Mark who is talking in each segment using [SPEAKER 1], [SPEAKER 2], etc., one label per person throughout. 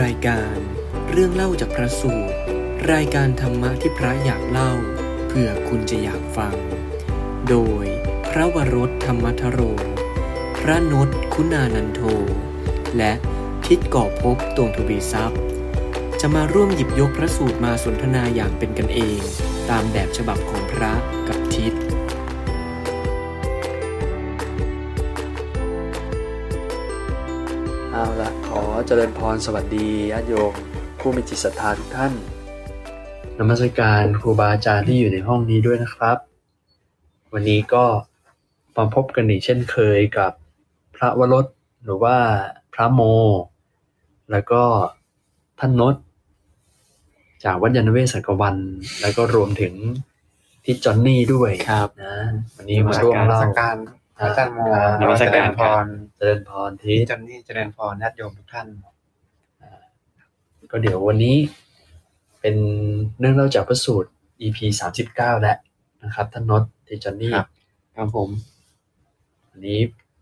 [SPEAKER 1] รายการเรื่องเล่าจากพระสูตร รายการธรรมะที่พระอยากเล่าเผื่อคุณจะอยากฟัง โดยพระวรถธรรมทโร พระนศคุณานันโท และทิดก่อภพบตวงทวีทรัพย์ จะมาร่วมหยิบยกพระสูตรมาสนทนาอย่างเป็นกันเอง ตามแบบฉบับของพระกับทิศ
[SPEAKER 2] เอาละขอเจริญพรสวัสดีญาติโยม ผู้มีจิตศรัทธาทุกท่านนมัสการครูบาอาจารย์ที่อยู่ในห้องนี้ด้วยนะครับ วันนี้ก็มาพบกันอีกเช่นเคยกับพระวรถหรือว่าพระโม แล้วก็ท่านนศจากวัดยานเวศกวัน แล้วก็รวมถึงที่จอนนี่ด้วย
[SPEAKER 1] ครับ
[SPEAKER 2] นะวันนี้มาร่วมเล่า
[SPEAKER 3] นสการพระอาจารย์โม
[SPEAKER 2] นมัสการ
[SPEAKER 3] เจญพร
[SPEAKER 2] เจริญพรที่
[SPEAKER 3] พี่จอนนี่เจริญพรญาติโยมทุกท่าน
[SPEAKER 2] ก็เดี๋ยววันนี้เป็นเรื่องเล่าจากพระสูตร EP สามสิบเก้าแล้วนะครับท่านนศทีจอนนี่
[SPEAKER 3] ครับ
[SPEAKER 1] ครับผม
[SPEAKER 2] วันนี้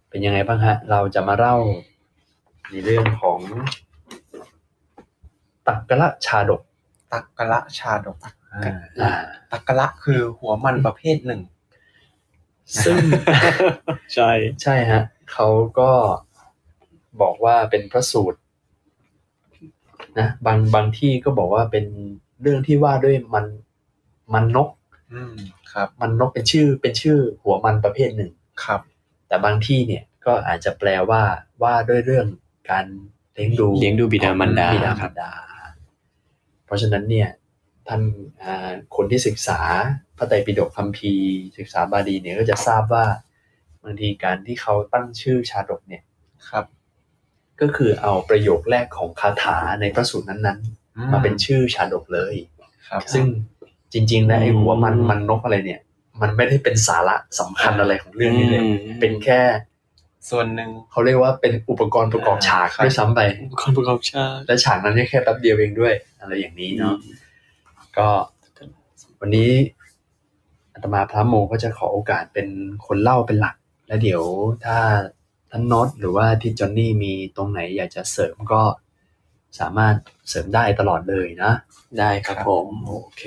[SPEAKER 2] เป็นยังไงบ้างฮะ เราจะมาเล่าในเรื่องของตักกะละชาดก
[SPEAKER 3] ตักกะละชาดก
[SPEAKER 2] อ่า
[SPEAKER 3] ตักกะละคือหัวมันประเภทหนึ่ง
[SPEAKER 2] ซึ่ง
[SPEAKER 1] ใช่
[SPEAKER 2] ใช่ฮะเขาก็บอกว่าเป็นพระสูตรนะบางบางที่ก็บอกว่าเป็นเรื่องที่ว่าด้วยมันมันนก
[SPEAKER 3] อืมครับ
[SPEAKER 2] มันนกเป็นชื่อเป็นชื่อหัวมันประเภทหนึ่ง
[SPEAKER 3] ครับ
[SPEAKER 2] แต่บางที่เนี่ยก็อาจจะแปลว่าว่าด้วยเรื่องการเลี้ยงดู
[SPEAKER 1] เลี้ยงดูบิดามารดา
[SPEAKER 2] บิดา
[SPEAKER 1] ค
[SPEAKER 2] มา
[SPEAKER 1] รับ
[SPEAKER 2] รดา เพราะฉะนั้นเนี่ยท่านอ่าคนที่ศึกษาพระไตรปิฎกคัมภีร์ศึกษาบาลีเนี่ยก็จะทราบว่าบางทีการที่เขาตั้งชื่อชาดกเนี่ย
[SPEAKER 3] ครับ
[SPEAKER 2] ก็คือเอาประโยคแรกของคาถาในพระสูตรนั้น
[SPEAKER 3] อื
[SPEAKER 2] ๆ มาเป็นชื่อชาดกเลย
[SPEAKER 3] ครับ
[SPEAKER 2] ซึ่งจริงๆนะไอ้หัวมัน
[SPEAKER 1] อืม
[SPEAKER 2] มันนกอะไรเนี่ย มันไม่ได้เป็นสาระสำคัญอะไรของเรื่องนี้เลย
[SPEAKER 1] ม
[SPEAKER 2] เป็นแค่
[SPEAKER 3] ส่วนหนึ่ง
[SPEAKER 2] เขาเรียกว่าเป็นอุปกรณ์ประกอบฉาก
[SPEAKER 3] ครับ
[SPEAKER 2] ด้วยซ้ำไป
[SPEAKER 1] คนประกอบชาติ
[SPEAKER 2] และฉากนั้นก็แค่แป๊บเดียวเองด้วย อะไรอย่างนี้เนาะก็วันนี้อาตมาพระโมก็จะขอโอกาสเป็นคนเล่าเป็นหลัก แล้วเดี๋ยวถ้าท่านโน็อตหรือว่าที่จอนนี่มีตรงไหนอยากจะเสริมก็สามารถเสริมได้ตลอดเลยนะ
[SPEAKER 1] ได้ครับผม
[SPEAKER 2] โอเค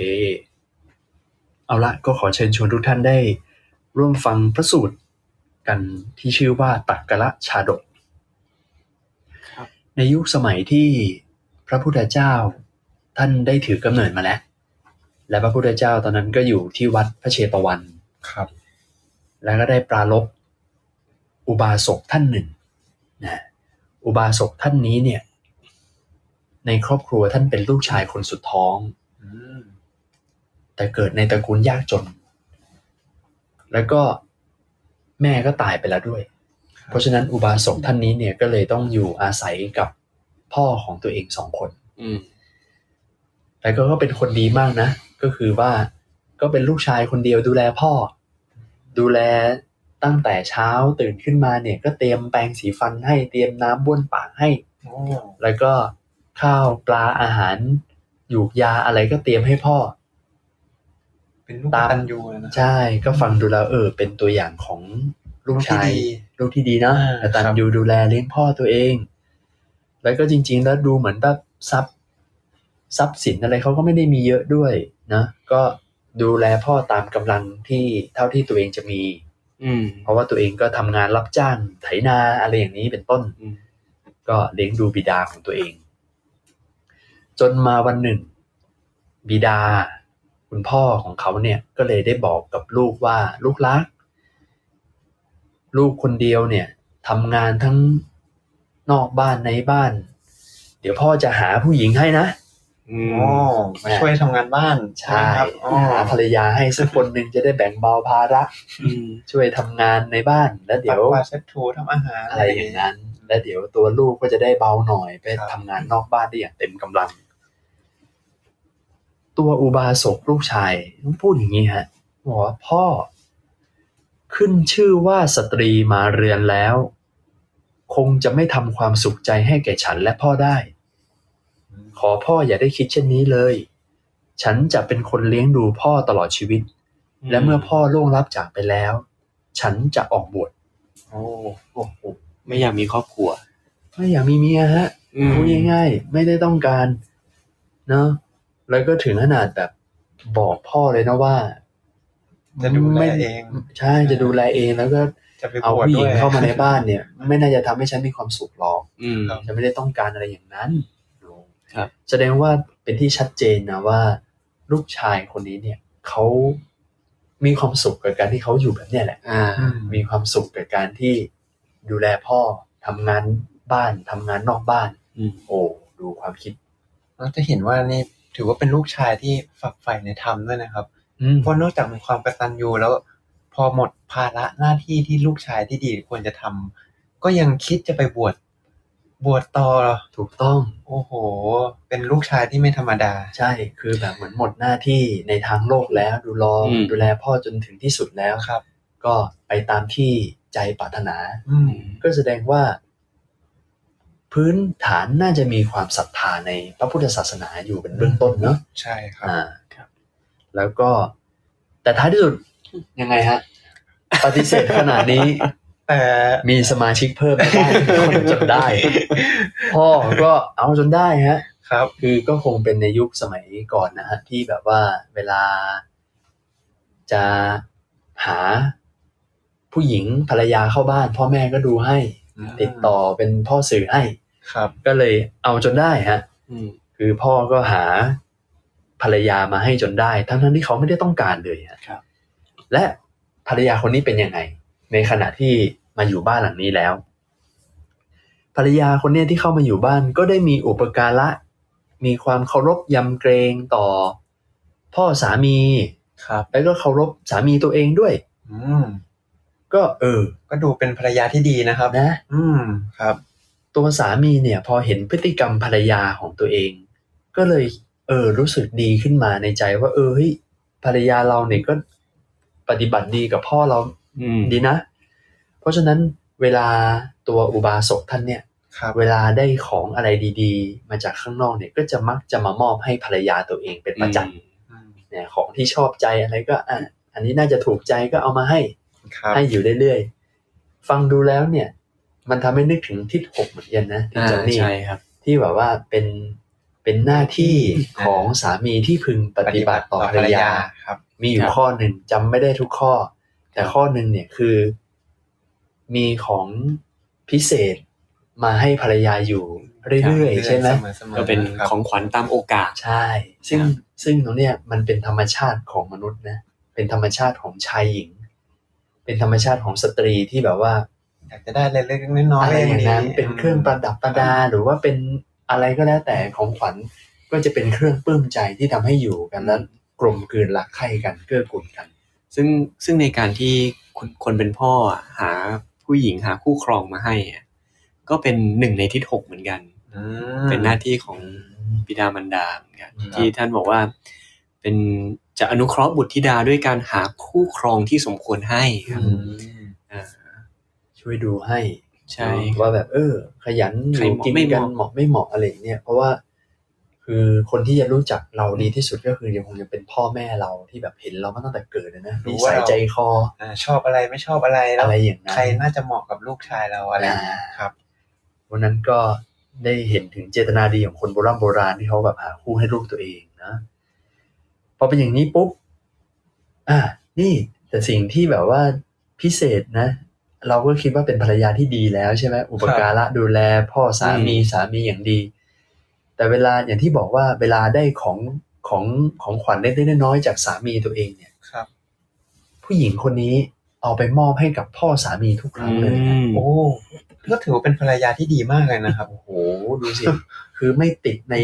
[SPEAKER 2] เอาละก็ขอเชิญชวนทุกท่านได้ ร่วมฟังพระสูตรกันที่ชื่อว่าตักกละชาดก
[SPEAKER 1] ครับ
[SPEAKER 2] ในยุคสมัยที่พระพุทธเจ้าท่านได้ถือกำเนิดมาแล้ว และพระพุทธเจ้าตอนนั้นก็อยู่ที่วัดพระเชตวัน
[SPEAKER 3] ครับ
[SPEAKER 2] แล้วก็ได้ปรารบอุบาสกท่านหนึ่งนะอุบาสกท่านนี้เนี่ย ในครอบครัวท่านเป็นลูกชายคนสุดท้อง
[SPEAKER 3] อืม
[SPEAKER 2] แต่เกิดในตระกูลยากจน แล้วก็แม่ก็ตายไปแล้วด้วย เพราะฉะนั้นอุบาสกท่านนี้เนี่ยก็เลยต้องอยู่อาศัยกับพ่อของตัวเองสองคน
[SPEAKER 1] อืม
[SPEAKER 2] แต่ก็เป็นคนดีมากนะ ก็คือว่าก็เป็นลูกชายคนเดียวดูแลพ่อ ดูแลตั้งแต่เช้าตื่นขึ้นมาเนี่ยก็เตรียมแปรงสีฟันให้เตรียมน้ำบ้วนปากให้
[SPEAKER 3] โอ้
[SPEAKER 2] แล้วก็ข้าวปลาอาหารหยูกยาอะไรก็เตรียมให้พ่อ
[SPEAKER 3] เป็นลูก
[SPEAKER 2] ตาม
[SPEAKER 3] ตันยูเลยนะ
[SPEAKER 2] ใช่ก็ฟังดูแล้วเออเป็นตัวอย่างของลูกชาย ลูกที่ดีนะ
[SPEAKER 3] อ่า
[SPEAKER 2] แต่ตัน
[SPEAKER 3] ครับ
[SPEAKER 2] ยูดูแลเลี้ยงพ่อตัวเอง แล้วก็จริง ๆ แล้วดูเหมือนแบบทรัพย์ทรัพย์สินอะไรเขาก็ไม่ได้มีเยอะด้วยนะ ก็ดูแลพ่อตามกำลังที่เท่าที่ตัวเองจะมี
[SPEAKER 1] อืม
[SPEAKER 2] เพราะว่าตัวเองก็ทำงานรับจ้างไถนาอะไรอย่างนี้เป็นต้น
[SPEAKER 1] อืม
[SPEAKER 2] ก็เลี้ยงดูบิดาของตัวเอง จนมาวันหนึ่ง บิดา คุณพ่อของเขาเนี่ยก็เลยได้บอกกับลูกว่าลูกรัก ลูกคนเดียวเนี่ยทำงานทั้งนอกบ้านในบ้าน เดี๋ยวพ่อจะหาผู้หญิงให้นะ
[SPEAKER 1] อืม
[SPEAKER 3] โอ้มาช่วยทำงานบ้าน
[SPEAKER 2] ใช่
[SPEAKER 3] ไหมครับโอ้
[SPEAKER 2] หาภรรยาให้สักคนหนึ่งจะได้แบ่งเบาภาระ
[SPEAKER 1] อืม
[SPEAKER 2] ช่วยทำงานในบ้านแล้วเดี๋ยว
[SPEAKER 3] ปักว่าเช็ดถูทำอาหาร
[SPEAKER 2] อะไรอย่างนั้น และเดี๋ยวตัวลูกก็จะได้เบาหน่อยไป
[SPEAKER 3] ครับ
[SPEAKER 2] ทำงานนอกบ้านได้อย่างเต็มกำลัง ตัวอุบาสกลูกชายพูดอย่างนี้ฮะบอกว่าพ่อ ขึ้นชื่อว่าสตรีมาเรือนแล้ว คงจะไม่ทำความสุขใจให้แก่ฉันและพ่อได้ ขอพ่ออย่าได้คิดเช่นนี้เลย ฉันจะเป็นคนเลี้ยงดูพ่อตลอดชีวิต และเมื่อพ่อล่วงลับจากไปแล้ว ฉันจะออกบวช
[SPEAKER 3] โอ้
[SPEAKER 1] ไม่อยากมีครอบครัว
[SPEAKER 2] ไม่อยากมีเมียฮะ
[SPEAKER 1] อืม
[SPEAKER 2] พูดง่ายๆไม่ได้ต้องการเนาะแล้วก็ถึงขนาดแบบบอกพ่อเลยนะว่า
[SPEAKER 3] จะดูแล
[SPEAKER 2] ไม่
[SPEAKER 3] เอง
[SPEAKER 2] ใช่จะดูแลเองแล้วก็
[SPEAKER 3] จะไป
[SPEAKER 2] เอา
[SPEAKER 3] บวช
[SPEAKER 2] ผู้หญิ
[SPEAKER 3] ด้
[SPEAKER 2] ง
[SPEAKER 3] วย
[SPEAKER 2] เข้ามาในบ้านเนี่ย ไม่น่าจะทำให้ฉันมีความสุขหรอก
[SPEAKER 1] อืม
[SPEAKER 2] จะไม่ได้ต้องการอะไรอย่างนั้น
[SPEAKER 1] ครับ
[SPEAKER 2] แสดงว่าเป็นที่ชัดเจนนะว่า ลูกชายคนนี้เนี่ยเขามีความสุขกับการที่เขาอยู่แบบเนี้ยแหละ
[SPEAKER 1] อ่า
[SPEAKER 3] อืม
[SPEAKER 2] มีความสุขกับการที่ดูแลพ่อทำงานบ้านทำงานนอกบ้าน
[SPEAKER 1] อืม
[SPEAKER 2] โอ้ดูความคิด
[SPEAKER 3] เราจะเห็นว่านี่ถือว่าเป็นลูกชายที่ฝักใฝ่ในธรรมด้วยนะครับ เพราะนอกจากมีความกระตันยูแล้ว พอหมดภาระหน้าที่ที่ลูกชายที่ดีควรจะทำก็ยังคิดจะไปบวชบวชต่อ
[SPEAKER 2] ถูกต้อง
[SPEAKER 3] โอ้โห เป็นลูกชายที่ไม่ธรรมดา
[SPEAKER 2] ใช่คือแบบเหมือนหมดหน้าที่ในทางโลกแล้ว ดูรอ
[SPEAKER 1] อืม
[SPEAKER 2] ดูแลพ่อจนถึงที่สุดแล้ว
[SPEAKER 3] ครับ
[SPEAKER 2] ก็ไปตามที่ใจปรารถนา
[SPEAKER 3] อืม
[SPEAKER 2] ก็แสดงว่า พื้นฐานน่าจะมีความศรัทธาในพระพุทธศาสนาอยู่เป็นเบื้องต้นเนาะ
[SPEAKER 3] ใช่ครับ
[SPEAKER 2] อ่าครับ แล้วก็ แต่ท้ายที่สุดยังไงฮะ ปฏิเสธขนาดนี้
[SPEAKER 3] แต่
[SPEAKER 2] มีสมาชิกเพิ่มไม่ได้คนจนได้ พ่อก็เอาจนได้ฮะ
[SPEAKER 3] ครับ
[SPEAKER 2] คือก็คงเป็นในยุคสมัยก่อนนะฮะที่แบบว่าเวลาจะหาผู้หญิงภรรยาเข้าบ้าน พ่อแม่ก็ดูให้ ติดต่อเป็นพ่อสื่อให้
[SPEAKER 3] ครับ
[SPEAKER 2] ก็เลยเอาจนได้ฮะ
[SPEAKER 1] อืม
[SPEAKER 2] คือพ่อก็หาภรรยามาให้จนได้ ทั้งทั้งๆที่เขาไม่ได้ต้องการเลยฮะ
[SPEAKER 1] ครับ
[SPEAKER 2] และภรรยาคนนี้เป็นยังไง ในขณะที่มาอยู่บ้านหลังนี้แล้ว ภรรยาคนเนี้ยที่เข้ามาอยู่บ้านก็ได้มีอุปการะ มีความเคารพยำเกรงต่อ พ่อสามี
[SPEAKER 3] ครับ
[SPEAKER 2] แล้วก็เคารพสามีตัวเองด้วย
[SPEAKER 3] อืม
[SPEAKER 2] ก็เออ
[SPEAKER 3] ก็ดูเป็นภรรยาที่ดีนะครับ
[SPEAKER 2] นะ
[SPEAKER 3] อืม ครับ
[SPEAKER 2] ตัวสามีเนี่ยพอเห็นพฤติกรรมภรรยาของตัวเอง ก็เลยเออรู้สึกดีขึ้นมาในใจว่า เออเฮ้ยภรรยาเราเนี่ยก็ปฏิบัติดีกับพ่อเรา
[SPEAKER 1] อืม
[SPEAKER 2] ดีนะ เพราะฉะนั้นเวลาตัวอุบาสกท่านเนี่ย
[SPEAKER 3] ครับ
[SPEAKER 2] เวลาได้ของอะไรดีๆ มาจากข้างนอกเนี่ยก็จะมักจะมามอบให้ภรรยาตัวเองเป็นประจ
[SPEAKER 3] อืม
[SPEAKER 2] ำเนี่ยของที่ชอบใจอะไรก็อ่ะอันนี้น่าจะถูกใจก็เอามาให้
[SPEAKER 3] ครับ
[SPEAKER 2] ให้อยู่เรื่อยๆ ฟังดูแล้วเนี่ย มันทำให้นึกถึงทิศหกเหมือนกันนะทิศ
[SPEAKER 1] อ่า
[SPEAKER 2] จอนนี่
[SPEAKER 1] ใช่ครับ
[SPEAKER 2] ที่แบบว่าเป็นเป็นหน้าที่ของสามีที่พึงปฏิบัติต่อภรรยา
[SPEAKER 3] ครับ
[SPEAKER 2] มีอยู่ข้อหนึ่งจำไม่ได้ทุกข้อ แต่ข้อหนึ่งเนี่ยคือ มีของพิเศษมาให้ภรรยาอยู่เรื่อยๆใช่ไหม
[SPEAKER 3] สอๆ
[SPEAKER 1] ก็เป็น
[SPEAKER 3] ครับ
[SPEAKER 1] ของขวัญตามโอกาส
[SPEAKER 2] ใช่ ซึ่ง
[SPEAKER 1] ครับ
[SPEAKER 2] ซึ่งตรงเนี้ยมันเป็นธรรมชาติของมนุษย์นะ เป็นธรรมชาติของชายหญิง เป็นธรรมชาติของสตรีที่แบบว่า
[SPEAKER 3] อยากจะได้เล็กๆน้อยๆ
[SPEAKER 2] อะไรอย่างนั้นเป็นเครื่องประดับประดา หรือว่าเป็นอะไรก็แล้วแต่ของขวัญก็จะเป็นเครื่องปลื้มใจที่ทำให้อยู่กันแล้วกลมกลืนหลักใคร่กันเกื้อกูลกัน
[SPEAKER 1] ซึ่งซึ่งในการที่คนคนเป็นพ่ออะหาผู้หญิงหาคู่ครองมาให้อะก็เป็นหนึ่งในทิศหกเหมือนกัน
[SPEAKER 3] อืม
[SPEAKER 1] เป็นหน้าที่ของบิดามารดาเหมือนกันที่ท่านบอกว่า เป็นจะอนุเคราะห์บุตรธิดาด้วยการหาคู่ครองที่สมควรให้ครับ
[SPEAKER 2] อืม
[SPEAKER 1] อ่า
[SPEAKER 2] ช่วยดูให้
[SPEAKER 1] ใช่
[SPEAKER 2] ว่าแบบเออ ขยันอ
[SPEAKER 1] ใคร
[SPEAKER 2] ยู่
[SPEAKER 1] เหมาะ
[SPEAKER 2] กิน
[SPEAKER 1] ไม่เห
[SPEAKER 2] กัน
[SPEAKER 1] มาะ
[SPEAKER 2] เหมาะไม่เหมาะอะไรอย่างเนี่ยเพราะว่าคือคนที่จะรู้จักเราดีที่สุดก็คือยังคงจะเป็นพ่อแม่เราที่แบบเห็นเรามาตั้งแต่เกิดเลยนะ
[SPEAKER 3] รู้
[SPEAKER 2] นิ
[SPEAKER 3] ว่า
[SPEAKER 2] สัย
[SPEAKER 3] เรา
[SPEAKER 2] ใจคอ
[SPEAKER 3] อ่าชอบอะไรไม่ชอบอะไรแล้
[SPEAKER 2] อะ
[SPEAKER 3] ว
[SPEAKER 2] ไรอย่างนั้น
[SPEAKER 3] ใครน่าจะเหมาะกับลูกชายเราอะไรอย่างเงี้ยครับ
[SPEAKER 2] วันนั้นก็ได้เห็นถึงเจตนาดีของคนโบราณโบราณที่เขาแบบหาคู่ให้ลูกตัวเองนะพอเป็นอย่างนี้ปุ๊บอ่า นี่แต่สิ่งที่แบบว่าพิเศษนะ เราก็คิดว่าเป็นภรรยาที่ดีแล้วใช่ไหมอุปการะดูแลพ่อสามีสามีอย่างดี แต่เวลาอย่างที่บอกว่าเวลาได้ของของของขวัญเล็กๆน้อยๆจากสามีตัวเองเนี่ย
[SPEAKER 3] ครับ
[SPEAKER 2] ผู้หญิงคนนี้เอาไปมอบให้กับพ่อสามีทุกครั้งเลยนะ
[SPEAKER 1] ม
[SPEAKER 3] โอ้ก็ถือว่าเป็นภรรยาที่ดีมากเลยนะครับ
[SPEAKER 2] โอ้โหดูสิ คือไม่ติดใน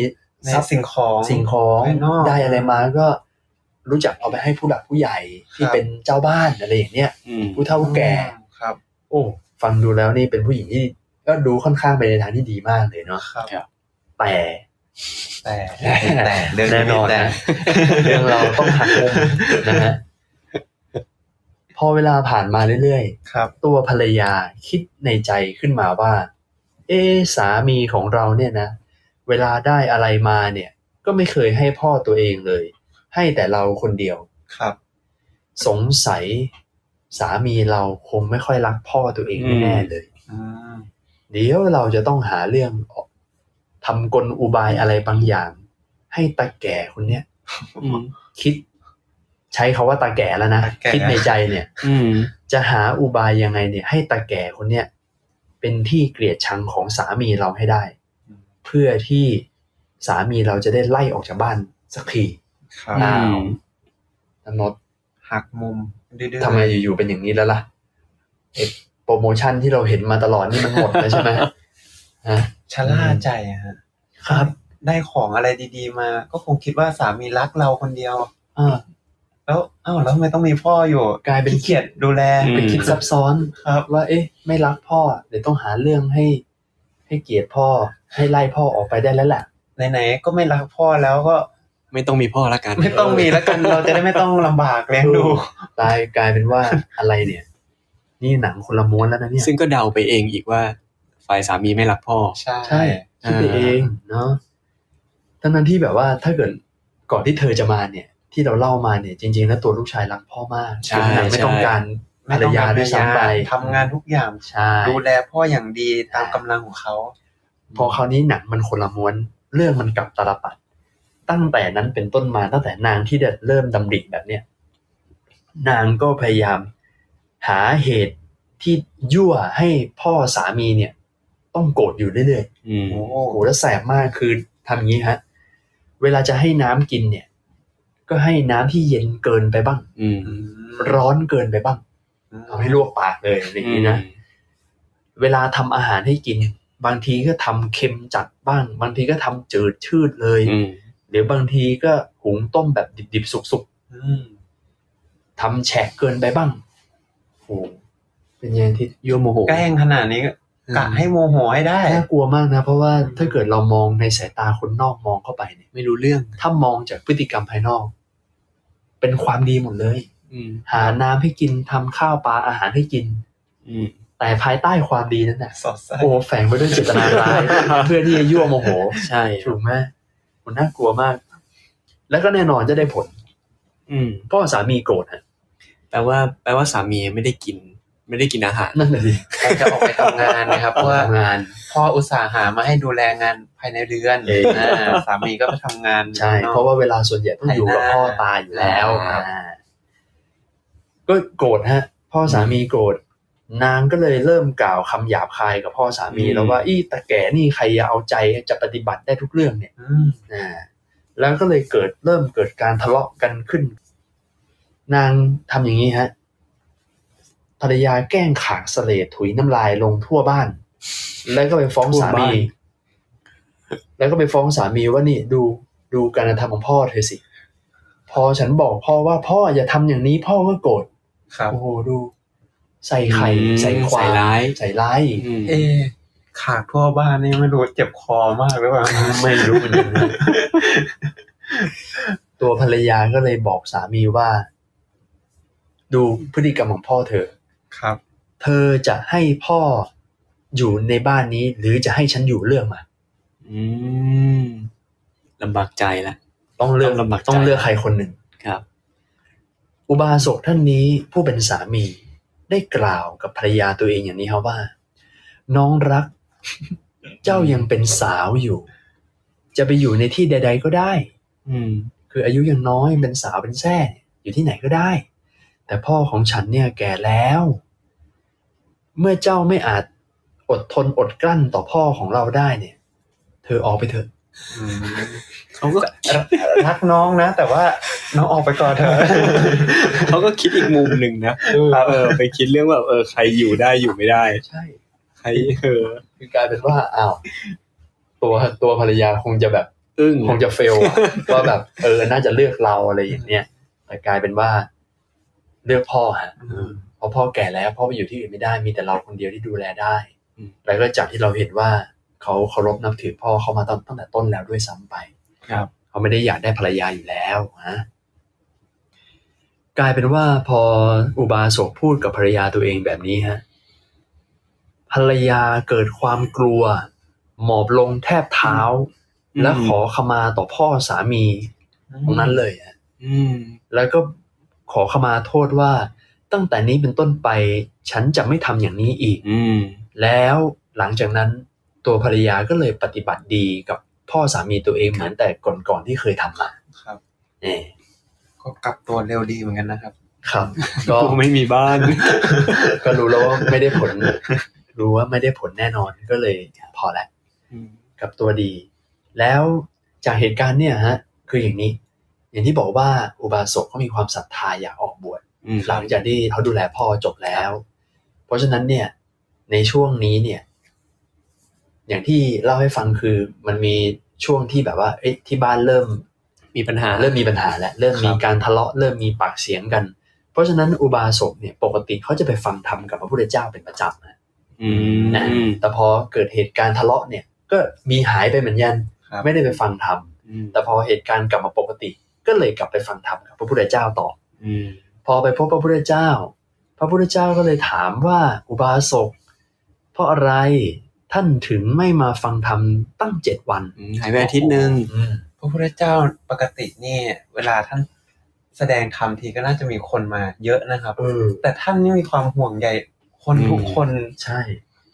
[SPEAKER 3] ใน
[SPEAKER 2] ทรัพย์
[SPEAKER 3] สิ่งของ
[SPEAKER 2] สิ่งของ
[SPEAKER 3] ภายนอก
[SPEAKER 2] ได้อะไรมาก็รู้จักเอาไปให้ผู้หลักผู้ใหญ่ที่
[SPEAKER 3] ครับ
[SPEAKER 2] เป็นเจ้าบ้านอะไรอย่างเนี้ย
[SPEAKER 1] อืม
[SPEAKER 2] ผู้เฒ่าผู้แก่
[SPEAKER 3] ครับ
[SPEAKER 2] โอ้ฟังดูแล้วนี่เป็นผู้หญิงที่ก็ดูค่อนข้างไปในทางที่ดีมากเลยเนาะ
[SPEAKER 3] ครับ
[SPEAKER 1] ครับ
[SPEAKER 2] แต่
[SPEAKER 3] แต่แต่เรื่อง
[SPEAKER 2] แน่นอน
[SPEAKER 3] แต่
[SPEAKER 2] นะเรื่องเราต้องหักมุมนะ ฮะพอเวลาผ่านมาเรื่อยๆ
[SPEAKER 3] ครับ
[SPEAKER 2] ตัวภรรยาคิดในใจขึ้นมาว่า เอะสามีของเราเนี่ยนะ เวลาได้อะไรมาเนี่ย ก็ไม่เคยให้พ่อตัวเองเลย ให้แต่เราคนเดียว
[SPEAKER 3] ครับ
[SPEAKER 2] สงสัยสามีเราคงไม่ค่อยรักพ่อตัวเองแน่ๆเลย
[SPEAKER 3] อืม
[SPEAKER 2] เดี๋ยวเราจะต้องหาเรื่อง ทำกลอุบายอะไรบางอย่าง ให้ตาแก่คนเนี้ย
[SPEAKER 1] อืม
[SPEAKER 2] คิด ใช้คาว่าตาแก่แล้วนะ
[SPEAKER 3] ตาแก่
[SPEAKER 2] คิดในใจเนี่ย
[SPEAKER 1] อืม
[SPEAKER 2] จะหาอุบายยังไงเนี่ย ให้ตาแก่คนเนี่ยเป็นที่เกลียดชังของสามีเราให้ได้
[SPEAKER 3] อืม
[SPEAKER 2] เพื่อที่สามีเราจะได้ไล่ออกจากบ้านสักที
[SPEAKER 3] ครับ
[SPEAKER 1] อืม
[SPEAKER 2] นะนด
[SPEAKER 3] หักมุมดื้อๆ
[SPEAKER 2] ทำไมอยู่ๆเป็นอย่างนี้แล้วล่ะไอ้โปรโมชั่นที่เราเห็นมาตลอดนี่มันหมดแล้วใช่ไหมฮะ
[SPEAKER 3] ชะล่าใจอะฮะได้ของอะไรดีๆ มา ก็คงคิดว่าสามีรักเราคนเดียว
[SPEAKER 2] อ่า
[SPEAKER 3] แล้วอ้าวแล้วทำไมต้องมีพ่ออยู่
[SPEAKER 2] กลายเป็น
[SPEAKER 3] ขี้เกียจดูแล
[SPEAKER 2] เป็นคิดซับซ้อน
[SPEAKER 3] ครับ
[SPEAKER 2] ว่า เอ๊ะ ไม่รักพ่อเดี๋ยวต้องหาเรื่องให้ ให้เกลียดพ่อ ให้ไล่พ่อออกไปได้แล้วแหละ
[SPEAKER 3] ไหนๆก็ไม่รักพ่อแล้วก็
[SPEAKER 1] ไม่ต้องมีพ่อละกัน
[SPEAKER 3] ไม่ต้องมีแล้วกัน เราจะได้ไม่ต้องลำบากเลี้ยงดู
[SPEAKER 2] กลายกลายเป็นว่า อะไรเนี่ย นี่หนังคนละม้วนแล้วนะเนี่ย
[SPEAKER 1] ซึ่งก็เดาไปเองอีกว่า ฝ่ายสามีไม่รักพ่อ
[SPEAKER 3] ใช่
[SPEAKER 2] ใช่คิดไปเองเนาะทั้งนั้นที่แบบว่าถ้าเกิดก่อนที่เธอจะมาเนี่ย ที่เราเล่ามาเนี่ย จริงๆแล้วตัวลูกชายรักพ่อมาก
[SPEAKER 1] ใช่
[SPEAKER 2] ตัวหนังไม่
[SPEAKER 1] ใช่
[SPEAKER 2] ต้องการภรรยาด้วยซ้ำไป
[SPEAKER 3] ทำงานทุกอย่าง
[SPEAKER 2] ใช่
[SPEAKER 3] ดูแลพ่ออย่างดีตามกำลังของเขา
[SPEAKER 2] พอคราวนี้หนังมันคนละม้วน เรื่องมันกลับตาลปัด ตั้งแต่นั้นเป็นต้นมาตั้งแต่นางที่เดเริ่มดำริแบบเนี้ยนางก็พยายามหาเหตุที่ยั่วให้พ่อสามีเนี่ย ต้องโกรธอยู่เรื่อยๆ
[SPEAKER 1] อืม
[SPEAKER 3] โอ้โห
[SPEAKER 2] โอ้โหแล้วแสบมากคือทำอย่างนี้ฮะ เวลาจะให้น้ำกินเนี่ย ก็ให้น้ำที่เย็นเกินไปบ้าง
[SPEAKER 1] อืม
[SPEAKER 2] ร้อนเกินไปบ้าง เอาให้ลวกปากเลยอย่างนี้นะ เวลาทำอาหารให้กิน บางทีก็ทำเค็มจัดบ้าง บางทีก็ทำจืดชืดเลย
[SPEAKER 1] อืม
[SPEAKER 2] หรือบางทีก็หุงต้มแบบดิบๆสุก
[SPEAKER 3] อืม
[SPEAKER 2] ๆทำแฉะเกินไปบ้างโอ้โหเป็นยังไงที่
[SPEAKER 1] โยโมโห
[SPEAKER 3] แกล้งขนาดนี้ก็กะให้โมโหให้ได้
[SPEAKER 2] น่ากลัวมากนะ เพราะว่าถ้าเกิดเรามองในสายตาคนนอกมองเข้าไปเนี่ย
[SPEAKER 1] ไม่รู้เรื่อง
[SPEAKER 2] ถ้ามองจากพฤติกรรมภายนอก เป็นความดีหมดเลย
[SPEAKER 1] อืม
[SPEAKER 2] หาน้ำให้กินทำข้าวปลาอาหารให้กิน
[SPEAKER 1] อืม
[SPEAKER 2] แต่ภายใต้ความดีนั้นน่ะ
[SPEAKER 3] สดใส
[SPEAKER 2] โอ้แฝงไปด้วยเจตนาร้าย เพื่อที่จะยั่วโมโห
[SPEAKER 1] ใช่
[SPEAKER 2] ถูกไหมมันน่ากลัวมาก แล้วก็แน่นอนจะได้ผล
[SPEAKER 1] อืม
[SPEAKER 2] พ่อสามีโกรธฮะ
[SPEAKER 1] แปลว่าแปลว่าสามีไม่ได้กิน ไม่ได้กินอาหาร
[SPEAKER 2] นั่นแหละดิ
[SPEAKER 3] เขาจะออกไปทำงานนะครับ เพราะว่า
[SPEAKER 2] ทำงาน
[SPEAKER 3] พ่ออุตส่าห์หามาให้ดูแลงานภายในเรือนนะสามีก็ไปทำงาน
[SPEAKER 2] ใช่
[SPEAKER 3] นอก
[SPEAKER 2] เพราะว่าเวลาส่วนใหญ่ต้องอยู่กับพ่อตาอยู่แล้ว
[SPEAKER 3] อ่า
[SPEAKER 2] อ่าก็โกรธฮะ พ่อสามีโกรธนางก็เลยเริ่มกล่าวคำหยาบคายกับพ่อสามี
[SPEAKER 1] อืม
[SPEAKER 2] แล้วว่า อี้ตาแก่นี่ใครจะเอาใจจะปฏิบัติได้ทุกเรื่องเนี่ย
[SPEAKER 3] อืม
[SPEAKER 2] อ่าแล้วก็เลยเกิดเริ่มเกิดการทะเลาะกันขึ้น นางทำอย่างนี้ฮะภรรยาแกล้งขากเสลดถุยน้ำลายลงทั่วบ้าน แล้วก็ไปฟ้องสา
[SPEAKER 1] ทั่วบ้า
[SPEAKER 2] มี
[SPEAKER 1] น
[SPEAKER 2] แล้วก็ไปฟ้องสามีว่านี่ดูดูการกระทำของพ่อเธอสิ พอฉันบอกพ่อว่าพ่ออย่าทำอย่างนี้พ่อก็โกรธ
[SPEAKER 3] ครับ
[SPEAKER 2] โอ้โหดู ใส่ไข่ใส่ควา
[SPEAKER 1] ใส่
[SPEAKER 2] ย
[SPEAKER 1] ร้าย
[SPEAKER 2] ใส่ร้ายอีก
[SPEAKER 1] อืม
[SPEAKER 3] เอะขาดทั่วบ้านนี่ไม่รู้เจ็บคอมากหรือเปล่า
[SPEAKER 2] ไม่รู้เหมือนกันนะตัวภรรยาก็เลยบอกสามีว่า ดูพฤติกรรมของพ่อเธอ
[SPEAKER 3] ครับ
[SPEAKER 2] เธอจะให้พ่ออยู่ในบ้านนี้ หรือจะให้ฉันอยู่เลือกมา
[SPEAKER 1] อืมลำบากใจละ
[SPEAKER 2] ต้องเลือก
[SPEAKER 1] ต้องลำบากใจ
[SPEAKER 2] ต้องเลือกใครคนหนึ่ง
[SPEAKER 1] ครับ
[SPEAKER 2] อุบาสกท่านนี้ผู้เป็นสามีได้กล่าวกับภรรยาตัวเองอย่างนี้ครับว่า น้องรัก เจ้ายังเป็นสาวอยู่ จะไปอยู่ในที่ใด ๆ ก็ได้
[SPEAKER 1] อืม
[SPEAKER 2] คืออายุยังน้อยเป็นสาวเป็นแท่อยู่ที่ไหนก็ได้ แต่พ่อของฉันเนี่ยแก่แล้ว เมื่อเจ้าไม่อาจอดทนอดกลั้นต่อพ่อของเราได้เนี่ย เธอออกไปเถอะ
[SPEAKER 1] เขาก็
[SPEAKER 3] รักน้องนะ แต่ว่าน้องออกไปก่อนเถอะ
[SPEAKER 1] เขาก็คิดอีกมุมหนึ่งนะเออ ไปคิดเรื่องแบบเออใครอยู่ได้อยู่ไม่ได้
[SPEAKER 2] ใช่
[SPEAKER 1] ใครเออ
[SPEAKER 2] คือกลายเป็นว่าอ้าวตัวตัวภรรยาคงจะแบบ
[SPEAKER 1] อึ้ง
[SPEAKER 2] คงจะเฟลอะ ว่าแบบ เออน่าจะเลือกเราอะไรอย่างเนี้ยแต่กลายเป็นว่า เลือกพ่อฮะ
[SPEAKER 3] อืม
[SPEAKER 2] เพราะพ่อแก่แล้วพ่อไปอยู่ที่อื่นไม่ได้มีแต่เราคนเดียวที่ดูแลได้
[SPEAKER 1] อืม
[SPEAKER 2] แล้วก็จากที่เราเห็นว่า เขาเคารพนับถือพ่อเขามาตั้งตั้งแต่ต้นแล้วด้วยซ้ำไป
[SPEAKER 1] ครับ
[SPEAKER 2] เขาไม่ได้อยากได้ภรรยาอยู่แล้วนะกลายเป็นว่าพออุบาสกพูดกับภรรยาตัวเองแบบนี้ฮะภรรยาเกิดความกลัว หมอบลงแทบเท้า
[SPEAKER 1] อืม
[SPEAKER 2] และขอขมาต่อพ่อสามีตรงนั้นเลยฮะ
[SPEAKER 1] อืม
[SPEAKER 2] แล้วก็ขอขมาโทษว่าตั้งแต่นี้เป็นต้นไป ฉันจะไม่ทำอย่างนี้อีก
[SPEAKER 1] อืม
[SPEAKER 2] แล้วหลังจากนั้น ตัวภรรยาก็เลยปฏิบัติดีกับพ่อสามีตัวเองเหมือนแต่ก่อนๆที่เคยทำมา
[SPEAKER 3] ครับ
[SPEAKER 2] เอ่อ
[SPEAKER 3] ก็กลับตัวเร็วดีเหมือนกันนะครับ
[SPEAKER 2] ครับ ก็
[SPEAKER 1] กูไม่มีบ้าน
[SPEAKER 2] ก็รู้แล้วว่าไม่ได้ผล รู้ว่าไม่ได้ผลแน่นอนก็เลยพอละกับตัวดี แล้วจากเหตุการณ์เนี่ยฮะ คืออย่างนี้ อย่างที่บอกว่าอุบาสกเขามีความศรัทธาอยากออกบวช หลังจากที่เขาดูแลพ่อจบแล้ว เพราะฉะนั้นเนี่ย ในช่วงนี้เนี่ย อย่างที่เล่าให้ฟังคือมันมีช่วงที่แบบว่า เอ๊ะที่บ้านเริ่ม
[SPEAKER 1] มีปัญหา
[SPEAKER 2] เริ่มมีปัญหาแล้วเริ่มมี
[SPEAKER 3] ครับ
[SPEAKER 2] การทะเลาะเริ่มมีปากเสียงกัน เพราะฉะนั้นอุบาสกเนี่ยปกติเขาจะไปฟังธรรมกับพระพุทธเจ้าเป็นประจำนะ
[SPEAKER 1] อืม
[SPEAKER 2] นะแต่พอเกิดเหตุการณ์ทะเลาะเนี่ย ก็มีหายไปเหมือนกัน
[SPEAKER 3] ครับ
[SPEAKER 2] ไม่ได้ไปฟังธรรม
[SPEAKER 1] อืม
[SPEAKER 2] แต่พอเหตุการณ์กลับมาปกติ ก็เลยกลับไปฟังธรรมกับพระพุทธเจ้าต่อ
[SPEAKER 1] อืม
[SPEAKER 2] พอไปพบพระพุทธเจ้า พระพุทธเจ้าก็เลยถามว่าอุบาสกเพราะอะไรท่านถึงไม่มาฟังธรรมตั้งเจ็ดวัน
[SPEAKER 1] อืมหายไปอาทิตย์หนึ่ง
[SPEAKER 2] อืม
[SPEAKER 3] พระพุทธเจ้าปกตินี่เวลาท่านแสดงธรรมทีก็น่าจะมีคนมาเยอะนะครับ
[SPEAKER 2] เออ
[SPEAKER 3] แต่ท่านนี่มีความห่วงใยคนทุกคน
[SPEAKER 2] ใช่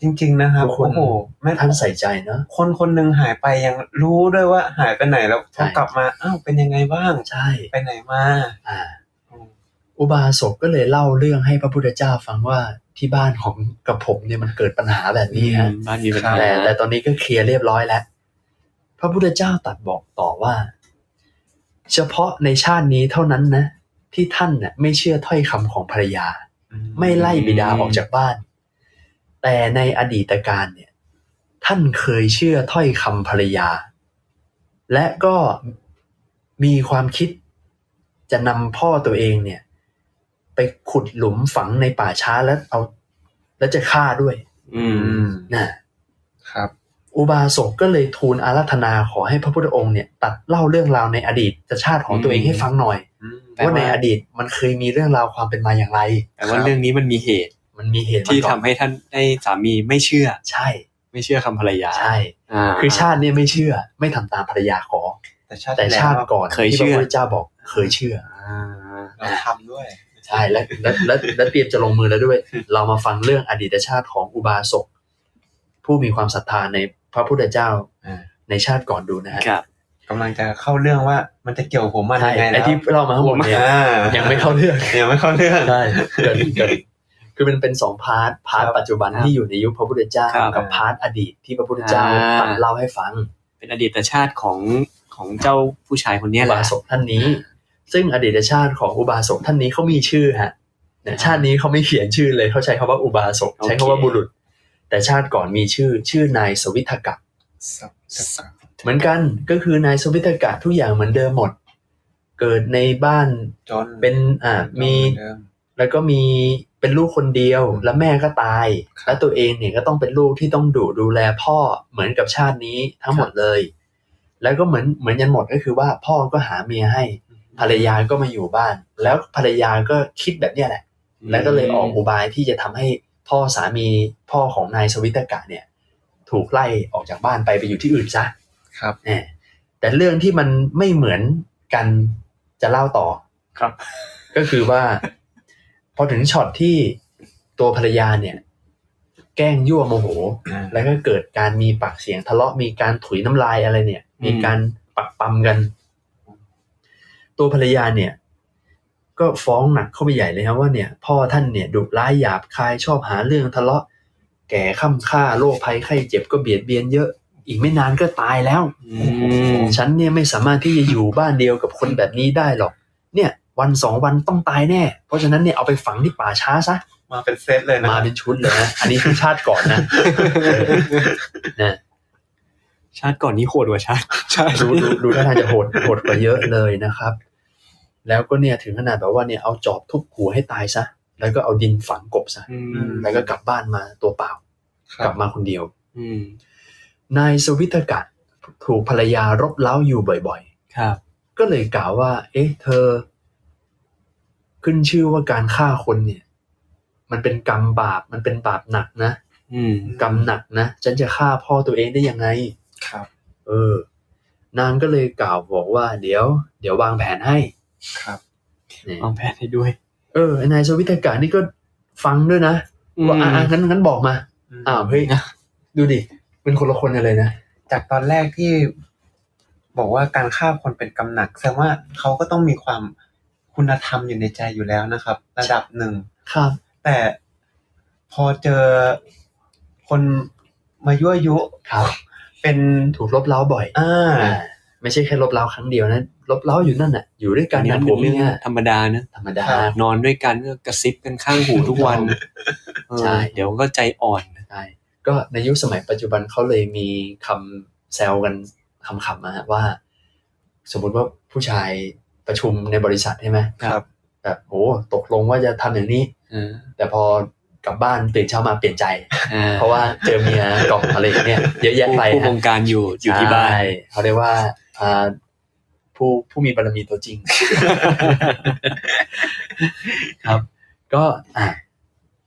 [SPEAKER 3] จริง ๆ นะครับ
[SPEAKER 2] ทุกคน
[SPEAKER 3] โอ้โหแม้
[SPEAKER 2] ท่านใส่ใจนะ
[SPEAKER 3] คนคนหนึ่งหายไปยังรู้ด้วยว่าหายไปไหนแล้วพ
[SPEAKER 2] ใช่
[SPEAKER 3] อ กลับมาอ้าวเป็นยังไงบ้าง
[SPEAKER 2] ใช่
[SPEAKER 3] ไปไหนมา
[SPEAKER 2] อ่า
[SPEAKER 3] อืม
[SPEAKER 2] อุบาสกก็เลยเล่าเรื่องให้พระพุทธเจ้าฟังว่าที่บ้านของกับผมเนี่ยมันเกิดปัญหาแบบนี้ฮะ
[SPEAKER 1] บ้านมีปัญหา
[SPEAKER 2] แต่แต่ตอนนี้ก็เคลียร์เรียบร้อยแล้ว พระพุทธเจ้าตรัดบอกต่อว่า เฉพาะในชาตินี้เท่านั้นนะ ที่ท่านน่ะไม่เชื่อถ้อยคำของภรรยา ไม่ไล่บิดาออกจากบ้าน แต่ในอดีตการเนี่ย ท่านเคยเชื่อถ้อยคำภรรยา และก็มีความคิดจะนำพ่อตัวเองเนี่ย ไปขุดหลุมฝังในป่าช้าแล้วเอา แล้วจะฆ่าด้วย
[SPEAKER 1] อืม
[SPEAKER 3] อืม
[SPEAKER 2] นะครับ อุบาสกก็เลยทูลอารัธนาขอให้พระพุทธองค์เนี่ยตัดเล่าเรื่องราวในอดีตชาติของตัวเองให้ฟังหน่อย
[SPEAKER 3] อืม
[SPEAKER 1] แปลว่า
[SPEAKER 2] ว่าในอดีตมันเคยมีเรื่องราวความเป็นมาอย่างไร
[SPEAKER 1] แต่ว่าเรื่องนี้มันมีเหตุ
[SPEAKER 2] มันมีเหตุมา
[SPEAKER 1] ที่
[SPEAKER 2] ก่อน
[SPEAKER 1] ทำให้ท่านให้สามีไม่เชื่อ
[SPEAKER 2] ใช่
[SPEAKER 1] ไม่เชื่อคำภรรยา
[SPEAKER 2] ใช่
[SPEAKER 1] า
[SPEAKER 2] คือชาติเนี่ยไม่เชื่อไม่ทำตามภรรยาขอ
[SPEAKER 3] แต่ชาติ
[SPEAKER 2] แต่
[SPEAKER 3] ที่ล้ว
[SPEAKER 2] ชาติก่อน
[SPEAKER 1] เคยเชื่
[SPEAKER 2] ที่
[SPEAKER 1] อ
[SPEAKER 2] พระพุทธเจ้าบอกเคยเชื่อ
[SPEAKER 1] อ่า
[SPEAKER 3] เราทำด้วย
[SPEAKER 2] ใช่และและและและเตรียมจะลงมือแล้วด้วย เรามาฟังเรื่องอดีตชาติของอุบาสกผู้มีความศรัทธาในพระพุทธเจ้า
[SPEAKER 3] อ่า
[SPEAKER 2] ในชาติก่อนดูนะฮะ
[SPEAKER 1] ครับ
[SPEAKER 3] กำลังจะเข้าเรื่องว่ามันจะเกี่ยวผมมัน
[SPEAKER 2] ใช่
[SPEAKER 3] ยังไง
[SPEAKER 2] ไอ้ที่เรามาทั้งหมดเนี่ย
[SPEAKER 3] อ่า
[SPEAKER 2] ยังไม่เข้าเรื่อง
[SPEAKER 3] ยังไม่เข้าเรื่อง
[SPEAKER 2] ใช่เกินเกินคือมันเป็นสองพาร์ทพาร์ท
[SPEAKER 3] ครับ
[SPEAKER 2] ปัจจุบันที่อยู่ในยุคพระพุทธเจ้า
[SPEAKER 3] ครับ
[SPEAKER 2] กับพาร์ทอดีตที่พระพุทธเจ้าตรัสเล่าให้ฟัง
[SPEAKER 1] เป็นอดีตชาติของของเจ้าผู้ชายคนเนี้ย
[SPEAKER 2] อุ
[SPEAKER 1] แหละ
[SPEAKER 2] บาสกท่านนี้ ซึ่งอดีตชาติของอุบาสกท่านนี้เขามีชื่อฮะเนี่ย
[SPEAKER 1] อ่า
[SPEAKER 2] ชาตินี้เขาไม่เขียนชื่อเลยเขาใช้คำว่าอุบาสก
[SPEAKER 1] โอเค
[SPEAKER 2] ใช้คำว่าบุรุษ แต่ชาติก่อนมีชื่อ ชื่อนายสวิทกะ
[SPEAKER 3] สับสับ
[SPEAKER 2] เหมือนกันก็คือนายสวิทกะทุกอย่างเหมือนเดิมหมด เกิดในบ้าน
[SPEAKER 3] จน
[SPEAKER 2] เป็นอ่ามี
[SPEAKER 3] เดิม
[SPEAKER 2] แล้วก็มีเป็นลูกคนเดียว แล้วแม่ก็ตาย
[SPEAKER 3] ครับ
[SPEAKER 2] แล้วตัวเองเนี่ยก็ต้องเป็นลูกที่ต้องดูดูแลพ่อเหมือนกับชาตินี้ทั้งหมดเลย แล้วก็เหมือนเหมือนยันหมดก็คือว่าพ่อก็หาเมียให้ ภรรยาก็มาอยู่บ้าน แล้วภรรยาก็คิดแบบเนี้ยแหละ แล้วก็เลยออกอุบายที่จะทำให้พ่อสามีพ่อของนายสวิตกะเนี่ย ถูกไล่ออกจากบ้านไปไปอยู่ที่อื่นซะ
[SPEAKER 3] ครับ
[SPEAKER 2] แหมแต่เรื่องที่มันไม่เหมือนกันจะเล่าต่อ
[SPEAKER 1] ครับ
[SPEAKER 2] ก็คือว่า พอถึงช็อตที่ตัวภรรยาเนี่ย แกล้งยั่วโมโห
[SPEAKER 3] อ่า
[SPEAKER 2] แล้วก็เกิดการมีปากเสียงทะเลาะมีการถุยน้ำลายอะไรเนี่ย
[SPEAKER 1] อืม
[SPEAKER 2] มีการปักปั๊มกัน ตัวภรรยาเนี่ย ก็ฟ้องหนักเข้าไปใหญ่เลยครับว่าเนี่ย พ่อท่านเนี่ยดุร้ายหยาบคายชอบหาเรื่องทะเลาะ แก่ข้ามค่าโรคภัยไข้เจ็บก็เบียดเบียนเยอะ อีกไม่นานก็ตายแล้ว
[SPEAKER 1] อืม
[SPEAKER 2] ฉันเนี่ยไม่สามารถที่จะอยู่บ้านเดียวกับคนแบบนี้ได้หรอก เนี่ย วันสองวันต้องตายแน่ เพราะฉะนั้นเนี่ยเอาไปฝังที่ป่าช้าซะ
[SPEAKER 3] มาเป็นเซตเลยนะ
[SPEAKER 2] มาเป็นชุดเลยนะ อันนี้คือชาติก่อนนะ นะ
[SPEAKER 1] ชาติก่อนนี้โหดกว่าชาติชาติ
[SPEAKER 2] ดูดูดูท่าทางจะโหดโหดกว่าเยอะเลยนะครับ แล้วก็เนี่ยถึงขนาดแบบว่าเนี่ยเอาจอบทุบหัวให้ตายซะ แล้วก็เอาดินฝังกบซะ
[SPEAKER 1] อืม
[SPEAKER 2] แล้วก็กลับบ้านมาตัวเปล่า
[SPEAKER 3] ค
[SPEAKER 2] ก
[SPEAKER 3] รั
[SPEAKER 2] ลั
[SPEAKER 3] บบ
[SPEAKER 2] มาคนเดียว
[SPEAKER 1] อืม
[SPEAKER 2] นายสวิตกะถูกภรรยารบเล้าอยู่บ่อยๆ
[SPEAKER 1] ครับ
[SPEAKER 2] ก็เลยกล่าวว่า เอ๊ะ เธอ ขึ้นชื่อว่าการฆ่าคนเนี่ย มันเป็นกรรมบาป มันเป็นบาปหนักนะ
[SPEAKER 1] อืม
[SPEAKER 2] กรรมหนักนะ ฉันจะฆ่าพ่อตัวเองได้ยังไง
[SPEAKER 3] ครับ
[SPEAKER 2] เออ นางก็เลยกล่าวบอกว่า เดี๋ยว เดี๋ยววางแผนให้
[SPEAKER 3] ครับ
[SPEAKER 2] เนี่ยว
[SPEAKER 1] างแผนให้ด้วย
[SPEAKER 2] เออไอ้นายสวิตการนี่ก็ฟังด้วยนะ ว่าอ่ะอ่ะงั้นงั้นบอกมา อ้าว เฮ้ย ดูดิ เป็นคนละคนกันเลยนะ
[SPEAKER 3] จากตอนแรกที่บอกว่าการฆ่าคนเป็นกำหนักแสดงว่าเขาก็ต้องมีความคุณธรรมอยู่ในใจอยู่แล้วนะครับ ระดับหนึ่ง
[SPEAKER 2] ครับ
[SPEAKER 3] แต่พอเจอคนมายั่วยุ
[SPEAKER 2] ครับ
[SPEAKER 3] เป็น
[SPEAKER 2] ถูกลบเล้าบ่อย
[SPEAKER 3] อ่า
[SPEAKER 2] อ่าไม่ใช่แค่ลบเล้าครั้งเดียวนะ ลบเล้าอยู่นั่นน่ะ อยู่ด้วยกั
[SPEAKER 1] กาน ร
[SPEAKER 2] นะ
[SPEAKER 1] นั้น
[SPEAKER 2] ผ
[SPEAKER 1] เป็น
[SPEAKER 2] ม
[SPEAKER 1] เรื่อง
[SPEAKER 2] เนี่ย
[SPEAKER 1] ธรรมดานะ
[SPEAKER 2] ธรรมดา
[SPEAKER 1] นอนด้วยกันก็กระซิบกันข้างหูทุกวันเออ
[SPEAKER 2] ใช่
[SPEAKER 1] เดี๋ยวก็ใจอ่อนนะ
[SPEAKER 2] ใช่ก็ในยุคสมัยปัจจุบันเขาเลยมีคำแซวกันคำๆนะฮะว่า สมมุติว่าผู้ชายประชุมในบริษัทใช่ไหม
[SPEAKER 3] ครับ
[SPEAKER 2] แบบโอ้ตกลงว่าจะทำอย่างนี้
[SPEAKER 1] เออ
[SPEAKER 2] แต่พอกลับบ้านตื่นเช้ามาเปลี่ยนใจ
[SPEAKER 1] อ่
[SPEAKER 2] เพราะว่าเจอเมียกล่องอะไรอย่างเงี้ยเยอะแยะไป
[SPEAKER 1] ผู้
[SPEAKER 2] นะ
[SPEAKER 1] บงการอยู่อยู่ที่บ้าน
[SPEAKER 2] ใช่เขาเรียกว่าอ่าผู้ผู้มีบารมีตัวจริง ครับ ก็อ่ะ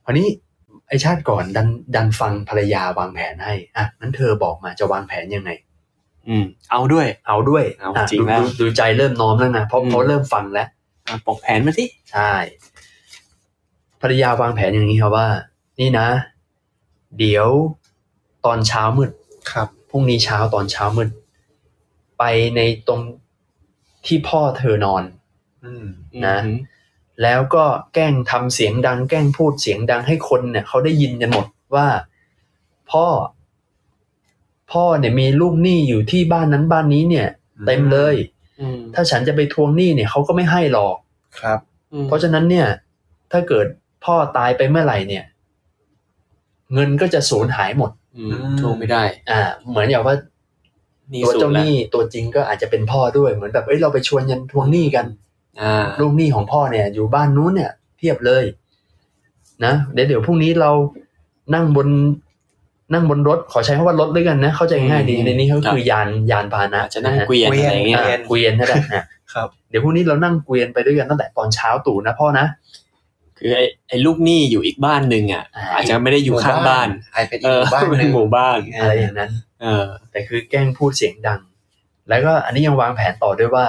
[SPEAKER 2] คราวนี้ไอชาติก่อนดันดันฟังภรรยาวางแผนให้อ่ะนั้นเธอบอกมาจะวางแผนยังไง
[SPEAKER 1] อืม เอาด้วย
[SPEAKER 2] เอาด้วย
[SPEAKER 1] เอา
[SPEAKER 2] ะ
[SPEAKER 1] จริง
[SPEAKER 2] ดู
[SPEAKER 1] แล้ว
[SPEAKER 2] ดูดูใจเริ่มน้อมแล้วนะเพราะ
[SPEAKER 1] อืม
[SPEAKER 2] เพราะเริ่มฟังแล้ว
[SPEAKER 1] อ่ะบอกแผนมาสิ
[SPEAKER 2] ใช่ ภรรยาวางแผนอย่างนี้ครับว่า นี่นะ เดี๋ยวตอนเช้ามืด
[SPEAKER 3] ครับ
[SPEAKER 2] พรุ่งนี้เช้าตอนเช้ามืด ไปในตรงที่พ่อเธอนอน
[SPEAKER 3] อืม
[SPEAKER 2] นะ
[SPEAKER 1] อืม
[SPEAKER 2] แล้วก็แกล้งทำเสียงดัง แกล้งพูดเสียงดังให้คนเนี่ยเขาได้ยินกันหมดว่า พ่อ พ่อเนี่ยมีลูกหนี้อยู่ที่บ้านนั้นบ้านนี้เนี่ย เต็มเลย
[SPEAKER 1] อืม
[SPEAKER 2] ถ้าฉันจะไปทวงหนี้เนี่ยเขาก็ไม่ให้หรอก
[SPEAKER 3] ครับ
[SPEAKER 1] อืม
[SPEAKER 2] เพราะฉะนั้นเนี่ย ถ้าเกิดพ่อตายไปเมื่อไหร่เนี่ย เงินก็จะสูญหายหมด
[SPEAKER 1] อืมโทรไม่ได้
[SPEAKER 2] อ่า เหมือนอย่างว่า
[SPEAKER 1] นี่
[SPEAKER 2] ตัว
[SPEAKER 1] สุด
[SPEAKER 2] เจ้าห
[SPEAKER 1] ละ
[SPEAKER 2] นี้ตัวจริงก็อาจจะเป็นพ่อด้วยเหมือนแบบเอ้ยเราไปชวนยันทวงหนี้กัน
[SPEAKER 1] อ่า
[SPEAKER 2] ลูกหนี้ของพ่อเนี่ย อยู่บ้านนู้นเนี่ยเพียบเลย นะเดี๋ยวเดี๋ยวพรุ่งนี้เรานั่งบน นั่งบนรถขอใช้คำว่ารถด้วยกันนะ เข้าใจง่ายดีในนี้ก็คือยานยานพาหนะ
[SPEAKER 1] อาจจะนั่งเก
[SPEAKER 2] เกวียน
[SPEAKER 1] วียน
[SPEAKER 3] เกวียน
[SPEAKER 1] อะไรเงี้ย
[SPEAKER 2] อ่าเกวียนนั่นแหละอ่ะ
[SPEAKER 3] ครับ
[SPEAKER 2] เดี๋ยวพรุ่งนี้เรานั่งเกวียนไปด้วยกันตั้งแต่ตอนเช้าตู่นะพ่อนะ
[SPEAKER 1] คือไอ้ไอ้ลูกหนี้อยู่อีกบ้านหนึ่งอ่ะ
[SPEAKER 2] อ่า
[SPEAKER 1] อาจจะไม่ได้อยู่ข้างบ้าน
[SPEAKER 3] ไอเป็นอี
[SPEAKER 1] เอกอ
[SPEAKER 3] หมู่บ้านห
[SPEAKER 1] เป็
[SPEAKER 3] นึ่
[SPEAKER 1] น
[SPEAKER 3] ง
[SPEAKER 1] หมู่บ้าน
[SPEAKER 2] อะไรอย่างนั้น
[SPEAKER 1] เออ
[SPEAKER 2] แต่คือแกล้งพูดเสียงดัง แล้วก็อันนี้ยังวางแผนต่อด้วยว่า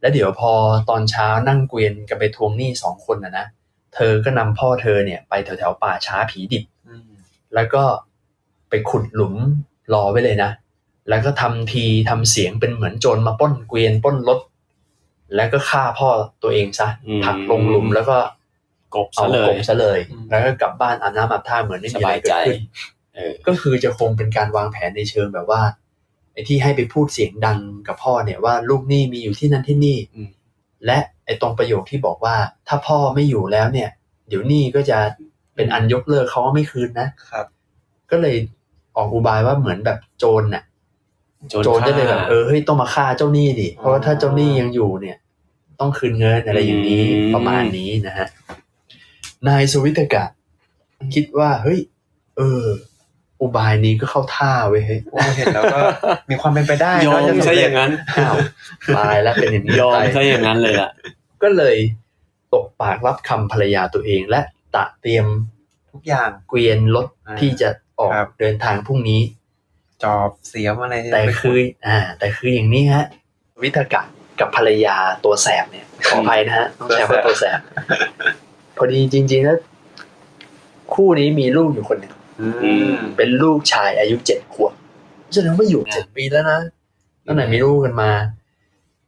[SPEAKER 2] แล้วเดี๋ยวพอตอนเช้านั่งเกวียนกันไปทวงหนี้สองคนนะนะ เธอก็นำพ่อเธอเนี่ยไปแถวแถวๆป่าช้าผีดิบ
[SPEAKER 3] อืม
[SPEAKER 2] แล้วก็ไปขุดหลุมรอไว้เลยนะ แล้วก็ทำทีทำเสียงเป็นเหมือนโจรมาปล้นเกวียนปล้นรถ แล้วก็ฆ่าพ่อตัวเองซะ
[SPEAKER 1] อืม
[SPEAKER 2] ผลักลงหลุมแล้วก็
[SPEAKER 1] กบ
[SPEAKER 2] เอา
[SPEAKER 1] ซะเล
[SPEAKER 2] ก
[SPEAKER 1] ย
[SPEAKER 2] บซะเลย แล้วก็กลับบ้านอาบน้ำอาบท่าเหมือนไม่มีอะไรเกิดขึ้น
[SPEAKER 1] เออ
[SPEAKER 2] ก็คือจะคงเป็นการวางแผนในเชิงแบบว่าไอ้ที่ให้ไปพูดเสียงดังกับพ่อเนี่ยว่าลูกหนี้มีอยู่ที่นั่นที่นี่
[SPEAKER 1] อืม
[SPEAKER 2] และไอ้ตรงประโยคที่บอกว่า ถ้าพ่อไม่อยู่แล้วเนี่ย เดี๋ยวหนี้ก็จะเป็นอันยกเลิกเขาไม่คืนนะ
[SPEAKER 3] ครับ
[SPEAKER 2] ก็เลยออกอุบายว่าเหมือนแบบโจรน่ะโจรก็
[SPEAKER 1] ฆ่า
[SPEAKER 2] เลยแบบเออเฮ้ยต้องมาฆ่าเจ้าหนี้ดิเพราะว่าถ้าเจ้าหนี้ยังอยู่เนี่ย ต้องคืนเงินอะไรอย่างนี้ประมาณนี้นะฮะนายสุวิทกะ คิดว่าเฮ้ย เออ อุบายนี้ก็เข้าท่าเว้ยเฮ้ย
[SPEAKER 3] โอ้เห็นแล้วก็ มีความเป็นไปได้
[SPEAKER 1] ยอม
[SPEAKER 3] เนะจะสำ
[SPEAKER 1] ซะอ
[SPEAKER 3] เร็จ
[SPEAKER 1] ย่างนั้น
[SPEAKER 2] อ้าวตายแล้วเป็นอย่างนี้
[SPEAKER 1] ยอม
[SPEAKER 2] ตา
[SPEAKER 1] ซะอย่างนั้นเลยล่ะ
[SPEAKER 2] ก็เลยตกปากรับคำภรรยาตัวเองและตะเตรียม
[SPEAKER 3] ทุกอย่าง
[SPEAKER 2] เกวียนรถ
[SPEAKER 3] อ่า
[SPEAKER 2] ที่จะออก
[SPEAKER 3] ครับ
[SPEAKER 2] เดินทางพรุ่งนี้
[SPEAKER 3] จอบเสียมอะไร
[SPEAKER 2] แต่คือ อ่า แต่คืออย่างนี้ฮะ วิทกะกับภรรยาตัวแสบเนี่ย ขออภัยนะฮะต้องใช้คำว่าตัวแสบ พอดีจริงๆแล้วคู่นี้มีลูกอยู่คนหนึ่ง
[SPEAKER 3] อืม
[SPEAKER 2] เป็นลูกชายอายุเจ็ดขวบแสดงว่าอยู่
[SPEAKER 1] อ่า
[SPEAKER 2] เจ็ดปีแล้วนะตั้งแต่มีลูกกันมา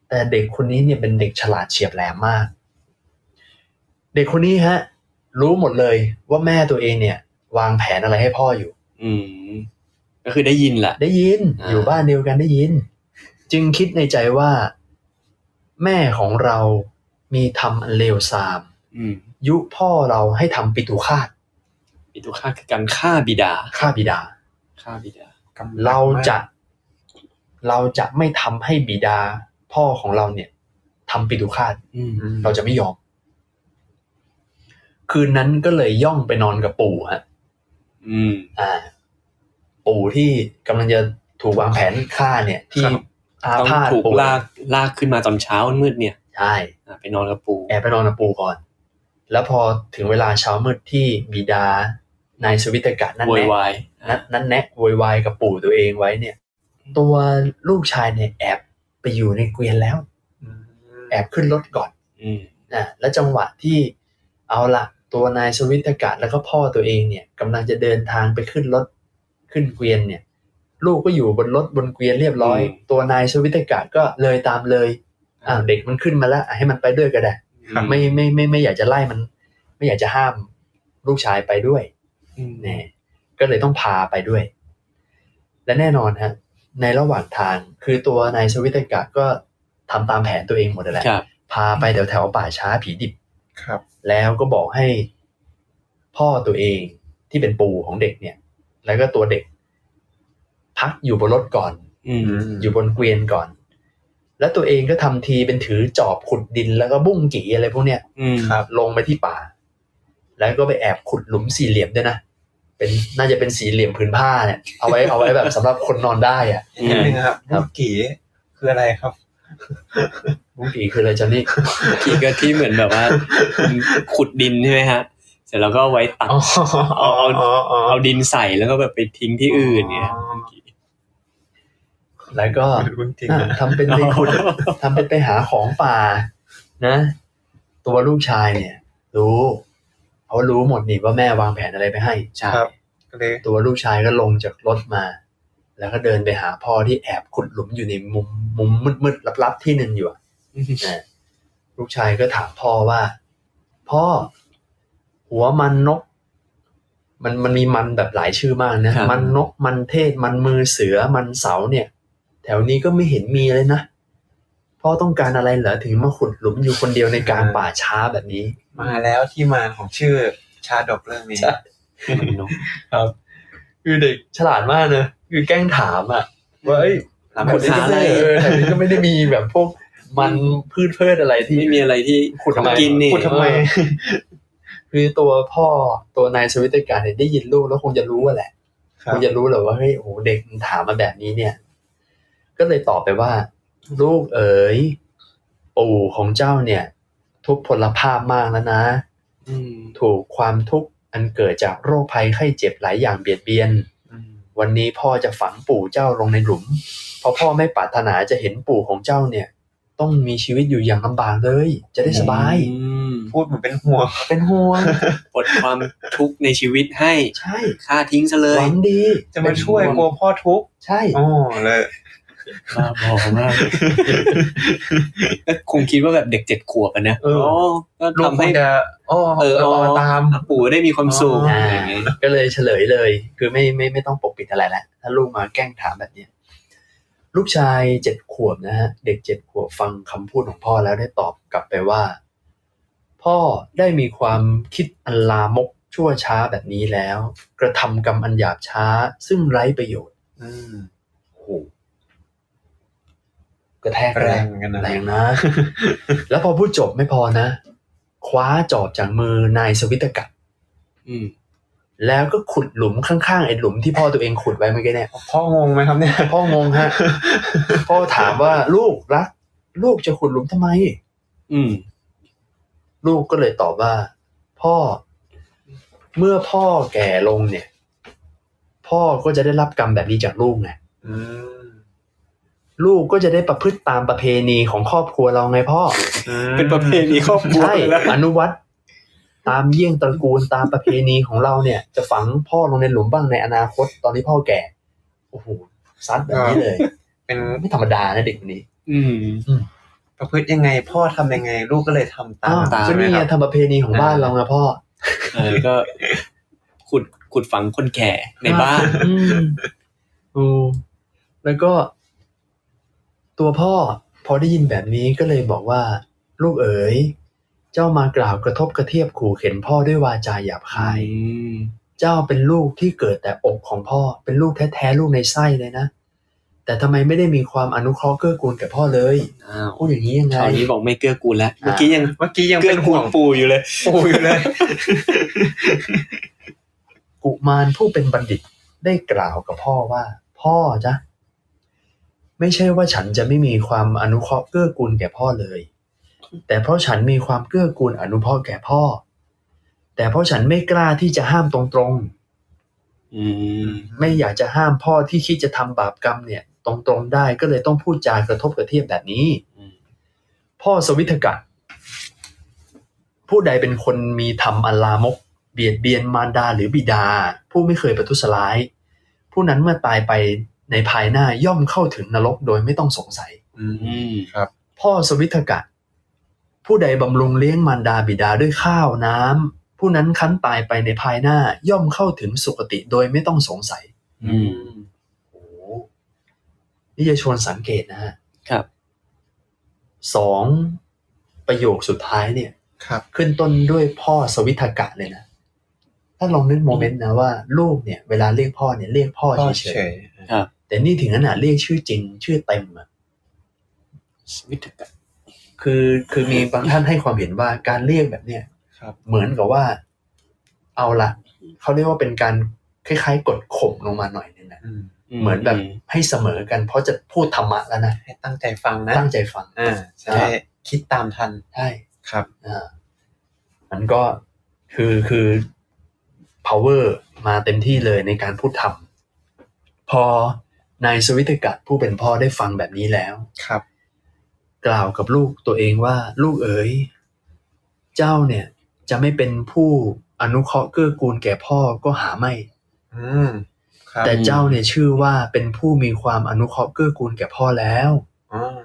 [SPEAKER 2] แต่เด็กคนนี้เนี่ยเป็นเด็กฉลาดเฉียบแหลมมาก เด็กคนนี้ฮะ รู้หมดเลยว่าแม่ตัวเองเนี่ย วางแผนอะไรให้พ่ออยู่
[SPEAKER 1] อืม ก็คือได้ยินแหละ
[SPEAKER 2] ได้ยิน
[SPEAKER 1] อ่า
[SPEAKER 2] อยู่บ้านเดียวกันได้ยิน จึงคิดในใจว่า แม่ของเรามีทำอันเลวทราม
[SPEAKER 1] อืม
[SPEAKER 2] ยุพ่อเราให้ทำปิตุฆาต
[SPEAKER 1] ปิตุฆาตคือการฆ่าบิดา
[SPEAKER 2] ฆ่าบิดา
[SPEAKER 1] ฆ่าบิดา
[SPEAKER 3] กำลัง
[SPEAKER 2] เรา
[SPEAKER 3] มก
[SPEAKER 2] จะเราจะไม่ทำให้บิดาพ่อของเราเนี่ยทำปิตุฆาต
[SPEAKER 1] อืม
[SPEAKER 3] อืม
[SPEAKER 2] เราจะไม่ยอม คืนนั้นก็เลยย่องไปนอนกับปู่ฮะ
[SPEAKER 1] อืม
[SPEAKER 2] อ่า ปู่ที่กำลังจะถูกวางแผนฆ่าเนี่ย ที่อา
[SPEAKER 1] ต้อง
[SPEAKER 2] พาธ
[SPEAKER 1] ถูก
[SPEAKER 2] ป่วย
[SPEAKER 1] ลากลากขึ้นมาตอนเช้ามืดเนี่ย
[SPEAKER 2] ใช่
[SPEAKER 1] อ่ะไปนอนกับปู่
[SPEAKER 2] แอบไปนอนกับปู่ก่อน แล้วพอถึงเวลาเช้ามืดที่บิดานายสวิตกะนั่น
[SPEAKER 1] โว
[SPEAKER 2] แห
[SPEAKER 1] ย
[SPEAKER 2] ละ
[SPEAKER 1] วาย
[SPEAKER 2] นัดนัดแนะโวยวายกับปู่ตัวเองไว้เนี่ย ตัวลูกชายเนี่ยแอบไปอยู่ในเกวียนแล้ว
[SPEAKER 3] อืม
[SPEAKER 2] แอบขึ้นรถก่อน
[SPEAKER 1] อืม
[SPEAKER 2] นะแล้วจังหวะที่เอาละตัวนายสวิทกะแล้วก็พ่อตัวเองเนี่ยกำลังจะเดินทางไปขึ้นรถขึ้นเกวียนเนี่ย ลูกก็อยู่บนรถบนเกวียนเรียบร้อย
[SPEAKER 4] อืม
[SPEAKER 2] ตัวนายชวิตกะก็เลยตามเลยอ้าวเด็กมันขึ้นมาแล้วอ่ะให้มันไปด้วยก็ได้
[SPEAKER 3] ครับ
[SPEAKER 2] ไม่ไม่ไม่ไม่อยากจะไล่มัน ไม่อยากจะห้ามลูกชายไปด้วย
[SPEAKER 1] อืม
[SPEAKER 2] เนี่ยก็เลยต้องพาไปด้วย และแน่นอนฮะ ในระหว่างทางคือตัวนายชวิตกะก็ทำตามแผนตัวเองหมดนั่นแหละ
[SPEAKER 4] ครับ
[SPEAKER 2] พาไปแถวแถวๆป่าช้าผีดิบ
[SPEAKER 3] ครับ
[SPEAKER 2] แล้วก็บอกให้พ่อตัวเองที่เป็นปู่ของเด็กเนี่ย แล้วก็ตัวเด็ก พักอยู่บนรถก่อน
[SPEAKER 1] อืม
[SPEAKER 2] อยู่บนเกวียนก่อน แล้วตัวเองก็ทำทีเป็นถือจอบขุดดินแล้วก็บุ้งกี่อะไรพวกเนี้ย
[SPEAKER 1] อืม
[SPEAKER 3] ครับ
[SPEAKER 2] ลงไปที่ป่า แล้วก็ไปแอบขุดหลุมสี่เหลี่ยมด้วยนะ เป็นน่าจะเป็นสี่เหลี่ยมพื้นผ้าเนี่ย เอาไว้เอาไว้แบบสำหรับคนนอนได้อะ
[SPEAKER 1] อืม
[SPEAKER 3] นิดนึงครับบุ้งกี่คืออะไรครับ
[SPEAKER 2] บุ้งกี่คืออะไรจ๊ะนี่
[SPEAKER 4] กีก็ที่เหมือนแบบว่า ขุดดินใช่ไหมฮะ เสร็จแล้วก็ไว้ตัก
[SPEAKER 3] อ๋อ
[SPEAKER 4] เอาเอา เอาดินใส่แล้วก็แบบไปทิ้งที่อื่นเนี่ย
[SPEAKER 2] แล้วก็
[SPEAKER 3] บุ้งกี่
[SPEAKER 2] อ่ะทำเป็นไปขุด ทำเป็นไปหาของป่า นะ ตัวลูกชายเนี่ย รู้เขารู้หมดนี่ว่าแม่วางแผนอะไรไปให้ใช่
[SPEAKER 3] ครับก็เลย
[SPEAKER 2] ตัวลูกชายก็ลงจากรถมา แล้วก็เดินไปหาพ่อที่แอบขุดหลุมอยู่ในมุมมุมมืดๆลับๆที่หนึ่งอยู่อะนะลูกชายก็ถามพ่อว่า พ่อ หัวมันนก มันมันมีมันแบบหลายชื่อมากนะ
[SPEAKER 4] ครับ
[SPEAKER 2] มันนกมันเทศมันมือเสือมันเสาเนี่ย แถวนี้ก็ไม่เห็นมีเลยนะ พ่อต้องการอะไรเหรอถึงมาขุดหลุมอยู่คนเดียวในกลางป่าช้าแบบนี้
[SPEAKER 3] มาแล้วที่มาของชื่อชาดกเรื่องนี้
[SPEAKER 2] ใช่ ครับ คือเด็กฉลาดมากเนอะคือแกล้งถามอะว่าเอ้ย
[SPEAKER 3] ถาม
[SPEAKER 2] แถวนี้ก็ไม่
[SPEAKER 4] หาอะไร
[SPEAKER 2] เออแถวนี้ก็ไม่ได้มีแบบพวกมันพืชเพศอะไรที่
[SPEAKER 4] ไม่มีอะไรที่
[SPEAKER 2] ขุดทำไม
[SPEAKER 4] กินนี่
[SPEAKER 2] ขุดทำไม
[SPEAKER 4] เออ
[SPEAKER 2] คือตัวพ่อตัวนายสวิตการเนี่ยได้ยินลูกแล้วคงจะรู้อะแหละ
[SPEAKER 3] ค
[SPEAKER 2] ค
[SPEAKER 3] รับ
[SPEAKER 2] งจะรู้แหละว่าเฮ้ยโอ้โหเด็กมันถามมาแบบนี้เนี่ย ก็เลยตอบไปว่า ลูกเอ๋ยปู่ของเจ้าเนี่ย ทุกพลภาพมากแล้วนะ
[SPEAKER 1] อืม
[SPEAKER 2] ถูกความทุกข์อันเกิดจากโรคภัยไข้เจ็บหลายอย่างเบียดเบียน วันนี้พ่อจะฝังปู่เจ้าลงในหลุม เพราะพ่อไม่ปรารถนาจะเห็นปู่ของเจ้าเนี่ย ต้องมีชีวิตอยู่อย่างลำบากเลย จะได้สบาย
[SPEAKER 4] อืม
[SPEAKER 3] พูดเหมือนเป็นห่วง
[SPEAKER 2] เป็นห่วง
[SPEAKER 4] ปลดความทุกข์ในชีวิตให้
[SPEAKER 2] ใช่
[SPEAKER 4] ค่าทิ้งซะเล
[SPEAKER 2] ห
[SPEAKER 4] ย
[SPEAKER 2] วังดี
[SPEAKER 3] จะมาช่วยกลัวพ่อทุกข์
[SPEAKER 2] ใช่
[SPEAKER 3] โอ้เลย
[SPEAKER 4] บ้าบอ มากก็คงคิดว่าแบบเด็กเจ็ดขวบอะนะ
[SPEAKER 3] เออ
[SPEAKER 4] โก็
[SPEAKER 3] ลูก
[SPEAKER 4] ทำ
[SPEAKER 3] ค
[SPEAKER 4] ให้
[SPEAKER 3] งจะอ้อ
[SPEAKER 4] เออ
[SPEAKER 3] เอา
[SPEAKER 4] อ๋อ
[SPEAKER 3] มาตาม
[SPEAKER 4] ปู่ได้มีความสุข
[SPEAKER 3] อ๋ออ
[SPEAKER 4] อะไรอย่างเงี้ย
[SPEAKER 2] ก็เลยเฉลยเลย คือไม่ไม่ไม่ต้องปกปิดอะไรแล้วถ้าลูกมาแกล้งถามแบบเนี้ยลูกชายเจ็ดขวบนะฮะเด็กเจ็ดขวบฟังคำพูดของพ่อแล้วได้ตอบกลับไปว่า พ่อได้มีความคิดอันลามกชั่วช้าแบบนี้แล้ว กระทำกรรมอันหยาบช้า ซึ่งไร้ประโยชน์
[SPEAKER 3] อืม
[SPEAKER 2] โอ้โหกระแทก
[SPEAKER 3] แร
[SPEAKER 2] แรง ง
[SPEAKER 3] เหมือนกันนะ
[SPEAKER 2] แรงนะ แล้วพอพูดจบไม่พอนะ คว้าจอบจากมือนายสวิตกัด
[SPEAKER 1] อืม
[SPEAKER 2] แล้วก็ขุดหลุมข้างๆไอ้หลุมที่พ่อตัวเองขุดไว้เมื่อกี้เนี่ย
[SPEAKER 3] พ่องงไหมครับเนี่ย
[SPEAKER 2] พ่องง ฮะ พ่อถามว่าลูกรัก ลูกจะขุดหลุมทำไม
[SPEAKER 1] อืม
[SPEAKER 2] ลูกก็เลยตอบว่า พ่อ เมื่อพ่อแก่ลงเนี่ย พ่อก็จะได้รับกรรมแบบนี้จากลูกไง
[SPEAKER 3] อืม
[SPEAKER 2] ลูกก็จะได้ประพฤติตามประเพณีของครอบครัวเราไง พ่อ
[SPEAKER 4] เป็นประเพณีครอบครัว
[SPEAKER 2] ใช่
[SPEAKER 4] เลยแล้ว
[SPEAKER 2] อนุวัตตามเยี่ยงตระกูลตามประเพณีของเราเนี่ย จะฝังพ่อลงในหลุมบ้างในอนาคต ตอนที่พ่อแก่โอ้โหซัดแบบนี้เลย
[SPEAKER 3] เป็น
[SPEAKER 2] ไม่ธรรมดานะเด็กคนนี้
[SPEAKER 4] อืม
[SPEAKER 3] ประพฤติยังไง พ่อทำยังไง ลูกก็เลยทำตา
[SPEAKER 2] อ้าว
[SPEAKER 3] ม
[SPEAKER 4] ตาม
[SPEAKER 2] ก็
[SPEAKER 3] ใช่ไหม
[SPEAKER 2] นี่
[SPEAKER 3] ค
[SPEAKER 2] ไง
[SPEAKER 3] รับ
[SPEAKER 2] ทำประเพณีของบ้านเราไงพ่อ
[SPEAKER 4] เออก็ขุดขุดฝังคนแก่ในบ้าน
[SPEAKER 2] อืมโอ้แล้วก็ ตัวพ่อ พอได้ยินแบบนี้ก็เลยบอกว่า ลูกเอ๋ยเจ้ามากล่าวกระทบกระเทียบขู่เข็นพ่อด้วยวาจาหยาบคาย เจ้าเป็นลูกที่เกิดแต่อกของพ่อ เป็นลูกแท้ๆลูกในไส้เลยนะ แต่ทำไมไม่ได้มีความอนุเคราะห์เกื้อกูลแก่พ่อเลย
[SPEAKER 4] อ้าว
[SPEAKER 2] พูดอย่างนี้ยังไง
[SPEAKER 4] คราวนี้บอกไม่เกื้อกูลแล้ว
[SPEAKER 2] อ่า
[SPEAKER 4] เมื่อกี้ยัง
[SPEAKER 3] เมื่อกี้ยัง
[SPEAKER 4] เกื้
[SPEAKER 3] เป็
[SPEAKER 4] อน กู
[SPEAKER 3] ห่ว
[SPEAKER 4] ล
[SPEAKER 3] ง
[SPEAKER 4] ปู่อยู่เลย
[SPEAKER 3] ปูอยู่เลย
[SPEAKER 2] กุมารผู้เป็นบัณฑิตได้กล่าวกับพ่อว่า พ่อจ๊ะไม่ใช่ว่าฉันจะไม่มีความอนุเคราะห์เกื้อกูลแก่พ่อเลย แต่เพราะฉันมีความเกื้อกูลอนุเคราะห์แก่พ่อ แต่เพราะฉันไม่กล้าที่จะห้ามตรงๆ
[SPEAKER 4] อืม
[SPEAKER 2] ไม่อยากจะห้ามพ่อที่คิดจะทำบาปกรรมเนี่ย ตรงๆได้ก็เลยต้องพูดจา กระทบกระเทียบแบบนี้
[SPEAKER 4] อืม
[SPEAKER 2] พ่อสวิทกะผู้ใดเป็นคนมีธรรมอันลามก เบียดเบียนมารดาหรือบิดา ผู้ไม่เคยประทุษร้าย ผู้นั้นเมื่อตายไป ในภายหน้าย่อมเข้าถึงนรกโดยไม่ต้องสงสัย
[SPEAKER 3] อืม
[SPEAKER 4] อืม
[SPEAKER 2] พ่อสวิทกะ ผู้ใดบำรุงเลี้ยงมารดาบิดาด้วยข้าวน้ำผู้นั้นคั้นตายไปในภายหน้าย่อมเข้าถึงสุคติโดยไม่ต้องสงสัย
[SPEAKER 4] อืม
[SPEAKER 2] โอ้โหนี่จะชวนสังเกตนะฮะ
[SPEAKER 1] ครับ
[SPEAKER 2] สองประโยคสุดท้ายเนี่ย
[SPEAKER 3] ครับ
[SPEAKER 2] ขึ้นต้นด้วยพ่อสวิทกะเลยนะถ้าลองนึกโมเมนต์นะว่า ลูกเนี่ย เวลาเรียกพ่อเนี่ยเรียกพ่อ
[SPEAKER 3] พ่อ
[SPEAKER 2] เฉ
[SPEAKER 3] เฉ
[SPEAKER 2] ย
[SPEAKER 3] ย
[SPEAKER 2] ๆแต่นี่ถึงขนาดเรียกชื่อจริง ชื่อเต็มอะ
[SPEAKER 1] สวิทกะ
[SPEAKER 2] คือคือมีบางท่านให้ความเห็นว่าการเรียกแบบเนี้ย
[SPEAKER 3] ครับ
[SPEAKER 2] เหมือนกับว่า เอาละเขาเรียกว่าเป็นการคล้ายๆ กดข่มลงมาหน่อยนึงนะ
[SPEAKER 3] อืม
[SPEAKER 2] เหมือนแบบให้เสมอกัน เพราะจะพูดธรรมะแล้วนะ
[SPEAKER 3] ให้ตั้งใจฟังนะ
[SPEAKER 2] ตั้งใจฟัง
[SPEAKER 3] อ่าใช่คิดตามทัน
[SPEAKER 2] ใช่
[SPEAKER 3] ครับ
[SPEAKER 2] อ่ามันก็คือคือ power มาเต็มที่เลยในการพูดธรรม พอนายสวิทกัดผู้เป็นพ่อได้ฟังแบบนี้แล้ว
[SPEAKER 3] ครับ
[SPEAKER 2] กล่าวกับลูกตัวเองว่าลูกเอ๋ยเจ้าเนี่ยจะไม่เป็นผู้อนุเคราะห์เกื้อกูลแก่พ่อก็หาไม่
[SPEAKER 3] อืมครับ
[SPEAKER 2] แต่เจ้าเนี่ยชื่อว่าเป็นผู้มีความอนุเคราะห์เกื้อกูลแก่พ่อแล้ว
[SPEAKER 3] อ๋อ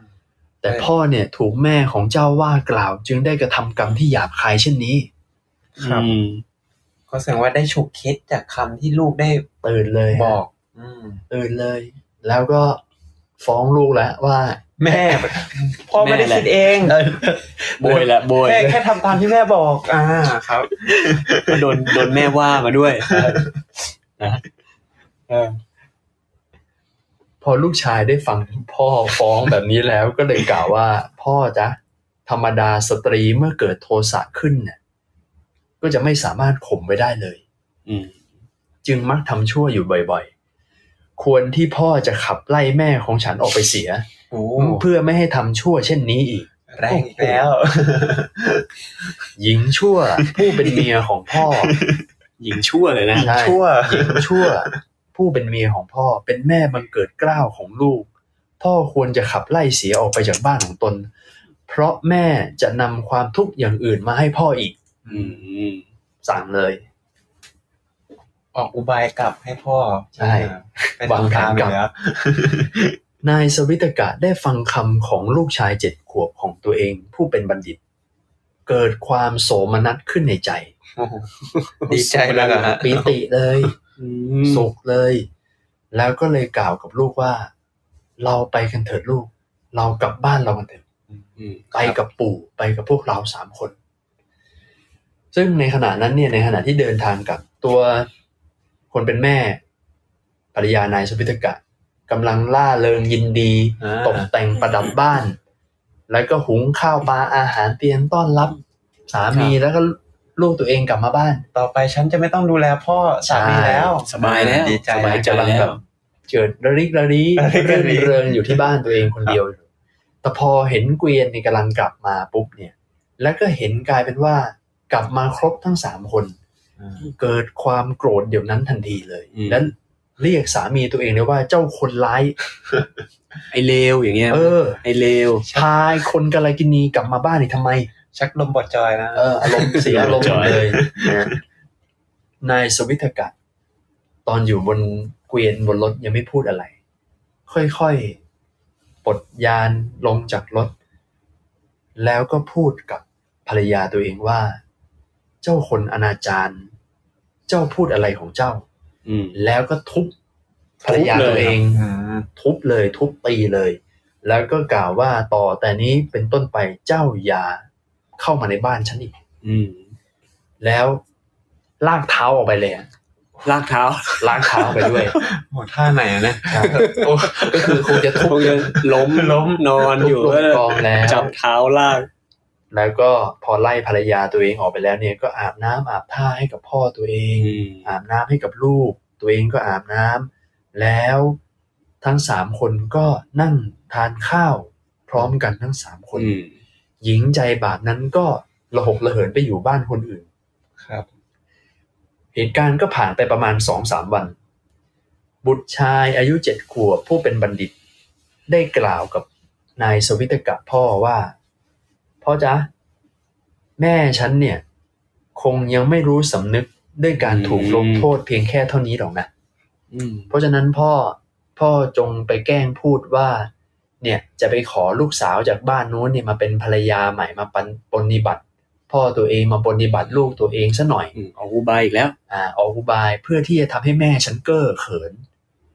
[SPEAKER 2] แต่
[SPEAKER 3] ใช่
[SPEAKER 2] พ่อเนี่ยถูกแม่ของเจ้าว่ากล่าว จึงได้กระทำกรรมที่หยาบคายเช่นนี้
[SPEAKER 3] ครับ
[SPEAKER 1] อืม
[SPEAKER 3] ก็แสดงว่าได้ฉุกคิดจากคำที่ลูกได้
[SPEAKER 2] ตื่นเลยฮะ
[SPEAKER 3] บอก อืม
[SPEAKER 2] ตื่นเลย แล้วก็ฟ้องลูกแล้วว่า
[SPEAKER 3] แม่พ่อไม่ได้
[SPEAKER 1] แม่แหละ
[SPEAKER 3] คิดเอง
[SPEAKER 1] โบยละโบย
[SPEAKER 3] แค่แค่ทำตามที่แม่บอก อ่าครับ
[SPEAKER 1] ก็โดนโดนแม่ว่ามาด้วย
[SPEAKER 2] พอลูกชายได้ฟังพ่อฟ้องแบบนี้แล้ว ก็เลยกล่าวว่า พ่อจ๊ะธรรมดาสตรีเมื่อเกิดโทสะขึ้นเนี่ยก็จะไม่สามารถข่มไว้ได้เลย
[SPEAKER 1] อืม
[SPEAKER 2] จึงมักทำชั่วอยู่บ่อยๆ ควรที่พ่อจะขับไล่แม่ของฉันออกไปเสีย
[SPEAKER 3] โอ้
[SPEAKER 2] เพื่อไม่ให้ทำชั่วเช่นนี้อีก
[SPEAKER 3] แรงอีกแล้ว
[SPEAKER 2] หญิงชั่วผู้เป็นเมียของพ่อ
[SPEAKER 1] หญิงชั่วเลยนะ
[SPEAKER 2] ใช่
[SPEAKER 3] ชั่ว
[SPEAKER 2] หญิงชั่วผู้เป็นเมียของพ่อเป็นแม่บังเกิดเกล้าวของลูก พ่อควรจะขับไล่เสียออกไปจากบ้านของตน เพราะแม่จะนำความทุกข์อย่างอื่นมาให้พ่ออีก
[SPEAKER 1] อืม
[SPEAKER 2] สั่งเลย
[SPEAKER 3] ออกอุบายกลับให้พ่อ
[SPEAKER 2] ใช่
[SPEAKER 3] อ่าไปทำ
[SPEAKER 2] วา
[SPEAKER 3] ตาม
[SPEAKER 2] งแผนกลับ
[SPEAKER 3] อยู่แล้ว
[SPEAKER 2] นายสวิตกะได้ฟังคำของลูกชายเจ็ดขวบของตัวเอง ผู้เป็นบัณฑิต เกิดความโสมนัสขึ้นในใจ
[SPEAKER 3] โอ้โหดีใจแล้วเหรอฮะ
[SPEAKER 2] ปีติเลย
[SPEAKER 1] อืม
[SPEAKER 2] สุขเลย แล้วก็เลยกล่าวกับลูกว่า เราไปกันเถิดลูก เรากลับบ้านเรากันเถอะ
[SPEAKER 1] อืม
[SPEAKER 2] ไปกับปู่ไปกับพวกเราสามคน ซึ่งในขณะนั้นเนี่ยในขณะที่เดินทางกับตัวคนเป็นแม่ภรรยานายสุพิทกะกำลังล่าเริงยินดี
[SPEAKER 3] อ่า
[SPEAKER 2] ตกแต่งประดับบ้าน แล้วก็หุงข้าวปลาอาหารเตรียมต้อนรับ สามีแล้วก็ลูกตัวเองกลับมาบ้าน
[SPEAKER 3] ต่อไปฉันจะไม่ต้องดูแลพ่อสามีแล้ว
[SPEAKER 1] ใช่สบายแล้ว
[SPEAKER 3] ดีใจ
[SPEAKER 2] สมัยกำลังแบบเจิดระริกระรี
[SPEAKER 3] ระริกระรี
[SPEAKER 2] รื่นเริงอยู่ที่บ้านตัวเองคนเดียวอยู่แต่พอเห็นเกวียนนี่กำลังกลับมาปุ๊บเนี่ย แล้วก็เห็นกลายเป็นว่ากลับมาครบทั้งสามคน
[SPEAKER 3] อ่า
[SPEAKER 2] เกิดความโกรธเดี๋ยวนั้นทันทีเลย
[SPEAKER 1] อืม
[SPEAKER 2] แล้วเรียกสามีตัวเองเลยว่าเจ้าคนร้าย
[SPEAKER 1] ไอเลวอย่างเงี้ย
[SPEAKER 2] เออ
[SPEAKER 1] ไอเลว
[SPEAKER 2] พายคนกาลากินีกลับมาบ้านนี่ทำไม
[SPEAKER 3] ชักลมบดจอยนะ
[SPEAKER 2] เอออารมณ์เสียอารมณ์
[SPEAKER 1] จอย
[SPEAKER 2] เลยนะนายสวิทกะตอนอยู่บนเกวียนบนรถยังไม่พูดอะไร ค่อยๆปลดยานลงจากรถ แล้วก็พูดกับภรรยาตัวเองว่า เจ้าคนอนาจารเจ้าพูดอะไรของเจ้า
[SPEAKER 1] อืม
[SPEAKER 2] แล้วก็ทุบภรรยา
[SPEAKER 1] ทุบเลย
[SPEAKER 2] ตัวเอง
[SPEAKER 3] อืม
[SPEAKER 2] ทุบเลยทุบตีเลย แล้วก็กล่าวว่าต่อแต่นี้เป็นต้นไปเจ้าอย่าเข้ามาในบ้านฉันอีก
[SPEAKER 1] อืม
[SPEAKER 2] แล้วลากเท้าออกไปเลยอะ
[SPEAKER 1] ลากเท้า
[SPEAKER 2] ลากเท้าไปด้วย
[SPEAKER 3] โหท่าไหนอะเนะ
[SPEAKER 2] โอ้ก็คือคงจะทุบ
[SPEAKER 1] คงจะล้ม
[SPEAKER 3] ล้ม
[SPEAKER 1] นอน
[SPEAKER 2] ทุ
[SPEAKER 1] อบ ยู่
[SPEAKER 2] ลงกองแล้ว
[SPEAKER 1] จับเท้าลาก
[SPEAKER 2] แล้วก็พอไล่ภรรยาตัวเองออกไปแล้วเนี่ยก็อาบน้ำอาบท่าให้กับพ่อตัวเอง
[SPEAKER 1] อืม
[SPEAKER 2] อาบน้ำให้กับลูก ตัวเองก็อาบน้ำแล้วทั้งสามคนก็นั่งทานข้าว พร้อมกันทั้งสามคน
[SPEAKER 1] อืม
[SPEAKER 2] หญิงใจบาปนั้นก็ระหกระเหินไปอยู่บ้านคนอื่น
[SPEAKER 3] ครับ
[SPEAKER 2] เหตุการณ์ก็ผ่านไปประมาณสองสามวัน บุตรชายอายุเจ็ดขวบผู้เป็นบัณฑิต ได้กล่าวกับนายสวิตกับพ่อว่า พ่อจ๊ะ แม่ฉันเนี่ย คงยังไม่รู้สำนึกด้วยการถูกลงโทษเพียงแค่เท่านี้หรอกนะ
[SPEAKER 1] อืม
[SPEAKER 2] เพราะฉะนั้นพ่อ พ่อจงไปแกล้งพูดว่า เนี่ยจะไปขอลูกสาวจากบ้านนู้นเนี่ยมาเป็นภรรยาใหม่มาปนปนิบัติ พ่อตัวเองมาปนิบัติลูกตัวเองซะหน่อย
[SPEAKER 4] อืมเอาอุบายอีกแล้ว
[SPEAKER 2] อ่าออกอุบายเพื่อที่จะทำให้แม่ฉันเก้อเขิน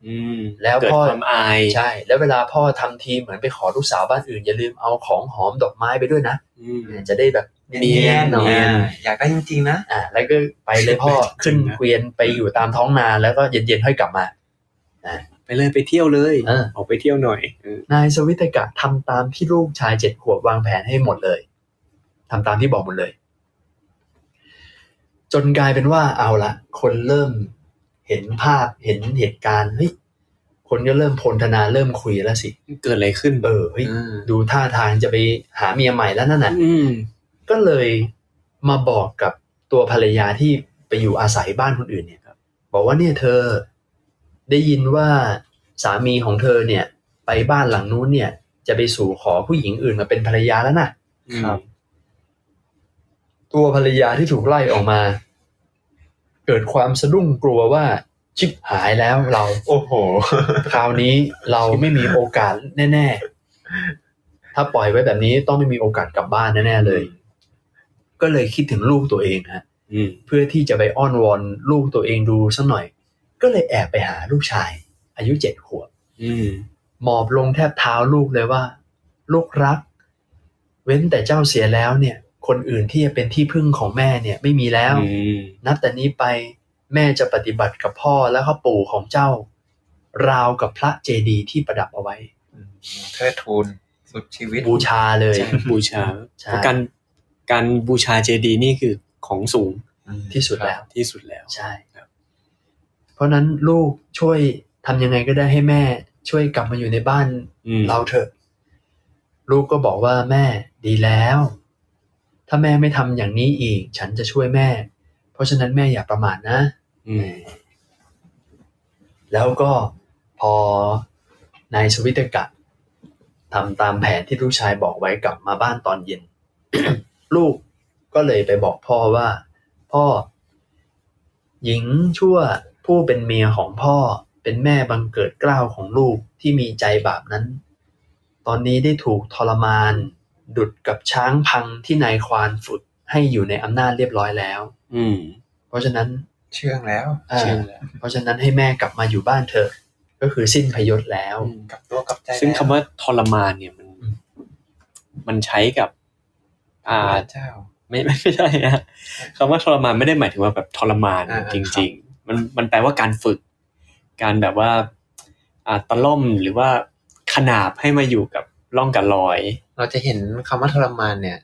[SPEAKER 4] อืม
[SPEAKER 2] แล้ว
[SPEAKER 4] เกิด
[SPEAKER 2] พ่อ
[SPEAKER 4] ความอาย
[SPEAKER 2] ใช่ แล้วเวลาพ่อทำทีเหมือนไปขอลูกสาวบ้านอื่นอย่าลืมเอาของหอมดอกไม้ไปด้วยนะ
[SPEAKER 4] อืม
[SPEAKER 2] จะได้แบบ
[SPEAKER 4] เนียน
[SPEAKER 2] หน่อย
[SPEAKER 4] เย
[SPEAKER 3] อยากได้จริงๆนะ
[SPEAKER 2] อ่าแล้วก็ไปเลยพ่อ ขึ้นเกวียนไปอยู่ตามท้องนาแล้วก็เย็นๆค่อยกลับมา
[SPEAKER 4] ไปเลยไปเที่ยวเลย
[SPEAKER 2] เออ
[SPEAKER 4] ออกไปเที่ยวหน่อยเออน
[SPEAKER 2] ายสวิตกะทำตามที่ลูกชายเจ็ดขวบวางแผนให้หมดเลยทำตามที่บอกหมดเลย จนกลายเป็นว่าเอาละคนเริ่มเห็นภาพเห็นเหตุการณ์เฮ้ยคนก็เริ่มพลธนาเริ่มคุยแล้วสิ
[SPEAKER 4] เกิดอะไรขึ้น
[SPEAKER 2] เออเฮ้ย
[SPEAKER 4] เออ
[SPEAKER 2] ดูท่าทางจะไปหาเมียใหม่แล้วนั่นน่ะ
[SPEAKER 4] อืม
[SPEAKER 2] ก็เลยมาบอกกับตัวภรรยาที่ไปอยู่อาศัยบ้านคนอื่นเนี่ยครับ บอกว่าเนี่ยเธอได้ยินว่าสามีของเธอเนี่ย ไปบ้านหลังนู้นเนี่ย จะไปสู่ขอผู้หญิงอื่นมาเป็นภรรยาแล้วนะ
[SPEAKER 3] ค
[SPEAKER 4] ค
[SPEAKER 3] รั
[SPEAKER 4] รับ บ
[SPEAKER 2] ตัวภรรยาที่ถูกไล่ออกมา เกิดความสะดุ้งกลัวว่าชิบหายแล้วเรา
[SPEAKER 3] โอ้โห
[SPEAKER 2] คราวนี้เราไม่มีโอกาสแน่ๆ ถ้าปล่อยไว้แบบนี้ต้องไม่มีโอกาสกลับบ้านแน่ๆเลย ก็เลยคิดถึงลูกตัวเองฮะ
[SPEAKER 4] อืม
[SPEAKER 2] เพื่อที่จะไปอ้อนวอนลูกตัวเองดูสักหน่อย ก็เลยแอบไปหาลูกชาย อายุเจ็ดขวบ
[SPEAKER 4] อืม
[SPEAKER 2] หมอบลงแทบเท้าลูกเลยว่า ลูกรัก เว้นแต่เจ้าเสียแล้วเนี่ย คนอื่นที่จะเป็นที่พึ่งของแม่เนี่ยไม่มีแล้ว
[SPEAKER 4] อืม
[SPEAKER 2] นับแต่นี้ไปแม่จะปฏิบัติกับพ่อและก็ปู่ของเจ้า ราวกับพระเจดีย์ที่ประดับเอาไว้
[SPEAKER 3] เทิดทูนสุดชีวิต
[SPEAKER 2] บูชาเลย
[SPEAKER 4] ใช่บูชา
[SPEAKER 2] ใช่
[SPEAKER 4] เพราะการการบูชาเจดีย์นี่คือของสูง
[SPEAKER 2] ที่สุดแล้ว
[SPEAKER 4] ที่สุดแล้ว
[SPEAKER 2] ใช่
[SPEAKER 4] ครับ
[SPEAKER 2] เพราะนั้นลูกช่วยทำยังไงก็ได้ให้แม่ ช่วยกลับมาอยู่ในบ้าน
[SPEAKER 4] อืม
[SPEAKER 2] เราเถอะ ลูกก็บอกว่าแม่ดีแล้ว ถ้าแม่ไม่ทำอย่างนี้อีก ฉันจะช่วยแม่ เพราะฉะนั้นแม่อย่าประมาทนะ
[SPEAKER 4] อืม
[SPEAKER 2] แล้วก็พอนายสวิตกะทำตามแผนที่ลูกชายบอกไว้กลับมาบ้านตอนเย็น ลูกก็เลยไปบอกพ่อว่า พ่อ หญิงชั่วผู้เป็นเมียของพ่อเป็นแม่บังเกิดเกล้าวของลูกที่มีใจบาปนั้น ตอนนี้ได้ถูกทรมาน ดุดกับช้างพังที่นายควานฝึกให้อยู่ในอำนาจเรียบร้อยแล้ว
[SPEAKER 4] อืม
[SPEAKER 2] เพราะฉะนั้น
[SPEAKER 3] เชื่องแล้ว
[SPEAKER 2] อ่า
[SPEAKER 4] เชื่อแล้ว
[SPEAKER 2] เพราะฉะนั้นให้แม่กลับมาอยู่บ้านเธอะก็คือสิ้นพยศแล้ว
[SPEAKER 3] กลับตัวกลับใจ
[SPEAKER 4] ซึ่งคำ
[SPEAKER 3] แล้
[SPEAKER 4] ว่าทรมานเนี่ยมัน
[SPEAKER 2] อืม
[SPEAKER 4] มันใช้กับ อ่า
[SPEAKER 3] พระเจ้า
[SPEAKER 4] ไม่ ไม่ไม่ใช่ฮะคำว่าทรมานไม่ได้หมายถึงว่าแบบทรมาน
[SPEAKER 3] อ่า
[SPEAKER 4] จ
[SPEAKER 3] ครั
[SPEAKER 4] ริ
[SPEAKER 3] บ
[SPEAKER 4] ง ๆ มันมันแปลว่าการฝึก การแบบว่าอ่าตะล่อมหรือว่าขนาบให้มาอยู่กับร่องกับรอย
[SPEAKER 3] เราจะเห็นคำว่าทรมานเนี่ย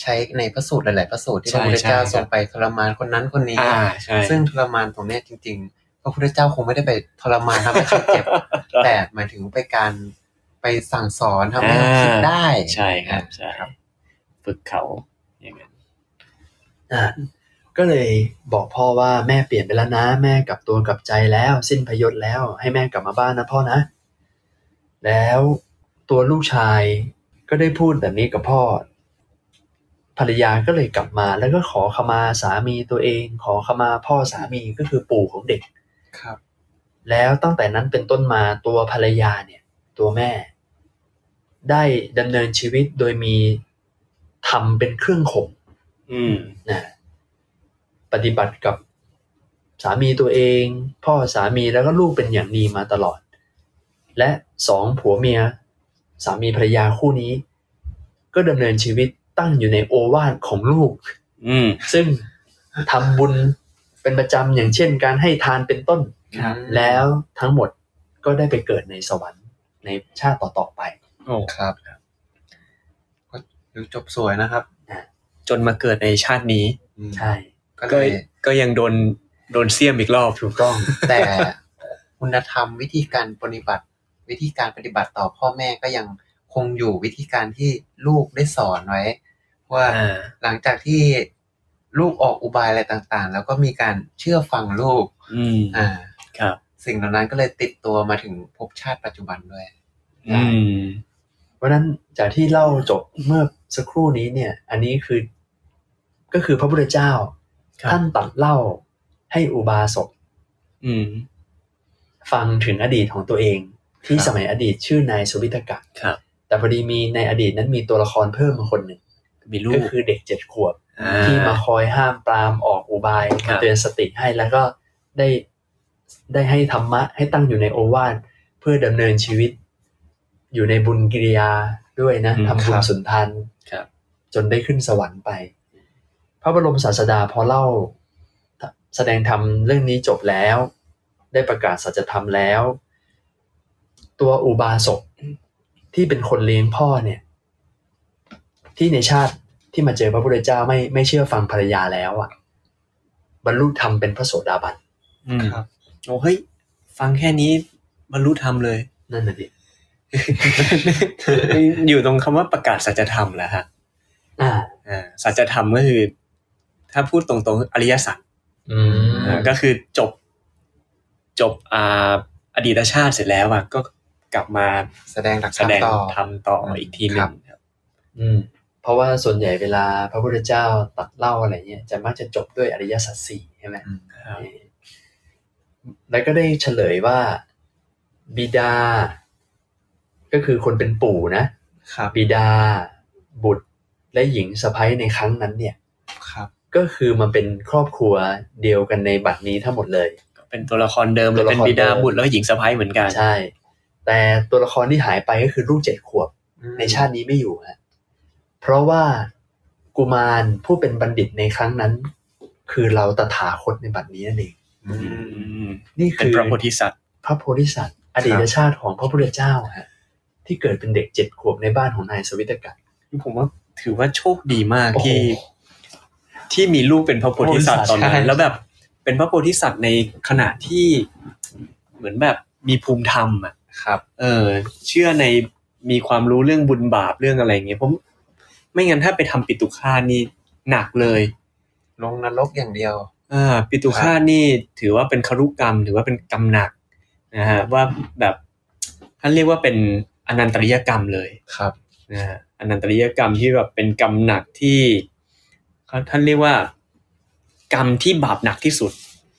[SPEAKER 3] ใช้ในพระสูตรหลาย ๆ พระสูตรที่พ
[SPEAKER 4] ใช่
[SPEAKER 3] ระพุทธเจ้า
[SPEAKER 4] ใช่
[SPEAKER 3] ทรงไปทรมานคนนั้นคนนี้
[SPEAKER 4] อ่าใช่
[SPEAKER 3] ซึ่งทรมานตรงเนี้ยจริง ๆ พระพุทธเจ้าคงไม่ได้ไปทรมานทำให้ใครเจ็บ แต่หมายถึงไปการไปสั่งสอนทำให้เราคิดได้
[SPEAKER 4] ใช่ครับใช่ฝึกเขาอย่างนั้น
[SPEAKER 2] อ่ะก็เลยบอกพ่อว่าแม่เปลี่ยนไปแล้วนะ แม่กลับตัวกลับใจแล้ว สิ้นพยศแล้ว ให้แม่กลับมาบ้านนะพ่อนะ แล้วตัวลูกชายก็ได้พูดแบบนี้กับพ่อ ภรรยาก็เลยกลับมาแล้วก็ขอขมาสามีตัวเอง ขอขมาพ่อสามีก็คือปู่ของเด็ก
[SPEAKER 3] ครับ
[SPEAKER 2] แล้วตั้งแต่นั้นเป็นต้นมาตัวภรรยาเนี่ย ตัวแม่ ได้ดำเนินชีวิตโดยมีทำเป็นเครื่องข่ม
[SPEAKER 4] อืม
[SPEAKER 2] นะปฏิบัติกับสามีตัวเอง พ่อสามีแล้วก็ลูกเป็นอย่างดีมาตลอด และสองผัวเมีย สามีภรรยาคู่นี้ ก็ดำเนินชีวิตตั้งอยู่ในโอวาทของลูก
[SPEAKER 4] อืม
[SPEAKER 2] ซึ่งทำบุญเป็นประจำอย่างเช่น การให้ทานเป็นต้น
[SPEAKER 3] ครับ
[SPEAKER 2] แล้วทั้งหมดก็ได้ไปเกิดในสวรรค์ในชาติต่อๆไป
[SPEAKER 4] โอ้
[SPEAKER 3] ครับก็ดูจบสวยนะครับ
[SPEAKER 4] จนมาเกิดในชาตินี้
[SPEAKER 3] อืม
[SPEAKER 2] ใช่
[SPEAKER 3] ก็เล
[SPEAKER 4] ก็
[SPEAKER 3] ย
[SPEAKER 4] ก็ยังโดนโดนเสียมอีกรอบ
[SPEAKER 2] ถูกต้อง
[SPEAKER 3] แต่ คุณธรรมวิธีการปฏิบัติ วิธีการปฏิบัติต่อพ่อแม่ก็ยังคงอยู่วิธีการที่ลูกได้สอนไว้ ว่า
[SPEAKER 4] อ่า
[SPEAKER 3] หลังจากที่ลูกออกอุบายอะไรต่างๆ แล้วก็มีการเชื่อฟังลูก
[SPEAKER 4] อืม
[SPEAKER 3] อ่า
[SPEAKER 4] ครับ
[SPEAKER 3] สิ่งเหล่านั้นก็เลยติดตัวมาถึงภพชาติปัจจุบันด้วย
[SPEAKER 4] อืม
[SPEAKER 2] เพราะฉะนั้นจากที่เล่าจบเมื่อสักครู่นี้เนี่ย อันนี้คือก็คือพระพุทธเจ้า
[SPEAKER 4] ครับ
[SPEAKER 2] ท่านตัดเล่าให้อุบาสก
[SPEAKER 4] อืม
[SPEAKER 2] ฟังถึงอดีตของตัวเอง ที่
[SPEAKER 4] ครับ
[SPEAKER 2] สมัยอดีตชื่อนายสุวิตกะ
[SPEAKER 4] ครับ
[SPEAKER 2] แต่พอดีมีในอดีตนั้นมีตัวละครเพิ่มมาคนหนึ่ง
[SPEAKER 4] มีลู
[SPEAKER 2] ก็
[SPEAKER 4] ก
[SPEAKER 2] คือเด็กเจ็ดขวบ
[SPEAKER 4] อ่า
[SPEAKER 2] ที่มาคอยห้ามปรามออกอุบาย
[SPEAKER 4] ครับ
[SPEAKER 2] เตือนสติให้แล้วก็ได้ได้ให้ธรรมะให้ตั้งอยู่ในโอวาทเพื่อดำเนินชีวิต อยู่ในบุญกิริยาด้วยนะ
[SPEAKER 4] อืม
[SPEAKER 2] ทำบุ
[SPEAKER 3] ค
[SPEAKER 2] ญ
[SPEAKER 3] รับ
[SPEAKER 2] สุนทาน
[SPEAKER 4] ครับ
[SPEAKER 2] จนได้ขึ้นสวรรค์ไป พระบรมศาสดาพอเล่า แสดงธรรมเรื่องนี้จบแล้ว ได้ประกาศสัจธรรมแล้ว ตัวอุบาสกที่เป็นคนเลี้ยงพ่อเนี่ย ที่ในชาติที่มาเจอพระพุทธเจ้าไม่ไม่เชื่อฟังภรรยาแล้วอ่ะ บรรลุธรรมเป็นพระโสดาบัน
[SPEAKER 4] อืม
[SPEAKER 3] ครับ
[SPEAKER 4] โอ้เฮ้ย ฟังแค่นี้บรรลุธรรมเลย
[SPEAKER 2] นั่นน่ะดิ
[SPEAKER 4] อยู่ตรงคำว่าประกาศสัจธรรมแหละฮะ
[SPEAKER 2] อ่า
[SPEAKER 4] อ่าสัจธรรมก็คือ ถ้าพูดตรงๆอริยสัจ
[SPEAKER 2] อืม
[SPEAKER 4] อ่าก็คือจบ จบอ่าอดีตชาติเสร็จแล้วอะก็กลับมา
[SPEAKER 3] แสดงหลัก
[SPEAKER 4] แส
[SPEAKER 3] ฐาน
[SPEAKER 4] ดง
[SPEAKER 3] ต่อ
[SPEAKER 4] ทำต่ออีกทีหนึ่
[SPEAKER 3] ครั
[SPEAKER 4] ง
[SPEAKER 3] บ
[SPEAKER 4] ครับ
[SPEAKER 2] อืม เพราะว่าส่วนใหญ่เวลาพระพุทธเจ้าตรัดเล่าอะไรเงี้ยจะมักจะจบด้วยอริยสัจสี่ใช่ไหม
[SPEAKER 3] อืม
[SPEAKER 2] เออแล้วก็ได้เฉลยว่าบิดา ก็คือคนเป็นปู่นะครับ บิดา บุตรและหญิงสะพ้ยในครั้งนั้นเนี่ย
[SPEAKER 3] ครับ
[SPEAKER 2] ก็คือมาเป็นครอบครัวเดียวกันในบัดนี้ทั้งหมดเลย
[SPEAKER 4] เป็นตัวละครเดิมเลย
[SPEAKER 2] ตัว
[SPEAKER 4] เป็
[SPEAKER 2] ละ
[SPEAKER 4] น
[SPEAKER 2] ครเดิม
[SPEAKER 4] บิดาบุตรแล้วก็หญิงสะพ้ายเหมือนกัน
[SPEAKER 2] ใช่ แต่ตัวละครที่หายไปก็คือลูกเจ็ดขวบ ในชาตินี้ไม่อยู่ฮะเพราะว่ากุมารผู้เป็นบัณฑิตในครั้งนั้น คือเราตถาคตในบัดนี้นั่นเอง
[SPEAKER 3] อืม
[SPEAKER 2] นี่
[SPEAKER 4] เป็
[SPEAKER 2] คื
[SPEAKER 4] น
[SPEAKER 2] อ
[SPEAKER 4] พระโพธิสัตว์
[SPEAKER 2] พระโพธิสัตว์อดีตชาติของพระพุทธเจ้าฮะที่เกิดเป็นเด็กเจ็ดขวบในบ้านของนายสวิตกะ
[SPEAKER 4] ผมว่าถือว่าโชคดีมาก
[SPEAKER 2] โอ้โห
[SPEAKER 4] ที่ ที่มีลูกเป็นพระโพธิสัตว์
[SPEAKER 2] โพธิสัตว์
[SPEAKER 4] ตอนนั้
[SPEAKER 2] ใช่
[SPEAKER 4] นแล้วแบบเป็นพระโพธิสัตว์ในขณะที่เหมือนแบบมีภูมิธรรมอ่ะ
[SPEAKER 3] ครับ
[SPEAKER 4] เออ เชื่อในมีความรู้เรื่องบุญบาปเรื่องอะไรอย่างเงี้ยผมไม่งั้นถ้าไปทำปิตุฆาตนี่หนักเลย
[SPEAKER 3] ลงนรกอย่างเดียว
[SPEAKER 4] อ่าปิตุฆาตนี่ถือว่าเป็นคารุกรรม ถือว่าเป็นกรรมหนักนะฮะว่าแบบท่านเรียกว่าเป็นอนันตริยกรรมเลย
[SPEAKER 3] ครับ
[SPEAKER 4] นะฮะอนันตริยกรรมที่แบบเป็นกรรมหนักที่เขาท่านเรียกว่า กรรมที่บาปหนักที่สุด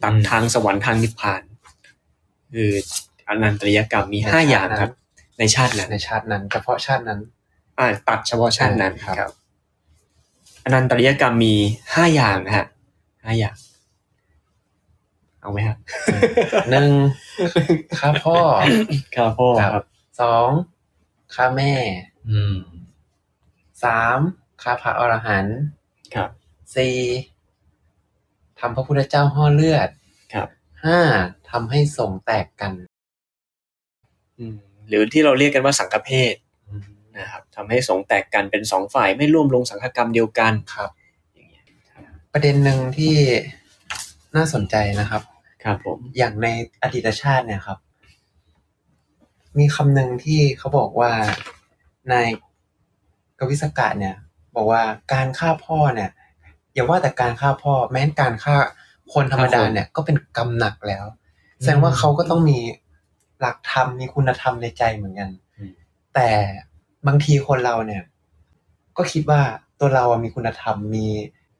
[SPEAKER 4] ตัด
[SPEAKER 2] อืม
[SPEAKER 4] ทางสวรรค์ทางนิพพานคืออนันตริยกรรมมี
[SPEAKER 3] ใน
[SPEAKER 4] ห้า
[SPEAKER 3] ชาติ
[SPEAKER 4] อย่าง
[SPEAKER 3] นั้น
[SPEAKER 4] ครับ ในชาตินั้น
[SPEAKER 3] ในชาตินั้นเฉพาะชาตินั้น
[SPEAKER 4] อ่าตัดเฉพาะชาตินั้น
[SPEAKER 3] ใช่ครับ
[SPEAKER 4] ครับอนันตริยกรรมมีห้าอย่างนะฮะห้าอย่าง เอาไหมฮะ
[SPEAKER 3] หนึ่งข้าพ่อ
[SPEAKER 4] ครับพ่อครับ
[SPEAKER 3] สองข้าแม่
[SPEAKER 2] อืม
[SPEAKER 3] สามข้าพระอรหันต์
[SPEAKER 4] ครับ
[SPEAKER 3] สี่ทำพระพุทธเจ้าห่อเลือด
[SPEAKER 4] ครับ
[SPEAKER 3] ห้าทำให้สงฆ์แตกกัน
[SPEAKER 4] อืมหรือที่เราเรียกกันว่าสังฆเพศนะครับทำให้สงฆ์แตกกันเป็นสองฝ่ายไม่ร่วมลงสังฆกรรมเดียวกัน
[SPEAKER 3] ครับ ประเด็นหนึ่งที่น่าสนใจนะครับ
[SPEAKER 4] ครับผม
[SPEAKER 3] อย่างในอดีตชาติเนี่ยครับ มีคำหนึ่งที่เขาบอกว่านายกวิสกะเนี่ย บอกว่าการฆ่าพ่อเนี่ย อย่าว่าแต่การฆ่าพ่อ แม้การฆ่าคนธรรมดาเนี่ย ก็เป็นกรรมหนักแล้ว แสดงว่าเขาก็ต้องมีหลักธรรมมีคุณธรรมในใจเหมือนกัน
[SPEAKER 2] อืม
[SPEAKER 3] แต่บางทีคนเราเนี่ย ก็คิดว่าตัวเราอะมีคุณธรรมมี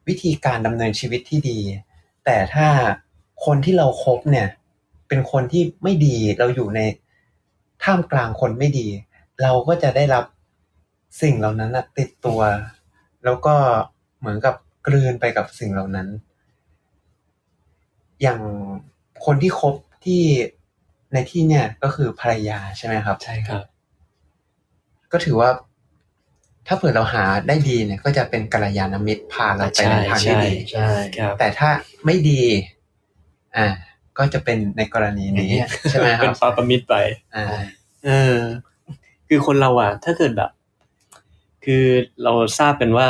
[SPEAKER 3] วิธีการดำเนินชีวิตที่ดี แต่ถ้าคนที่เราคบเนี่ย เป็นคนที่ไม่ดีเราอยู่ในท่ามกลางคนไม่ดี เราก็จะได้รับสิ่งเหล่านั้นน่ะติดตัว แล้วก็เหมือนกับกลืนไปกับสิ่งเหล่านั้น อย่างคนที่คบที่ในที่เนี่ยก็คือภรรยาใช่ไหมครับ
[SPEAKER 2] ใช่ครับ
[SPEAKER 3] ก็ถือว่า ถ้าเผื่อเราหาได้ดีเนี่ย ก็จะเป็นกัลยาณมิตรพาเราไปในทางที่ดี
[SPEAKER 2] ใช่
[SPEAKER 4] ครับ
[SPEAKER 3] แต่ถ้าไม่ดี อ่า ก็จะเป็นในกรณีนี้ ใช่ไหมค
[SPEAKER 4] เป็
[SPEAKER 3] รั
[SPEAKER 4] น
[SPEAKER 3] บ
[SPEAKER 4] ปาปมิตรไป
[SPEAKER 3] อ่า
[SPEAKER 4] เออ คือคนเราอ่ะ ถ้าเกิดแบบ คือเราทราบกันว่า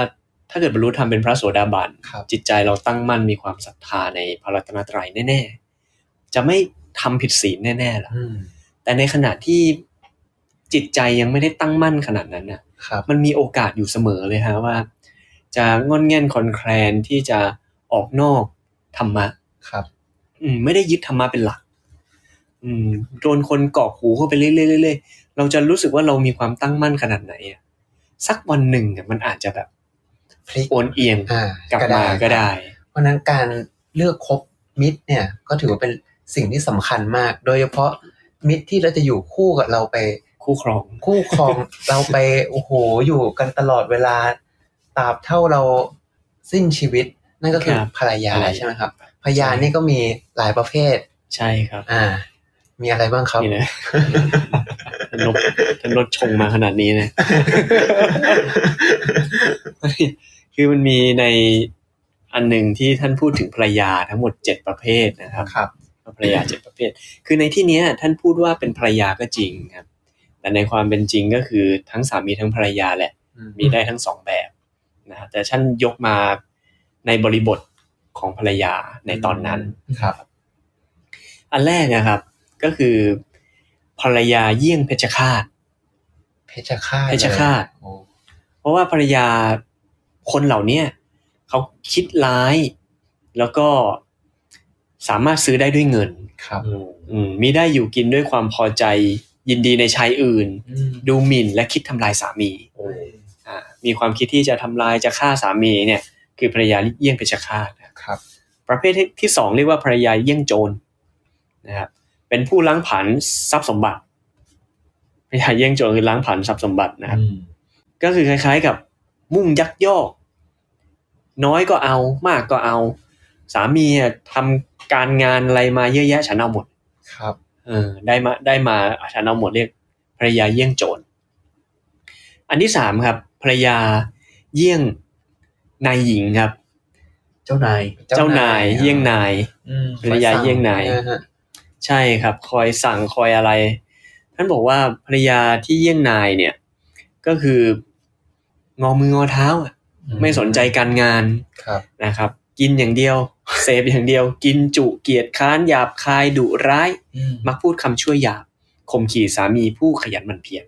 [SPEAKER 4] ถ้าเกิดบรรลุธรรมเป็นพระโสดาบัน
[SPEAKER 3] ครับ
[SPEAKER 4] จิตใจเราตั้งมั่นมีความศรัทธาในพระรัตนตรัยแน่ ๆ จะไม่ทำผิดศีลแน่ๆล่ะ
[SPEAKER 3] อืม
[SPEAKER 4] แต่ในขณะที่จิตใจยังไม่ได้ตั้งมั่นขนาดนั้นน่ะ
[SPEAKER 3] ครับ
[SPEAKER 4] มันมีโอกาสอยู่เสมอเลยฮะว่า จะงอนแง่นคลอนแคลนที่จะออกนอกธรรมะ
[SPEAKER 3] ครับ
[SPEAKER 4] อืมไม่ได้ยึดธรรมะเป็นหลัก อืมโดนคนกรอกหูเข้าไปเรื่อยๆเรื่อยๆเราจะรู้สึกว่าเรามีความตั้งมั่นขนาดไหนอะสักวันหนึ่งอะมันอาจจะแบบ
[SPEAKER 3] พลิก
[SPEAKER 4] โอนเอียง
[SPEAKER 3] อ่าก
[SPEAKER 4] ลับ
[SPEAKER 3] ก็ได้
[SPEAKER 4] มาก็ได้
[SPEAKER 3] เพราะฉะนั้นการเลือกคบมิตรเนี่ย ก็ถือว่าเป็น สิ่งที่สำคัญมาก โดยเฉพาะมิตรที่เราจะอยู่คู่กับเราไป
[SPEAKER 4] คู่ครอง
[SPEAKER 3] คู่ครอง เราไปโอ้โหอยู่กันตลอดเวลาตราบเท่าเราสิ้นชีวิต นั่นก็คือ
[SPEAKER 4] ครับ
[SPEAKER 3] ภรรยา
[SPEAKER 4] ภรรยา
[SPEAKER 3] ใช่ไหมครับภรรยานี่ก็มีหลายประเภท
[SPEAKER 4] ใช่ครับ
[SPEAKER 3] อ่า มีอะไรบ้างครับ
[SPEAKER 4] นี่ นะ ท่านนบท่านนดชงมาขนาดนี้นะ คือมันมีในอันหนึ่งที่ท่านพูดถึงภรรยาทั้งหมดเจ็ดประเภทนะครับ
[SPEAKER 3] ครับ
[SPEAKER 4] ภรรยาเจ็ดประเภท คือในที่เนี้ยท่านพูดว่าเป็นภรรยาก็จริงครับ แต่ในความเป็นจริงก็คือทั้งสามีทั้งภรรยาแหละ มีได้ทั้งสองแบบนะครับแต่ท่านยกมาในบริบทของภรรยาในตอนนั้น
[SPEAKER 3] ครับ
[SPEAKER 4] อันแรกนะครับก็คือภรรยาเยี่ยงเพชฌฆาต
[SPEAKER 3] เพชฌฆาต
[SPEAKER 4] เพชฌฆาต
[SPEAKER 3] โอ้
[SPEAKER 4] เพราะว่าภรรยาคนเหล่าเนี้ยเขาคิดร้ายแล้วก็สามารถซื้อได้ด้วยเงิน
[SPEAKER 3] ครับ
[SPEAKER 4] อืมมีได้อยู่กินด้วยความพอใจยินดีในชายอื่น ดูหมิ่นและคิดทำลายสามีอ่ามีความคิดที่จะทำลายจะฆ่าสามีเนี่ย คือภรรยาเยี่ยงเพชฌฆาตนะครับ ประเภทที่ที่สองเรียกว่าภรรยาเยี่ยงโจรนะครับเป็นผู้ล้างผันทรัพย์สมบัติภรรยาเยี่ยงโจรคือล้างผันทรัพย์สมบัตินะครับ ก็คือคล้ายๆกับมุ่งยักยอก น้อยก็เอามากก็เอา สามีอะทำการงานอะไรมาเยอะแยะฉันเอาหมด
[SPEAKER 3] ครับ
[SPEAKER 4] เออได้มาได้มาฉันเอาหมดเรียกภรรยาเยี่ยงโจร อันที่สามครับภรรยาเยี่ยงนายหญิงครับ
[SPEAKER 2] เจ้านาย
[SPEAKER 4] เจ้านาย
[SPEAKER 3] เจ้านาย
[SPEAKER 4] เยี่ยงนาย ภรรยาเยี่ยงนาย
[SPEAKER 3] อ่ฮะ
[SPEAKER 4] ใช่ครับ คอยสั่งคอยอะไร ท่านบอกว่าภรรยาที่เยี่ยงนายเนี่ย ก็คืองอมืองอเท้าอะไม่สนใจการงาน
[SPEAKER 3] ครับ
[SPEAKER 4] นะครับกินอย่างเดียว เสพอย่างเดียว กินจุเกียดค้านหยาบคายดุร้าย มักพูดคำชั่วหยาบข่มขี่สามีผู้ขยันหมั่นเพียร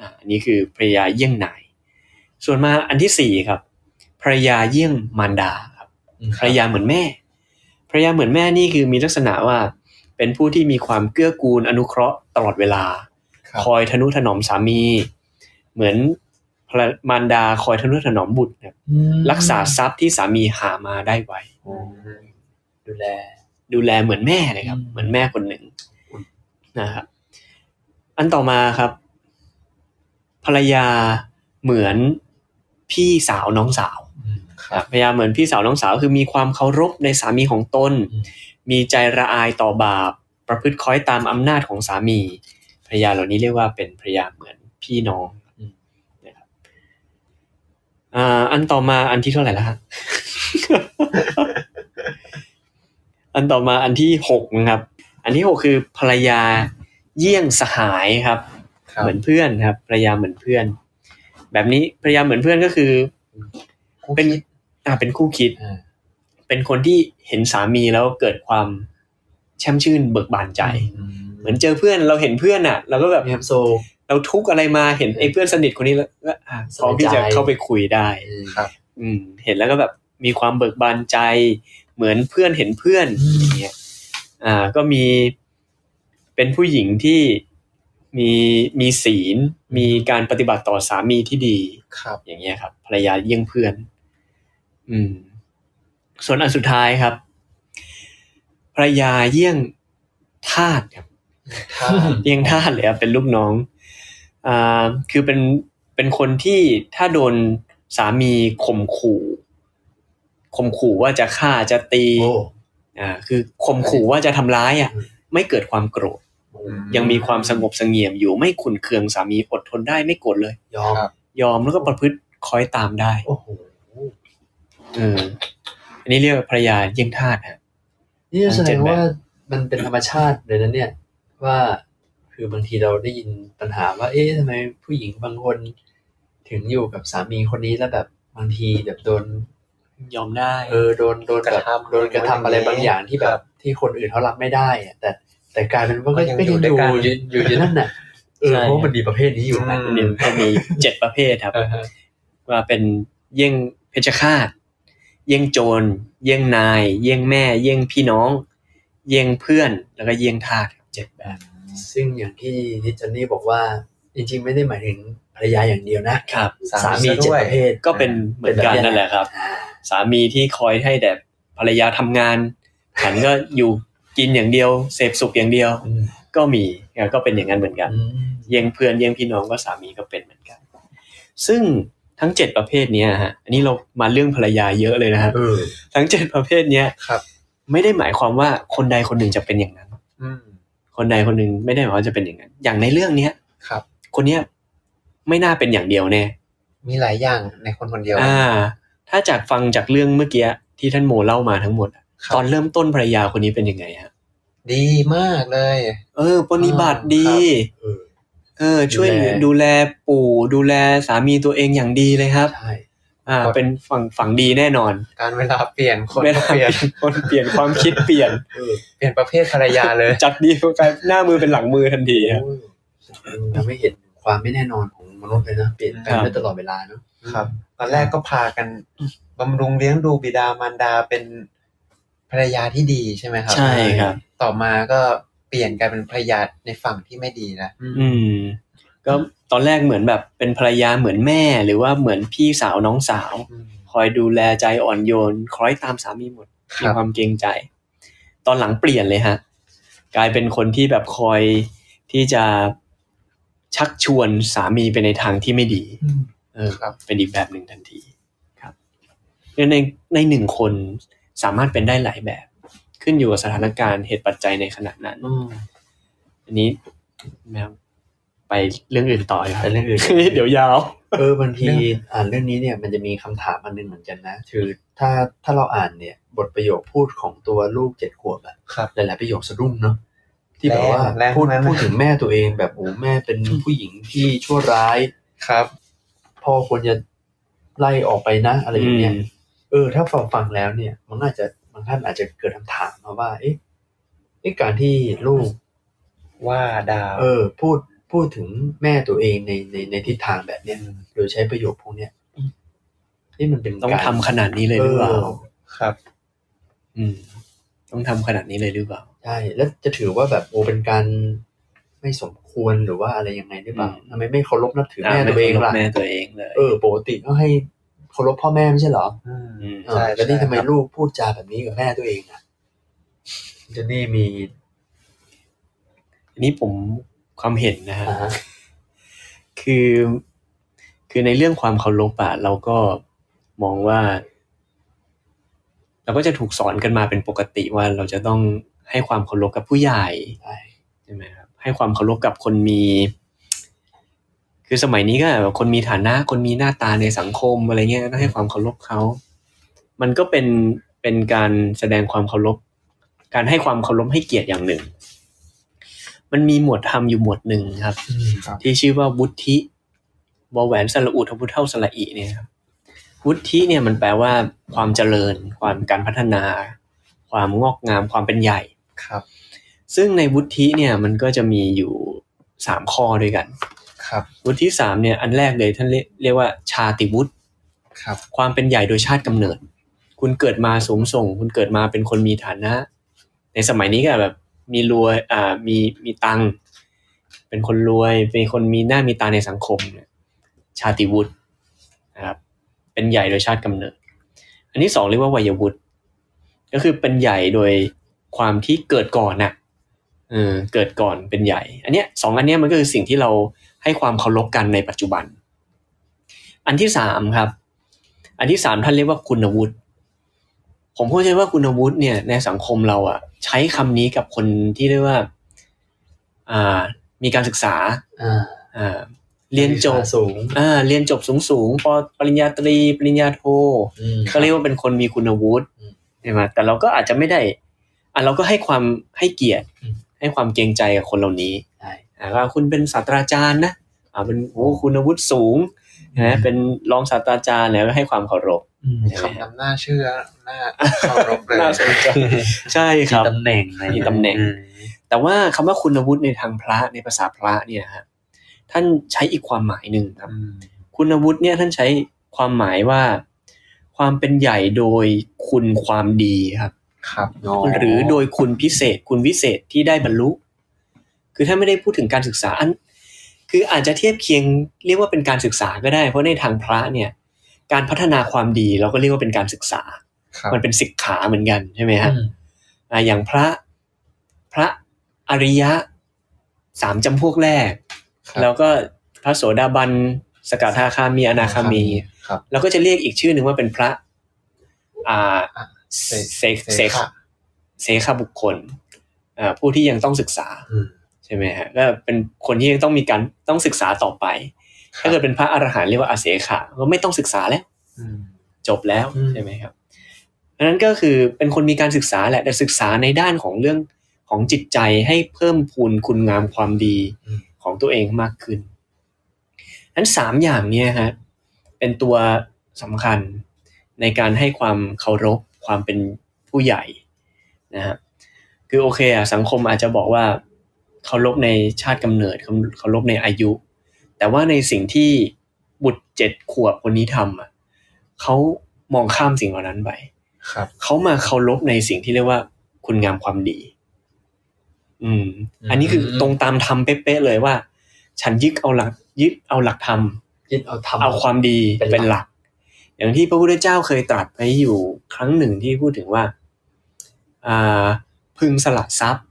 [SPEAKER 4] อ่าอันนี้คือภรรยาเยี่ยงนาย ส่วนมาอันที่สี่ครับภรรยาเยี่ยงมารดาครับภรรยาเหมือนแม่ภรรยาเหมือนแม่นี่คือมีลักษณะว่า เป็นผู้ที่มีความเกื้อกูลอนุเคราะห์ตลอดเวลา
[SPEAKER 3] ครับ
[SPEAKER 4] คอยทนุถนอมสามี เหมือนภรรมารดาคอยทนุถนอมบุตรนะครับ รักษาทรัพย์ที่สามีหามาได้ไว้
[SPEAKER 2] ดูแล
[SPEAKER 4] ดูแลเหมือนแม่เลยครับ
[SPEAKER 2] อืม
[SPEAKER 4] เหมือนแม่คนหนึ่งนะครับอันต่อมาครับ ภรรยาเหมือนพี่สาวน้องสาว
[SPEAKER 3] ค
[SPEAKER 4] ค
[SPEAKER 3] รั
[SPEAKER 4] รั
[SPEAKER 3] บบ
[SPEAKER 4] ภรรยาเหมือนพี่สาวน้องสาวคือมีความเคารพในสามีของตน มีใจระอายต่อบาป ประพฤติคล้อยตามอำนาจของสามีภรรยาเหล่านี้เรียกว่าเป็นภรรยาเหมือนพี่น้องนะครับอ่าอันต่อมาอันที่เท่าไหร่แล้วฮะ อันต่อมาอันที่หกนะครับ อันที่หกคือภรรยาเยี่ยงสหายครับ
[SPEAKER 3] ครับ
[SPEAKER 4] เหมือนเพื่อนครับภรรยาเหมือนเพื่อน แบบนี้ภรรยาเหมือนเพื่อนก็คือ
[SPEAKER 3] คู่
[SPEAKER 4] เป็น
[SPEAKER 3] คิด
[SPEAKER 4] อ่าเป็นคู่คิด
[SPEAKER 3] อ่า
[SPEAKER 4] เป็นคนที่เห็นสามีแล้วเกิดความแช่มชื่นเบิกบานใจ เหมือนเจอเพื่อนเราเห็นเพื่อนอ่ะเราก็แบบ
[SPEAKER 2] มีความโซ
[SPEAKER 4] เราทุกข์อะไรมาเห็นไอ้เพื่อนสนิทคนนี้แล้วก็อ่ะพร้อมที่จะเข้าไปคุยได้
[SPEAKER 3] ครับ
[SPEAKER 4] อืมเห็นแล้วก็แบบมีความเบิกบานใจ เหมือนเพื่อนเห็นเพื่อน
[SPEAKER 3] อืม
[SPEAKER 4] อย่างเงี้ยอ่าก็มีเป็นผู้หญิงที่มีมีศีล มีการปฏิบัติต่อสามีที่ดี
[SPEAKER 3] ครับ
[SPEAKER 4] อย่างเงี้ยครับ ภรรยาเยี่ยงเพื่อน อืม ส่วนอันสุดท้ายครับ ภรรยาเยี่ยงทาสครับ
[SPEAKER 3] ถ้า
[SPEAKER 4] เยี่ยงทาสเลยครับเป็นลูกน้องอ่าคือเป็นเป็นคนที่ถ้าโดนสามีข่มขู่ข่มขู่ว่าจะฆ่าจะตี
[SPEAKER 2] โอ้
[SPEAKER 4] อ่าคือข่มขู่ว่าจะทำ ร้ายอ่ะ ไม่เกิดความโกรธ ยังมีความสงบเสงเงียมอยู่ไม่ขุนเคืองสามีอดทนได้ไม่โกรธเลย
[SPEAKER 2] ยอม
[SPEAKER 3] ครับ
[SPEAKER 4] ยอมแล้วก็ประพฤติคอยตามได้
[SPEAKER 2] โอ้โห
[SPEAKER 4] เอออันนี้เรียกว่าภรรยาเยี่ยงทาสฮะ
[SPEAKER 2] นี่แสด
[SPEAKER 4] เจ็ด
[SPEAKER 2] ง
[SPEAKER 4] แบบ
[SPEAKER 2] ว่ามันเป็นธรรมชาติเลยนะเนี่ย ว่าคือบางทีเราได้ยินปัญหาว่า เอ๊ะทำไมผู้หญิงบางคน ถึงอยู่กับสามีคนนี้แล้วแบบบางทีแบบโดน
[SPEAKER 4] ยอมได้
[SPEAKER 2] เออโดนโดน
[SPEAKER 3] กระ
[SPEAKER 2] แบบ
[SPEAKER 3] ทำ
[SPEAKER 2] โดนกระทำอะไรบางอย่างที่แบ
[SPEAKER 3] ครับ
[SPEAKER 2] บที่คนอื่นเขารับไม่ได้อะแต่แต่กลายเป็นว่าก็
[SPEAKER 3] ก็ยัง
[SPEAKER 2] ก็ยัง
[SPEAKER 3] อ
[SPEAKER 2] อยู่ ยู่อยู่อ
[SPEAKER 3] ด้วยกัน
[SPEAKER 2] ยู่ในนั่นน่ะเออ
[SPEAKER 4] ใช่
[SPEAKER 2] เพราะมันมีประเภทนี้อยู่นะ
[SPEAKER 3] อื
[SPEAKER 4] หนึ่งก็มีเจ็ดประเภทครับ
[SPEAKER 2] เออฮะ
[SPEAKER 4] ว่าเป็นเยี่ยงเพชฌฆาต เยี่ยงโจร เยี่ยงนาย เยี่ยงแม่ เยี่ยงพี่น้อง เยี่ยงเพื่อน แล้วก็เยี่ยงทาสครับเจ็ดแบบ
[SPEAKER 2] ซึ่งอย่างที่นิจจันนี่บอกว่า จริง ๆ ไม่ได้หมายถึงภรรยาอย่างเดียวนะครับ สามี
[SPEAKER 3] ซะ
[SPEAKER 2] เจ็ด
[SPEAKER 3] วย
[SPEAKER 2] ประเภท
[SPEAKER 4] ก็เป็นเหมือนกันนั่นแหละครับ สามีที่คอยให้แต่ภรรยาทำงานฉันก็อยู่ กินอย่างเดียว เสพสุขอย่างเดียว ก็มีก็เป็นอย่างนั้นเหมือนกัน เยี่ยงเพื่อนเยี่ยงพี่น้องก็สามีก็เป็นเหมือนกัน ซึ่งทั้งเจ็ดประเภทเนี้ยฮะอันนี้เรามาเรื่องภรรยาเยอะเลยนะฮะ
[SPEAKER 2] เออ
[SPEAKER 4] ทั้งเจ็ดประเภทเนี้ย
[SPEAKER 3] ครับ
[SPEAKER 4] ไม่ได้หมายความว่าคนใดคนหนึ่งจะเป็นอย่างนั้น
[SPEAKER 3] อืม
[SPEAKER 4] คนใดคนหนึ่งไม่ได้หมายว่าจะเป็นอย่างนั้น อย่างในเรื่องเนี้ย
[SPEAKER 3] ครับ
[SPEAKER 4] คนเนี้ยไม่น่าเป็นอย่างเดียวแน่
[SPEAKER 3] มีหลายอย่างในคนคนเดียว
[SPEAKER 4] อ่า ถ้าจากฟังจากเรื่องเมื่อกี้ที่ท่านโมเล่ามาทั้งหมดอะ
[SPEAKER 3] ครับ
[SPEAKER 4] ตอนเริ่มต้นภรรยาคนนี้เป็นยังไงฮะ
[SPEAKER 3] ดีมากเลย
[SPEAKER 4] เออปฏิบัติ
[SPEAKER 3] อ่า
[SPEAKER 4] ดี
[SPEAKER 2] เอ
[SPEAKER 3] ครั
[SPEAKER 2] อ
[SPEAKER 4] เออ ช่วย
[SPEAKER 2] ดูแล
[SPEAKER 4] ดูแลปู่ดูแลสามีตัวเองอย่างดีเลยครับ
[SPEAKER 2] ใช่
[SPEAKER 4] อ่า
[SPEAKER 3] ครับ
[SPEAKER 4] เป็นฝั่งฝั่งดีแน่นอน
[SPEAKER 3] การเวลาเปลี่ยนคน
[SPEAKER 4] เว
[SPEAKER 3] ก็
[SPEAKER 4] ลา
[SPEAKER 3] เปลี่ยน
[SPEAKER 4] คนเปลี่ยนความคิดเปลี่ยน
[SPEAKER 2] เออ
[SPEAKER 3] เปลี่ยนประเภทภรรยาเลย
[SPEAKER 4] จากดีกลายหน้ามือเป็นหลังมือทันทีครับ
[SPEAKER 2] โอ้ยทำให้เห็นความไม่แน่นอนของมนุษย์เลยนะ เปลี่ยนแปลง
[SPEAKER 4] ครับ
[SPEAKER 2] ได้ตลอดเวลาเนอะ
[SPEAKER 3] ครับ ตอนแรกก็พากันบำรุงเลี้ยงดูบิดามารดาเป็นภรรยาที่ดีใช่ไหมครับ
[SPEAKER 4] ใช่ครับ
[SPEAKER 3] ต่อมาก็เปลี่ยนกลายเป็นภรรยาในฝั่งที่ไม่ดีนะ
[SPEAKER 4] อืม ก็ตอนแรกเหมือนแบบเป็นภรรยาเหมือนแม่ หรือว่าเหมือนพี่สาวน้องสาว คอยดูแลใจอ่อนโยนคล้อยตามสามีหมด
[SPEAKER 3] ค
[SPEAKER 4] มี
[SPEAKER 3] รับ
[SPEAKER 4] ความเกรงใจ ตอนหลังเปลี่ยนเลยฮะ กลายเป็นคนที่แบบคอยที่จะชักชวนสามีไปในทางที่ไม่ดีเออ
[SPEAKER 3] ครับ
[SPEAKER 4] เป็นอีกแบบหนึ่งทันทีครับดังนั้นในในหนึ่งคนสามารถเป็นได้หลายแบบ ขึ้นอยู่กับสถานการณ์เหตุปัจจัยในขณะนั้น อันนี้แมวไปเรื่องอื่นต่อเลยครับ
[SPEAKER 2] แต่เรื่องอื่น
[SPEAKER 4] เดี๋ยวยาว
[SPEAKER 2] เออบางทีอ่านเรื่องนี้เนี่ยมันจะมีคำถามอันหนึงเหมือนกันนะ คือถ้าถ้าเราอ่านเนี่ยบทประโยคพูดของตัวลูกเจ็ดขวบอะ
[SPEAKER 3] ครับ
[SPEAKER 2] หลายๆประโยคสะดุ้งเนาะที่แบบว่า
[SPEAKER 3] แรงๆ
[SPEAKER 2] พูด
[SPEAKER 3] ทั้งนั้นนะ
[SPEAKER 2] พูดถึงแม่ตัวเองแบบโอ้แม่เป็นผู้หญิงที่ชั่วร้าย
[SPEAKER 3] ครับ
[SPEAKER 2] พ่อควรจะไล่ออกไปนะอะไรอย่างเงี้ย
[SPEAKER 4] อืม
[SPEAKER 2] เออ ถ้าฟังฟังแล้วเนี่ย มันอาจจะบางท่านอาจจะเกิดคำถามมาว่า เอ๊ะเอ๊ะการที่ลูก
[SPEAKER 3] ว่าดาว
[SPEAKER 2] เออพูดพูดถึงแม่ตัวเองในในในทิศทางแบบเนี้ยโดยใช้ประโยคพวกเนี้ยนี่มันเป็น
[SPEAKER 4] ต้อง
[SPEAKER 2] การ
[SPEAKER 4] ทำขนาดนี้เลยหรือเปล่า
[SPEAKER 2] ออ
[SPEAKER 3] ครับ
[SPEAKER 4] อืม ต้องทำขนาดนี้เลยหรือเปล่า
[SPEAKER 2] ใช่แล้วจะถือว่าแบบโอเป็นการไม่สมควรหรือว่าอะไรยังไงหรือเปล่า
[SPEAKER 4] อืม
[SPEAKER 2] ทำไมไม่เคารพนับถือแม่ตัวเองล่ะ
[SPEAKER 4] แม่ตัวเองเลย
[SPEAKER 2] เออปกติก็ให้เคารพพ่อแม่ไม่ใช่เหรอ
[SPEAKER 3] อืม
[SPEAKER 4] ม
[SPEAKER 2] เออ
[SPEAKER 3] ใช่
[SPEAKER 2] แล้วนี่
[SPEAKER 3] ใช่
[SPEAKER 2] ทำไม
[SPEAKER 3] ครับ
[SPEAKER 2] ลูกพูดจาแบบนี้กับแม่ตัวเองอ่ะเจนนี่มี
[SPEAKER 4] อันนี้ผมความเห็นนะฮะ
[SPEAKER 2] อ่าฮะ
[SPEAKER 4] คือ คือในเรื่องความเคารพอะเราก็มองว่า เราก็จะถูกสอนกันมาเป็นปกติว่าเราจะต้องให้ความเคารพกับผู้ใหญ่
[SPEAKER 2] ใช่
[SPEAKER 4] ใช่ไหมครับให้ความเคารพกับคนมี คือสมัยนี้ก็แบบคนมีฐานะ คนมีหน้าตาในสังคมอะไรเงี้ยต้องให้ความเคารพเขา มันก็เป็นเป็นการแสดงความเคารพการให้ความเคารพให้เกียรติอย่างหนึ่ง มันมีหมวดธรรมอยู่หมวดหนึ่งครับ
[SPEAKER 3] ครับ
[SPEAKER 4] ที่ชื่อว่าวุฒิบอแหวนสระอุทพุเท่าสระอีเนี่ยครับวุฒิเนี่ยมันแปลว่าความเจริญ ความการพัฒนา ความงอกงามความเป็นใหญ่
[SPEAKER 3] ครับ
[SPEAKER 4] ซึ่งในวุฒิเนี่ยมันก็จะมีอยู่สามข้อด้วยกัน
[SPEAKER 3] ครับ
[SPEAKER 4] วุฒิสามเนี่ยอันแรกเลยท่านเรียกเรียกว่าชาติวุฒิ
[SPEAKER 3] ครับ
[SPEAKER 4] ความเป็นใหญ่โดยชาติกำเนิด คุณเกิดมาสูงส่ง คุณเกิดมาเป็นคนมีฐานะ ในสมัยนี้ก็แบบมีรวยอ่ามีมีตังค์เป็นคนรวยเป็นคนมีหน้ามีตาในสังคมเนี่ยชาติวุฒินะครับเป็นใหญ่โดยชาติกำเนิด อันที่สองเรียกว่าวัยวุฒิก็คือเป็นใหญ่โดยความที่เกิดก่อนน่ะเออเกิดก่อนเป็นใหญ่ อันเนี้ยสองอันเนี้ยมันก็คือสิ่งที่เราให้ความเคารพกันในปัจจุบัน อันที่สามครับ อันที่สามท่านเรียกว่าคุณวุฒิผมเข้าใจว่าคุณวุฒิเนี่ยในสังคมเราอะใช้คำนี้กับคนที่เรียกว่าอ่ามีการศึกษา
[SPEAKER 2] อ่า
[SPEAKER 4] อ่าเรียนจบ
[SPEAKER 2] สูง
[SPEAKER 4] อ่าเรียนจบสูงสูงๆปปริญญาตรี ปริญญาโท
[SPEAKER 2] อืม
[SPEAKER 4] ก็เรียกว่าเป็นคนมีคุณวุฒิ
[SPEAKER 2] อืม
[SPEAKER 4] ใช่ไหมแต่เราก็อาจจะไม่ได้อ่ะเราก็ให้ความให้เกียรติ
[SPEAKER 2] อืม
[SPEAKER 4] ให้ความเกรงใจกับคนเหล่านี้
[SPEAKER 2] ใช่
[SPEAKER 4] อ่ะว่าคุณเป็นศาสตราจารย์นะอ่าเป็นโอ้คุณวุฒิสูงนะเป็นรองศาสตราจารย์แล้วให้ความเคารพ
[SPEAKER 2] อืม
[SPEAKER 4] ใช่ไหม
[SPEAKER 3] คำ
[SPEAKER 4] ครับ
[SPEAKER 3] นำหน้าเชื่อหน้าเคารพเลย
[SPEAKER 4] น่าสนใจใช่ครับ
[SPEAKER 2] ตำแหน่ง
[SPEAKER 4] มีตำแหน่ง แต่ว่าคำว่าคุณวุฒิในทางพระในภาษาพระเนี่ยฮะท่านใช้อีกความหมายหนึ่งครับ
[SPEAKER 3] อืม
[SPEAKER 4] คุณวุฒิเนี่ยท่านใช้ความหมายว่า ความเป็นใหญ่โดยคุณความดีครับ
[SPEAKER 3] ครับ
[SPEAKER 4] หรือโดยคุณพิเศษ คุณวิเศษที่ได้บรรลุ คือถ้าไม่ได้พูดถึงการศึกษาอัน คืออาจจะเทียบเคียงเรียกว่าเป็นการศึกษาก็ได้ เพราะในทางพระเนี่ย การพัฒนาความดีเราก็เรียกว่าเป็นการศึกษา
[SPEAKER 3] ครับ
[SPEAKER 4] มันเป็นศิกขาเหมือนกันใช่ไหมฮะ
[SPEAKER 2] อืม
[SPEAKER 4] อ่าอย่างพระ พระอริยะสามจำพวกแรก
[SPEAKER 3] ครับ
[SPEAKER 4] แล้วก็พระโสดาบันสกทาคามีอนาคามี
[SPEAKER 3] ครับ
[SPEAKER 4] เราก็จะเรียกอีกชื่อหนึ่งว่าเป็นพระอ่าเสเสเส
[SPEAKER 3] เสขะ
[SPEAKER 4] เสขาบุคคลอ่าผู้ที่ยังต้องศึกษา
[SPEAKER 2] อืม
[SPEAKER 4] ใช่ไหมฮะก็เป็นคนที่ยังต้องมีการต้องศึกษาต่อไป ถ้าเกิดเป็นพระอรหันต์เรียกว่าอาเสขะก็ไม่ต้องศึกษาแล้ว
[SPEAKER 3] อืม
[SPEAKER 4] จบแล้ว
[SPEAKER 2] อืม
[SPEAKER 4] ใช่ไหมครับดังนั้นก็คือเป็นคนมีการศึกษาแหละแต่ศึกษาในด้านของเรื่องของจิตใจให้เพิ่มพูนคุณงามความดี
[SPEAKER 2] อืม
[SPEAKER 4] ของตัวเองมากขึ้นนั้นสามอย่างเนี้ยฮะเป็นตัวสำคัญในการให้ความเคารพความเป็นผู้ใหญ่นะฮะคือโอเคอะสังคมอาจจะบอกว่าเคารพในชาติกำเนิดเคารพในอายุ แต่ว่าในสิ่งที่บุตรเจ็ดขวบคนนี้ทำอะเขามองข้ามสิ่งเหล่านั้นไป
[SPEAKER 3] ครับ
[SPEAKER 4] เขามาเคารพในสิ่งที่เรียกว่าคุณงามความดี อืม อันนี้คือตรงตามธรรมเป๊ะๆเลยว่า ฉันยึดเอาหลักยึดเอาหลักธรรม
[SPEAKER 2] ยึดเอาทำ
[SPEAKER 4] เอาความดี
[SPEAKER 2] เป็นหลัก
[SPEAKER 4] เป็นหลัก อย่างที่พระพุทธเจ้าเคยตรัสไปอยู่ครั้งหนึ่งที่พูดถึงว่าอ่าพึงสละทรัพย์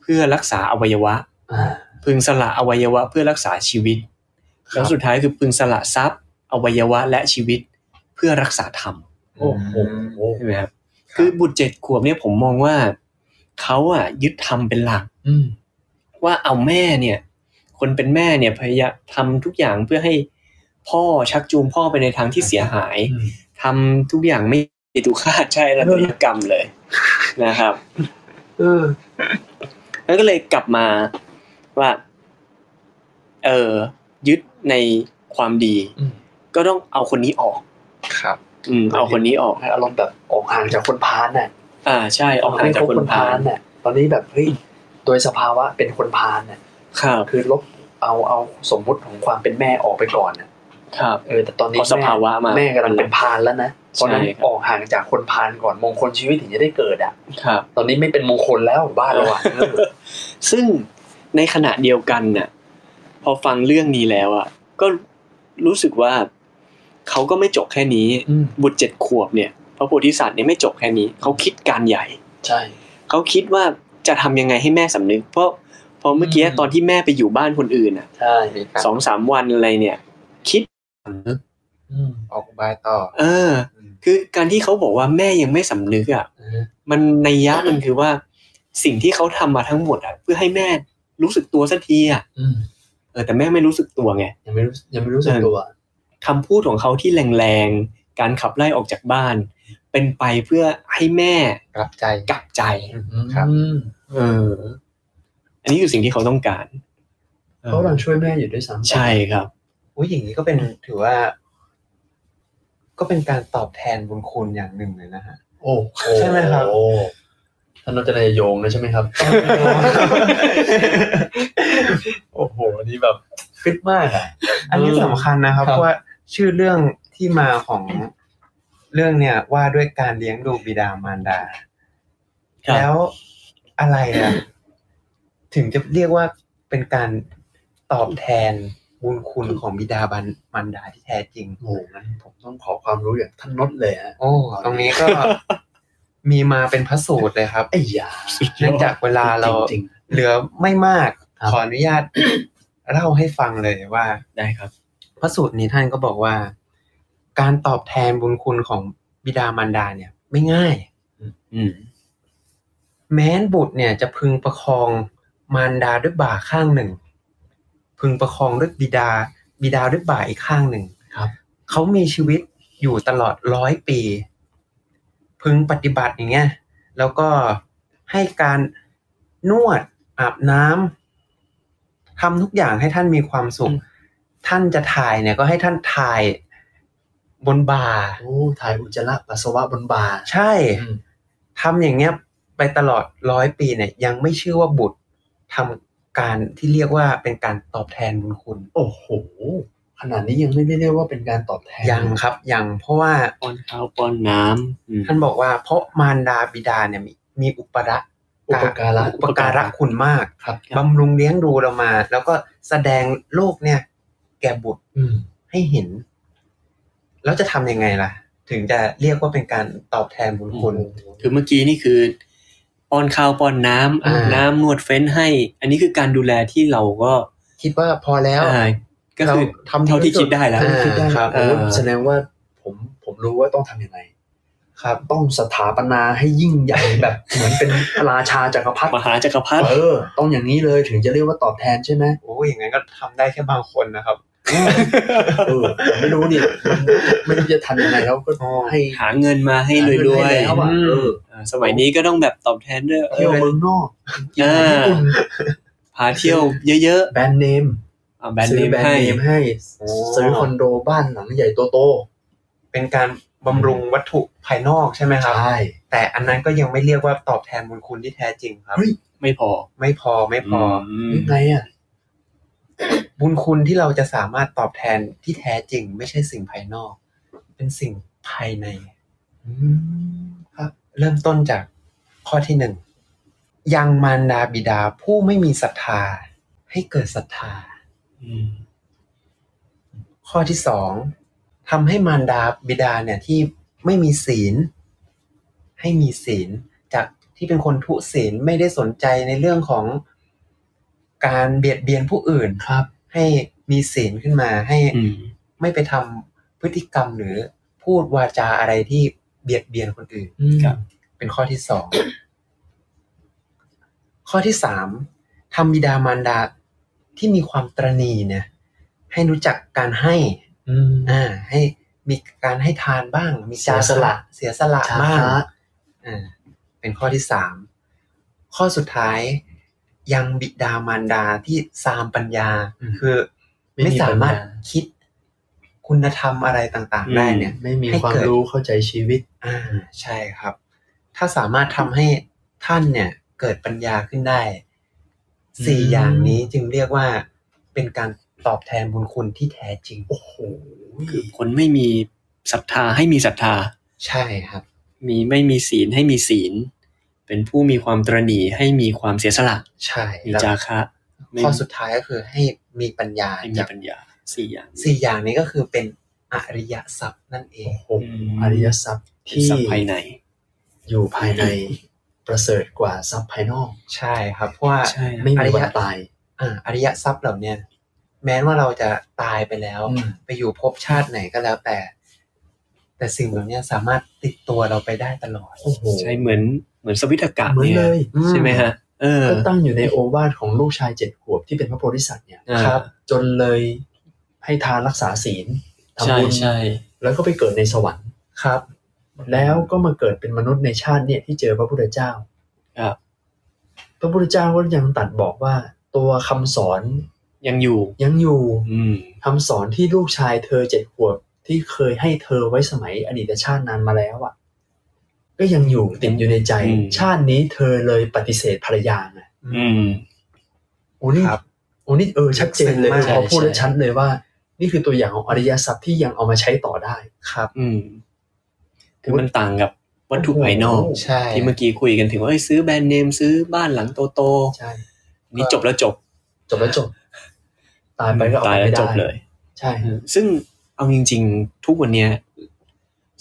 [SPEAKER 4] เพื่อรักษาอวัยวะ
[SPEAKER 2] อ่า
[SPEAKER 4] พึงสละอวัยวะเพื่อรักษาชีวิต
[SPEAKER 2] ครับ
[SPEAKER 4] แล้วสุดท้ายคือพึงสละทรัพย์ อวัยวะและชีวิตเพื่อรักษาธรรม
[SPEAKER 2] โอ้โหโอ้โห
[SPEAKER 4] ใช่ไหมครับ คือบุตรเจ็ดขวบเนี่ยผมมองว่าเขาอะยึดธรรมเป็นหลัก
[SPEAKER 2] อืม
[SPEAKER 4] ว่าเอาแม่เนี่ย คนเป็นแม่เนี่ยพยายามทำทุกอย่างเพื่อให้พ่อชักจูงพ่อไปในทางที่เสียหาย
[SPEAKER 2] อืม
[SPEAKER 4] ทำทุกอย่างไม่ถูกคาดใช่แล้วตุลกรรมเลย นะครับ
[SPEAKER 2] เออ
[SPEAKER 4] แล้วก็เลยกลับมาว่า เออยึดในความดี
[SPEAKER 2] อืม
[SPEAKER 4] ก็ต้องเอาคนนี้ออก
[SPEAKER 3] ครับ
[SPEAKER 4] อืมเอาคนนี้ออก
[SPEAKER 2] ให้อารมณ์แบบออกห่างจากคนพาลน่ะ
[SPEAKER 4] อ่าใช่ออกห่างจากคนพาล
[SPEAKER 2] น่ะ ตอนนี้แบบเฮ้ยโดยสภาวะเป็นคนพาลน่ะ
[SPEAKER 4] ครับ
[SPEAKER 2] คือลบเอาเอาสมมุติของความเป็นแม่ออกไปก่อนน่ะ
[SPEAKER 4] ครับ
[SPEAKER 2] เออแต่ตอนนี้
[SPEAKER 4] พอส
[SPEAKER 2] แม่
[SPEAKER 4] ภาวะมา
[SPEAKER 2] แม่กำลังเป็นพาลแล้วนะเพราะฉะนั้น
[SPEAKER 4] ใช่ครับ
[SPEAKER 2] ออกห่างจากคนพาลก่อนมงคลชีวิตถึงจะได้เกิดอ่ะ
[SPEAKER 4] ครับ
[SPEAKER 2] ตอนนี้ไม่เป็นมงคลแล้วบ้านเราอ่ะเออ
[SPEAKER 4] ซึ่งในขณะเดียวกันน่ะ พอฟังเรื่องนี้แล้วอ่ะ ก็รู้สึกว่าเขาก็ไม่จบแค่นี้
[SPEAKER 2] อืม
[SPEAKER 4] บุตรเจ็ดขวบเนี่ยพระโพธิสัตว์เนี่ยไม่จบแค่นี้เขาคิดการใหญ่
[SPEAKER 2] ใช่
[SPEAKER 4] เขาคิดว่าจะทำยังไงให้แม่สำนึก เพราะเพอเมื่อกี้
[SPEAKER 3] อืม
[SPEAKER 4] ตอนที่แม่ไปอยู่บ้านคนอื่นอ่ะ
[SPEAKER 2] ใช่
[SPEAKER 4] สองสามวันอะไรเนี่ย คิดสำนึก
[SPEAKER 2] อืม
[SPEAKER 3] ออกอุบายต่อ
[SPEAKER 4] เออ คือการที่เขาบอกว่าแม่ยังไม่สำนึกอ่ะ
[SPEAKER 2] เออ
[SPEAKER 4] มันในยยะมันคือว่าสิ่งที่เขาทำมาทั้งหมดอ่ะเพื่อให้แม่รู้สึกตัวสักทีอ่ะ
[SPEAKER 2] อืม
[SPEAKER 4] เออแต่แม่ไม่รู้สึกตัวไง
[SPEAKER 2] ยังไม่รู้ยังไม่รู้สึกตัว
[SPEAKER 4] คำพูดของเขาที่แรงๆ การขับไล่ออกจากบ้าน เป็นไปเพื่อให้แม่
[SPEAKER 3] รับใจ
[SPEAKER 4] กลับใจ
[SPEAKER 3] ครับ
[SPEAKER 2] อืม
[SPEAKER 4] เออ อันนี้คือสิ่งที่เขาต้องการเออ
[SPEAKER 2] เขากำลังช่วยแม่อยู่ด้วยซ้ำ
[SPEAKER 4] ใช่ครับ
[SPEAKER 3] อุ้ยอย่างนี้ก็เป็นถือว่า ก็เป็นการตอบแทนบุญคุณอย่างหนึ่งเลยนะฮะ
[SPEAKER 2] โอ้โห
[SPEAKER 3] ใช่ไหมครับ
[SPEAKER 2] โอ้ท่านนจะได้โยงนะใช่ไหมครับ โอ้โหอันนี้แบบฟิตมากอ่ะ
[SPEAKER 3] อันนี้สำคัญนะครับ
[SPEAKER 2] ครับ
[SPEAKER 3] เพราะว่าชื่อเรื่องที่มาของเรื่องเนี่ยว่าด้วยการเลี้ยงดูบิดามารดา
[SPEAKER 4] ครับ
[SPEAKER 3] แล้วอะไรอ่ะ ถึงจะเรียกว่าเป็นการตอบแทนบุญคุณของบิดาบันมารดาที่แท้จริง
[SPEAKER 2] โอ้โหงั้นผมต้องขอความรู้อย่างท่านนดเลยฮะ
[SPEAKER 3] โอ้ตรงนี้ ก็ มีมาเป็นพระสูตรเลยครับ
[SPEAKER 2] ไอ้ยา
[SPEAKER 3] เนื่องจากเวลาเรา
[SPEAKER 2] จริง
[SPEAKER 3] เหลือไม่มาก
[SPEAKER 2] ครับ
[SPEAKER 3] ขออนุญาต เล่าให้ฟังเลยว่า
[SPEAKER 4] ได้ครับ
[SPEAKER 3] พระสูตรนี้ท่านก็บอกว่า การตอบแทนบุญคุณของบิดามารดาเนี่ย ไม่ง่าย
[SPEAKER 4] อืม
[SPEAKER 3] แม้นบุตรเนี่ยจะพึงประคองมารดาด้วยบ่าข้างหนึ่ง พึงประคองด้วยบิดา บิดาด้วยบ่าอีกข้างหนึ่ง
[SPEAKER 2] ครับ
[SPEAKER 3] เขามีชีวิตอยู่ตลอดร้อยปี พึงปฏิบัติอย่างเงี้ยแล้วก็ให้การนวดอาบน้ำทำทุกอย่างให้ท่านมีความสุข ท่านจะถ่ายเนี่ยก็ให้ท่านถ่ายบนบ่า
[SPEAKER 2] ๆโอ้ถ่ายอุจจาระปัสสาวะบนบา
[SPEAKER 3] ใช่ ทำอย่างเงี้ยไปตลอดร้อยปีเนี่ย ยังไม่ชื่อว่าบุตรทำการที่เรียกว่าเป็นการตอบแทนบุญคุณ
[SPEAKER 2] โอ้โห ขนาดนี้ยังไม่ได้เรียกว่าเป็นการตอบแทน
[SPEAKER 3] ยังครับยังเพราะว่า
[SPEAKER 4] ป้อนข้าวป้อนน้ำอืม
[SPEAKER 3] ท่านบอกว่าเพราะมารดาบิดาเนี่ยมีมีอุประ
[SPEAKER 2] อุปการะ
[SPEAKER 3] อุปการะคุณมาก
[SPEAKER 2] ครับ
[SPEAKER 3] บำรุงเลี้ยงดูเรามา แล้วก็แสดงโลกเนี่ย แก่บุตร
[SPEAKER 2] อืม
[SPEAKER 3] ให้เห็น แล้วจะทำยังไงล่ะ ถึงจะเรียกว่าเป็นการตอบแทนบุญคุณ
[SPEAKER 4] คือเมื่อกี้นี่คือ ป้อนข้าวป้อนน้ำอาบน้ำนวดเฟ้นให้ อันนี้คือการดูแลที่เราก็
[SPEAKER 2] คิดว่าพอแล้ว
[SPEAKER 4] อ่าก็คือ
[SPEAKER 2] เราทำดี
[SPEAKER 4] เท่าที่
[SPEAKER 2] ที่สุด
[SPEAKER 4] คิดได้แล้ว
[SPEAKER 2] อ่า
[SPEAKER 3] คิดได้
[SPEAKER 2] ครับ
[SPEAKER 4] อ่า
[SPEAKER 2] โอ้แสดงว่าผมผมรู้ว่าต้องทำยังไง
[SPEAKER 3] ครับ
[SPEAKER 2] ต้องสถาปนาให้ยิ่งใหญ่แบบ เหมือนเป็นราชาจักรพรรดิ
[SPEAKER 4] มหาจักรพรรดิ
[SPEAKER 2] เออ ต้องอย่างนี้เลยถึงจะเรียกว่าตอบแทนใช่ไหม
[SPEAKER 3] โอ้ยอย่างนั้นก็ทำได้แค่บางคนนะครับ
[SPEAKER 2] เออผมไม่รู้นี่มันไม่รู้จะทำยังไงแล้วก็ให้
[SPEAKER 4] หาเงินมาให้รวยรว
[SPEAKER 2] หาเงิ
[SPEAKER 4] ย
[SPEAKER 2] นให้แล้วอะเออ
[SPEAKER 4] สมัยนี้ก็ต้องแบบตอบแทนด้วย
[SPEAKER 2] เที่ยวเมืองนอก
[SPEAKER 4] เออพาเที่ยวเยอะ
[SPEAKER 2] แบรนด์เนม
[SPEAKER 4] ๆอ่าแบรนด์
[SPEAKER 2] ซื้
[SPEAKER 4] เน
[SPEAKER 2] อ
[SPEAKER 4] ม
[SPEAKER 2] แบรน
[SPEAKER 4] ให้
[SPEAKER 2] ด์เนมให้
[SPEAKER 3] โอ้
[SPEAKER 2] ซื้อคอนโดบ้านหลังใหญ่โต
[SPEAKER 3] เป็นการบำรุงวัตถุภายนอกใช่ไหม
[SPEAKER 2] ๆ
[SPEAKER 3] ครับ
[SPEAKER 2] ใช่
[SPEAKER 3] แต่อันนั้นก็ยังไม่เรียกว่าตอบแทนบุญคุณที่แท้จริงครับ
[SPEAKER 4] ไม่พอ
[SPEAKER 3] ไม่พอไม่พออ
[SPEAKER 4] อืม
[SPEAKER 2] ยังไงอ่ะ
[SPEAKER 3] บุญคุณที่เราจะสามารถตอบแทนที่แท้จริง ไม่ใช่สิ่งภายนอก เป็นสิ่งภายใน
[SPEAKER 2] อืมครับ
[SPEAKER 3] เริ่มต้นจากข้อที่หนึ่งยังมารดาบิดาผู้ไม่มีศรัทธา ให้เกิดศรัทธา
[SPEAKER 4] อืม
[SPEAKER 3] ข้อที่สองทำให้มารดาบิดาเนี่ยที่ไม่มีศีล ให้มีศีล จากที่เป็นคนทุศีลไม่ได้สนใจในเรื่องของการเบียดเบียนผู้อื่น
[SPEAKER 2] ครับ
[SPEAKER 3] ให้มีศีลขึ้นมาให้
[SPEAKER 4] อืม
[SPEAKER 3] ไม่ไปทำพฤติกรรมหรือพูดวาจาอะไรที่เบียดเบียนคนอื่น
[SPEAKER 4] ครับ
[SPEAKER 3] เป็นข้อที่สอง ข้อที่สามทำบิดามารดาที่มีความตระหนีเนี่ย ให้รู้จักการให้
[SPEAKER 2] อืม
[SPEAKER 3] อ่า ให้มีการให้ทานบ้าง มีจา
[SPEAKER 2] เสียสละ
[SPEAKER 3] เสียสละ
[SPEAKER 2] จาคะ
[SPEAKER 3] บ้างอ่าเป็นข้อที่สาม ข้อสุดท้าย ยังบิดามารดาที่ซามปัญญา
[SPEAKER 2] อืม
[SPEAKER 3] คือ
[SPEAKER 2] ไม่
[SPEAKER 3] ไม่
[SPEAKER 2] มี
[SPEAKER 3] สามารถ
[SPEAKER 2] ปัญญา
[SPEAKER 3] คิดคุณธรรมอะไรต่างๆ ได้เนี่ย
[SPEAKER 2] ไม่มี
[SPEAKER 3] ให้
[SPEAKER 2] ความ
[SPEAKER 3] เกิด
[SPEAKER 2] รู้เข้าใจชีวิต
[SPEAKER 3] อ่าใช่ครับ ถ้าสามารถทำให้ท่านเนี่ยเกิดปัญญาขึ้นได้สี่
[SPEAKER 2] อืม
[SPEAKER 3] อย่างนี้จึงเรียกว่าเป็นการตอบแทนบุญคุณที่แท้จริง
[SPEAKER 2] โอ้โห
[SPEAKER 4] คือคนไม่มีศรัทธาให้มีศรัทธา
[SPEAKER 3] ใช่ครับ
[SPEAKER 4] มีไม่มีศีลให้มีศีล เป็นผู้มีความตระหนี่ให้มีความเสียสละ
[SPEAKER 3] ใช่
[SPEAKER 4] มี
[SPEAKER 3] แล้ว
[SPEAKER 4] จาคะไม่
[SPEAKER 3] ข้อสุดท้ายก็คือให้มีปัญญา
[SPEAKER 4] ไม่มี
[SPEAKER 3] จาก
[SPEAKER 4] ปัญญาสี่อย่าง
[SPEAKER 3] สี่อย่างนี้ก็คือเป็นอริยทรัพย์นั่นเอง
[SPEAKER 2] โอ้โหอริยทรัพย์
[SPEAKER 4] ที่
[SPEAKER 2] ที่
[SPEAKER 4] สัมภายใน
[SPEAKER 2] อยู่ภายในประเสริฐกว่าทรัพย์ภายนอก
[SPEAKER 3] ใช่ครับเพราะว่า
[SPEAKER 4] ใช่
[SPEAKER 2] ไม่
[SPEAKER 3] อ
[SPEAKER 2] มี
[SPEAKER 3] ริ
[SPEAKER 2] วั
[SPEAKER 3] ย
[SPEAKER 2] นตาย
[SPEAKER 3] อ่าอริยทรัพย์เหล่าเนี้ยแม้ว่าเราจะตายไปแล้ว
[SPEAKER 2] อืม
[SPEAKER 3] ไปอยู่ภพชาติไหนก็แล้วแต่ แต่สิ่งเหล่าเนี้ยสามารถติดตัวเราไปได้ตลอด
[SPEAKER 2] โอ้โห
[SPEAKER 4] ใช่เหมือนเหมือนสวิตกะ
[SPEAKER 2] เหมือนเลย
[SPEAKER 4] ใช่ไหมฮะ เออ
[SPEAKER 2] ก็ตั้งอยู่ในโอวาทของลูกชายเจ็ดขวบที่เป็นพระโพธิสัตว์เนี่ย
[SPEAKER 4] อ่า
[SPEAKER 2] ครับ จนเลยให้ทานรักษาศีลทำ
[SPEAKER 4] ใช่
[SPEAKER 2] บุญ
[SPEAKER 4] ใช่
[SPEAKER 2] แล้วก็ไปเกิดในสวรรค์
[SPEAKER 3] ครับ
[SPEAKER 2] แล้วก็มาเกิดเป็นมนุษย์ในชาติเนี่ยที่เจอพระพุทธเจ้า
[SPEAKER 4] ครับ
[SPEAKER 2] พระพุทธเจ้าก็ยังตรัดบอกว่า ตัวคำสอน
[SPEAKER 4] ยังอยู่
[SPEAKER 2] ยังอยู่
[SPEAKER 4] อืม
[SPEAKER 2] คำสอนที่ลูกชายเธอเจ็ดขวบที่เคยให้เธอไว้สมัยอดีตชาตินานมาแล้วอ่ะ ก็ยังอยู่ติดอยู่ในใจ
[SPEAKER 4] อืม
[SPEAKER 2] ชาตินี้เธอเลยปฏิเสธภรรยาไง
[SPEAKER 4] อืม
[SPEAKER 2] โอ้นี่
[SPEAKER 3] ครับ
[SPEAKER 2] โอ้นี่เออชัดเจนเลย
[SPEAKER 3] ใช่ใช่
[SPEAKER 2] พอพูดแล้ว
[SPEAKER 4] ใช่
[SPEAKER 2] ชัดเลยว่า นี่คือตัวอย่างของอริยทรัพย์ที่ยังเอามาใช้ต่อได้
[SPEAKER 3] ครับ
[SPEAKER 4] อืมคือมันต่างกับวัตถุภายนอก
[SPEAKER 2] โอ้โห
[SPEAKER 3] ใช่
[SPEAKER 4] ที่เมื่อกี้คุยกันถึงว่าเอ้ยซื้อแบรนด์เนมซื้อบ้านหลังโต
[SPEAKER 2] ใช่
[SPEAKER 4] ๆนี่จบแล้วจบ
[SPEAKER 2] จบแล้วจบ ตายไปก็เอา
[SPEAKER 4] ตา
[SPEAKER 2] ไป
[SPEAKER 4] ยแล้ว
[SPEAKER 2] ไม่
[SPEAKER 4] จ
[SPEAKER 2] ได้
[SPEAKER 4] บเลย
[SPEAKER 2] ใช่
[SPEAKER 4] ซึ่งเอาจริง ๆ ทุกวันเนี้ย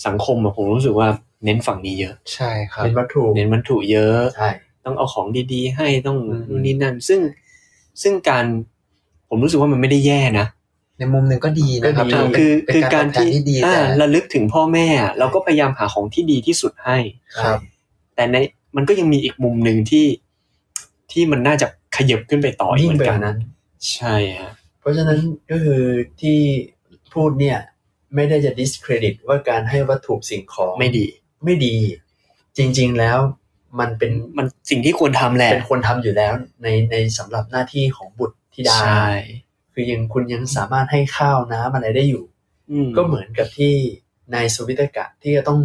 [SPEAKER 4] สังคมอะผมรู้สึกว่าเน้นฝั่งนี้เยอะ
[SPEAKER 3] ใช่ครับ
[SPEAKER 2] เป็นวัตถุ
[SPEAKER 4] เน้นวัตถุเยอะ
[SPEAKER 2] ใช่
[SPEAKER 4] ต้องเอาของดีๆ ให้ต้อง
[SPEAKER 3] อืม
[SPEAKER 4] นู่นนี่นั่น ซึ่งซึ่งการผมรู้สึกว่ามันไม่ได้แย่นะ
[SPEAKER 3] ในมุมหนึ่งก็ดี
[SPEAKER 2] ก็
[SPEAKER 3] นะครับ
[SPEAKER 2] ดี
[SPEAKER 4] อ่าคือ
[SPEAKER 3] เป็น
[SPEAKER 4] คือ
[SPEAKER 3] การ
[SPEAKER 4] การ
[SPEAKER 3] ตอบแทน
[SPEAKER 4] ที่
[SPEAKER 3] ที่ดี
[SPEAKER 4] อ่า
[SPEAKER 3] แต่
[SPEAKER 4] ระลึกถึงพ่อแม่อะเราก็พยายามหาของที่ดีที่สุดให้
[SPEAKER 3] ครับ
[SPEAKER 4] แต่ในมันก็ยังมีอีกมุมหนึ่งที่ที่มันน่าจะขยับขึ้นไปต่ออีก
[SPEAKER 2] ยิ่ง
[SPEAKER 4] เห
[SPEAKER 2] ไป
[SPEAKER 4] มือ
[SPEAKER 2] ก
[SPEAKER 4] นกัน
[SPEAKER 2] ว่านั้น
[SPEAKER 4] ใช่ฮะ
[SPEAKER 2] เพราะฉะนั้นก็คือที่พูดเนี่ย ไม่ได้จะ discredit ว่าการให้วัตถุสิ่งของ
[SPEAKER 4] ไม่ดี
[SPEAKER 2] ไม่ดี จริง ๆแล้วมันเป็น
[SPEAKER 4] มันสิ่งที่ควรทำแหละ
[SPEAKER 2] เป็นคนทำอยู่แล้วในในสำหรับหน้าที่ของบุตรธิดา
[SPEAKER 4] ใช่
[SPEAKER 2] คือยังคุณยังสามารถให้ข้าวน้ำอะไรได้อยู่
[SPEAKER 4] อืม
[SPEAKER 2] ก็เหมือนกับที่นายสวิตกะที่จะต้อง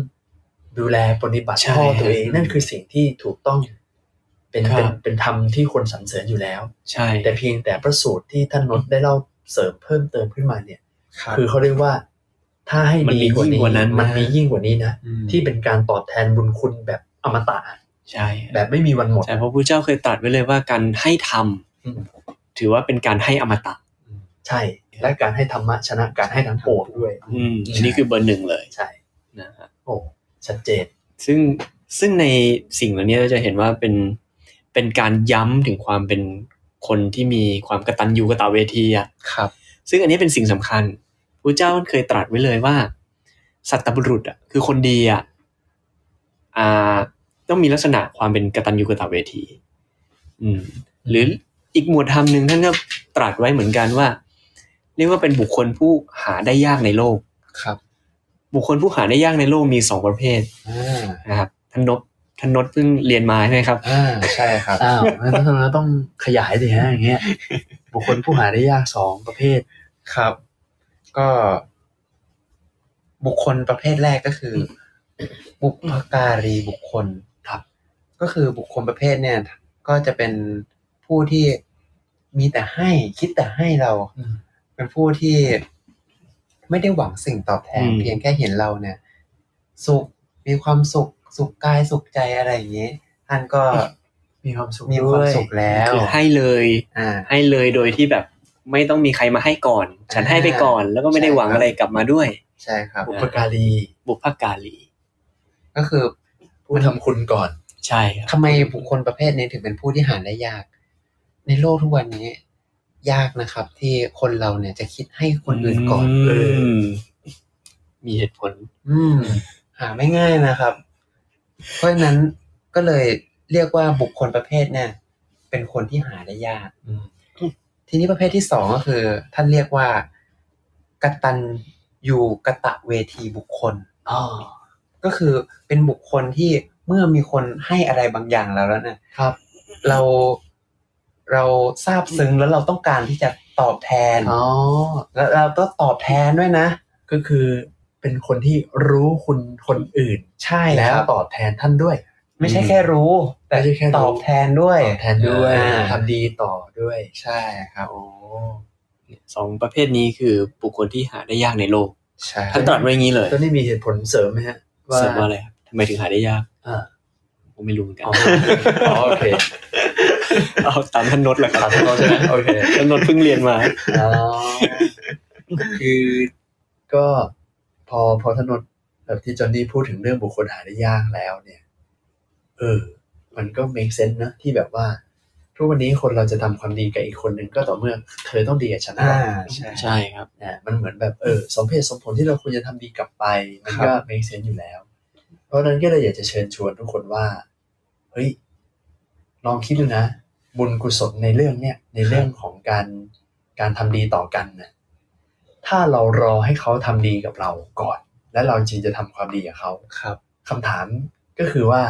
[SPEAKER 2] ดูแลปฏิบัติ
[SPEAKER 4] ใช่
[SPEAKER 2] พ่อตัวเอง นั่นคือสิ่งที่ถูกต้องเป็น
[SPEAKER 4] ครับ
[SPEAKER 2] เป็นเป็นธรรมที่คนสรรเสริญอยู่แล้ว
[SPEAKER 4] ใช่
[SPEAKER 2] แต่เพียงแต่พระสูตรที่ท่านนดได้เล่าเสริมเพิ่มเติมขึ้นมาเนี่ย
[SPEAKER 3] ครับ
[SPEAKER 2] คือเขาเรียกว่า ถ้าให้
[SPEAKER 4] มัน
[SPEAKER 2] ดี
[SPEAKER 4] มียิ่งกว่านั้น
[SPEAKER 2] มันมียิ่งกว่านี้นะ
[SPEAKER 3] อืม
[SPEAKER 2] ที่เป็นการตอบแทนบุญคุณแบบอมตะ
[SPEAKER 4] ใช่ฮะ
[SPEAKER 2] แบบไม่มีวันหมด
[SPEAKER 4] แต่พระพุทธเจ้าเคยตรัสไว้เลยว่าการให้ธรรม
[SPEAKER 2] อืม
[SPEAKER 4] ถือว่าเป็นการให้อมตะ
[SPEAKER 2] ใช่ และการให้ธรรมะชนะการให้ทั้งปวงด้วย
[SPEAKER 4] อืม
[SPEAKER 2] ใช่
[SPEAKER 4] อันนี้คือเบอร์หนึ่งเลย
[SPEAKER 2] ใช่
[SPEAKER 4] นะฮะ
[SPEAKER 2] โอ้ชัดเจน
[SPEAKER 4] ซึ่ง ซึ่งในสิ่งเหล่านี้เราจะเห็นว่าเป็นเป็นการย้ำถึงความเป็นคนที่มีความกตัญญูกตเวทีอะ
[SPEAKER 3] ครับ
[SPEAKER 4] ซึ่งอันนี้เป็นสิ่งสำคัญพระเจ้าเคยตรัสไว้เลยว่า สัตบุรุษอะคือคนดีอะอ่า ต้องมีลักษณะความเป็นกตัญญูกตเวที อืม หรืออีกหมวดธรรมหนึ่งท่านก็ตรัสไว้เหมือนกันว่า เรียกว่าเป็นบุคคลผู้หาได้ยากในโลก
[SPEAKER 3] ครับ
[SPEAKER 4] บุคคลผู้หาได้ยากในโลกมีสองประเภท
[SPEAKER 3] อ่า
[SPEAKER 4] นะครับท่านนบท่านนบเพิ่งเรียนมาใช่ไหมครับ
[SPEAKER 3] อ่าใช่ครับ
[SPEAKER 2] อ้าวงั้นต้องต้องขยายสิฮะอย่างเงี้ย บุคคลผู้หาได้ยากสองประเภท
[SPEAKER 3] ครับ ก็ บุคคลประเภทแรกก็คือ บุพการีบุคคล
[SPEAKER 2] ครับ
[SPEAKER 3] ก็คือบุคคลประเภทเนี่ย ก็จะเป็นผู้ที่มีแต่ให้ คิดแต่ให้เรา เป็นผู้ที่ไม่ได้หวังสิ่งตอบแทน
[SPEAKER 4] อืม
[SPEAKER 3] เพียงแค่เห็นเราเนี่ย สุขมีความสุข สุขกายสุขใจอะไรอย่างนี้ท่านก็
[SPEAKER 2] มีความสุข
[SPEAKER 3] มีความ
[SPEAKER 2] ด้วย
[SPEAKER 3] สุขแล้ว
[SPEAKER 4] คือให้เลย
[SPEAKER 3] อ่า
[SPEAKER 4] ให้เลยโดยที่แบบไม่ต้องมีใครมาให้ก่อน ฉันให้ไปก่อนแล้วก็ไม่ได้หวังอะไรกลับมาด้วย
[SPEAKER 3] ใช่ครับ
[SPEAKER 2] บุปการี
[SPEAKER 4] บุพการี
[SPEAKER 3] ก็คือ
[SPEAKER 2] ผู้ทำคุณก่อน
[SPEAKER 4] ใช่ครับ
[SPEAKER 3] ทำไมบุคคลประเภทนี้ถึงเป็นผู้ที่หาได้ยาก ในโลกทุกวันนี้ ยากนะครับ ที่คนเราเนี่ยจะคิดให้คนอื่นก่อน
[SPEAKER 4] ม
[SPEAKER 3] เออ
[SPEAKER 4] มีเหตุผล
[SPEAKER 3] อืม หาไม่ง่ายนะครับ เพราะฉะนั้นก็เลยเรียกว่าบุคคลประเภทเนี่ย เป็นคนที่หาได้ยาก
[SPEAKER 2] อืม
[SPEAKER 3] ทีนี้ประเภทที่สองก็คือ ท่านเรียกว่ากตันยูกะตะเวทีบุคคล
[SPEAKER 2] อ๋อ
[SPEAKER 3] ก็คือเป็นบุคคลที่เมื่อมีคนให้อะไรบางอย่างเราแล้วเนี่ย
[SPEAKER 2] ครับ
[SPEAKER 3] เราเราซาบซึ้งแล้วเราต้องการที่จะตอบแทน
[SPEAKER 2] อ๋อ
[SPEAKER 3] แล้วเราต้องตอบแทนด้วยนะ
[SPEAKER 2] ก็คือเป็นคนที่รู้คุณคนอื่น
[SPEAKER 3] ใช่
[SPEAKER 2] แล้ว
[SPEAKER 3] ครับ
[SPEAKER 2] ตอบแทนท่านด้วย
[SPEAKER 3] ไม่ใช่แค่รู้ แต่
[SPEAKER 2] ไม่ใช่แค่รู้
[SPEAKER 3] ตอบแทนด้วย
[SPEAKER 2] ตอบแทนด้วย
[SPEAKER 3] อ่า
[SPEAKER 2] ทำดีต่อด้วย
[SPEAKER 3] ใช่ครับ
[SPEAKER 2] โอ้
[SPEAKER 4] สองประเภทนี้คือบุคคลที่หาได้ยากในโลก
[SPEAKER 3] ใช่
[SPEAKER 4] ท่านตรัสไว้อย่างนี้เลย
[SPEAKER 2] ตอนนี้มีเหตุผลเสริมไหมฮะว่า
[SPEAKER 4] เสริมว่าอะไรครับทำไมถึงหาได้ยาก
[SPEAKER 2] อ่า
[SPEAKER 4] ผมไม่รู้เหมือนกัน
[SPEAKER 2] อ๋อ อ๋อโอเค
[SPEAKER 4] เอาตามท่านนทแหละครับ
[SPEAKER 2] ถามเขาใช่ไหมโอเค
[SPEAKER 4] ท่านนทเพิ่งเรียนมา
[SPEAKER 2] อ๋อคือก็พอพอถนนแบบที่จอห์นนี่พูดถึงเรื่องบุคคลหาได้ยากแล้วเนี่ย เออ มันก็ make sense นะที่แบบว่า ทุกวันนี้คนเราจะทำความดีกับอีกคนหนึ่งก็ต่อเมื่อเธอต้องดีกับฉันนะ
[SPEAKER 3] อ่าใช่
[SPEAKER 4] ใช่ครับ
[SPEAKER 2] นะมันเหมือนแบบเออสมเพศสมผลที่เราควรจะทำดีกลับไป มันก็ make sense อยู่แล้ว เพราะฉะนั้นก็เลยอยากจะเชิญชวนทุกคนว่า เฮ้ย ลองคิดดูนะ บุญกุศลในเรื่องเนี้ยในเรื่องของการการทำดีต่อกันนะถ้าเรารอให้เขาทำดีกับเราก่อน แล้วเราจริงจะทำความดีกับเขา
[SPEAKER 3] ครับ
[SPEAKER 2] คำถามก็คือว่า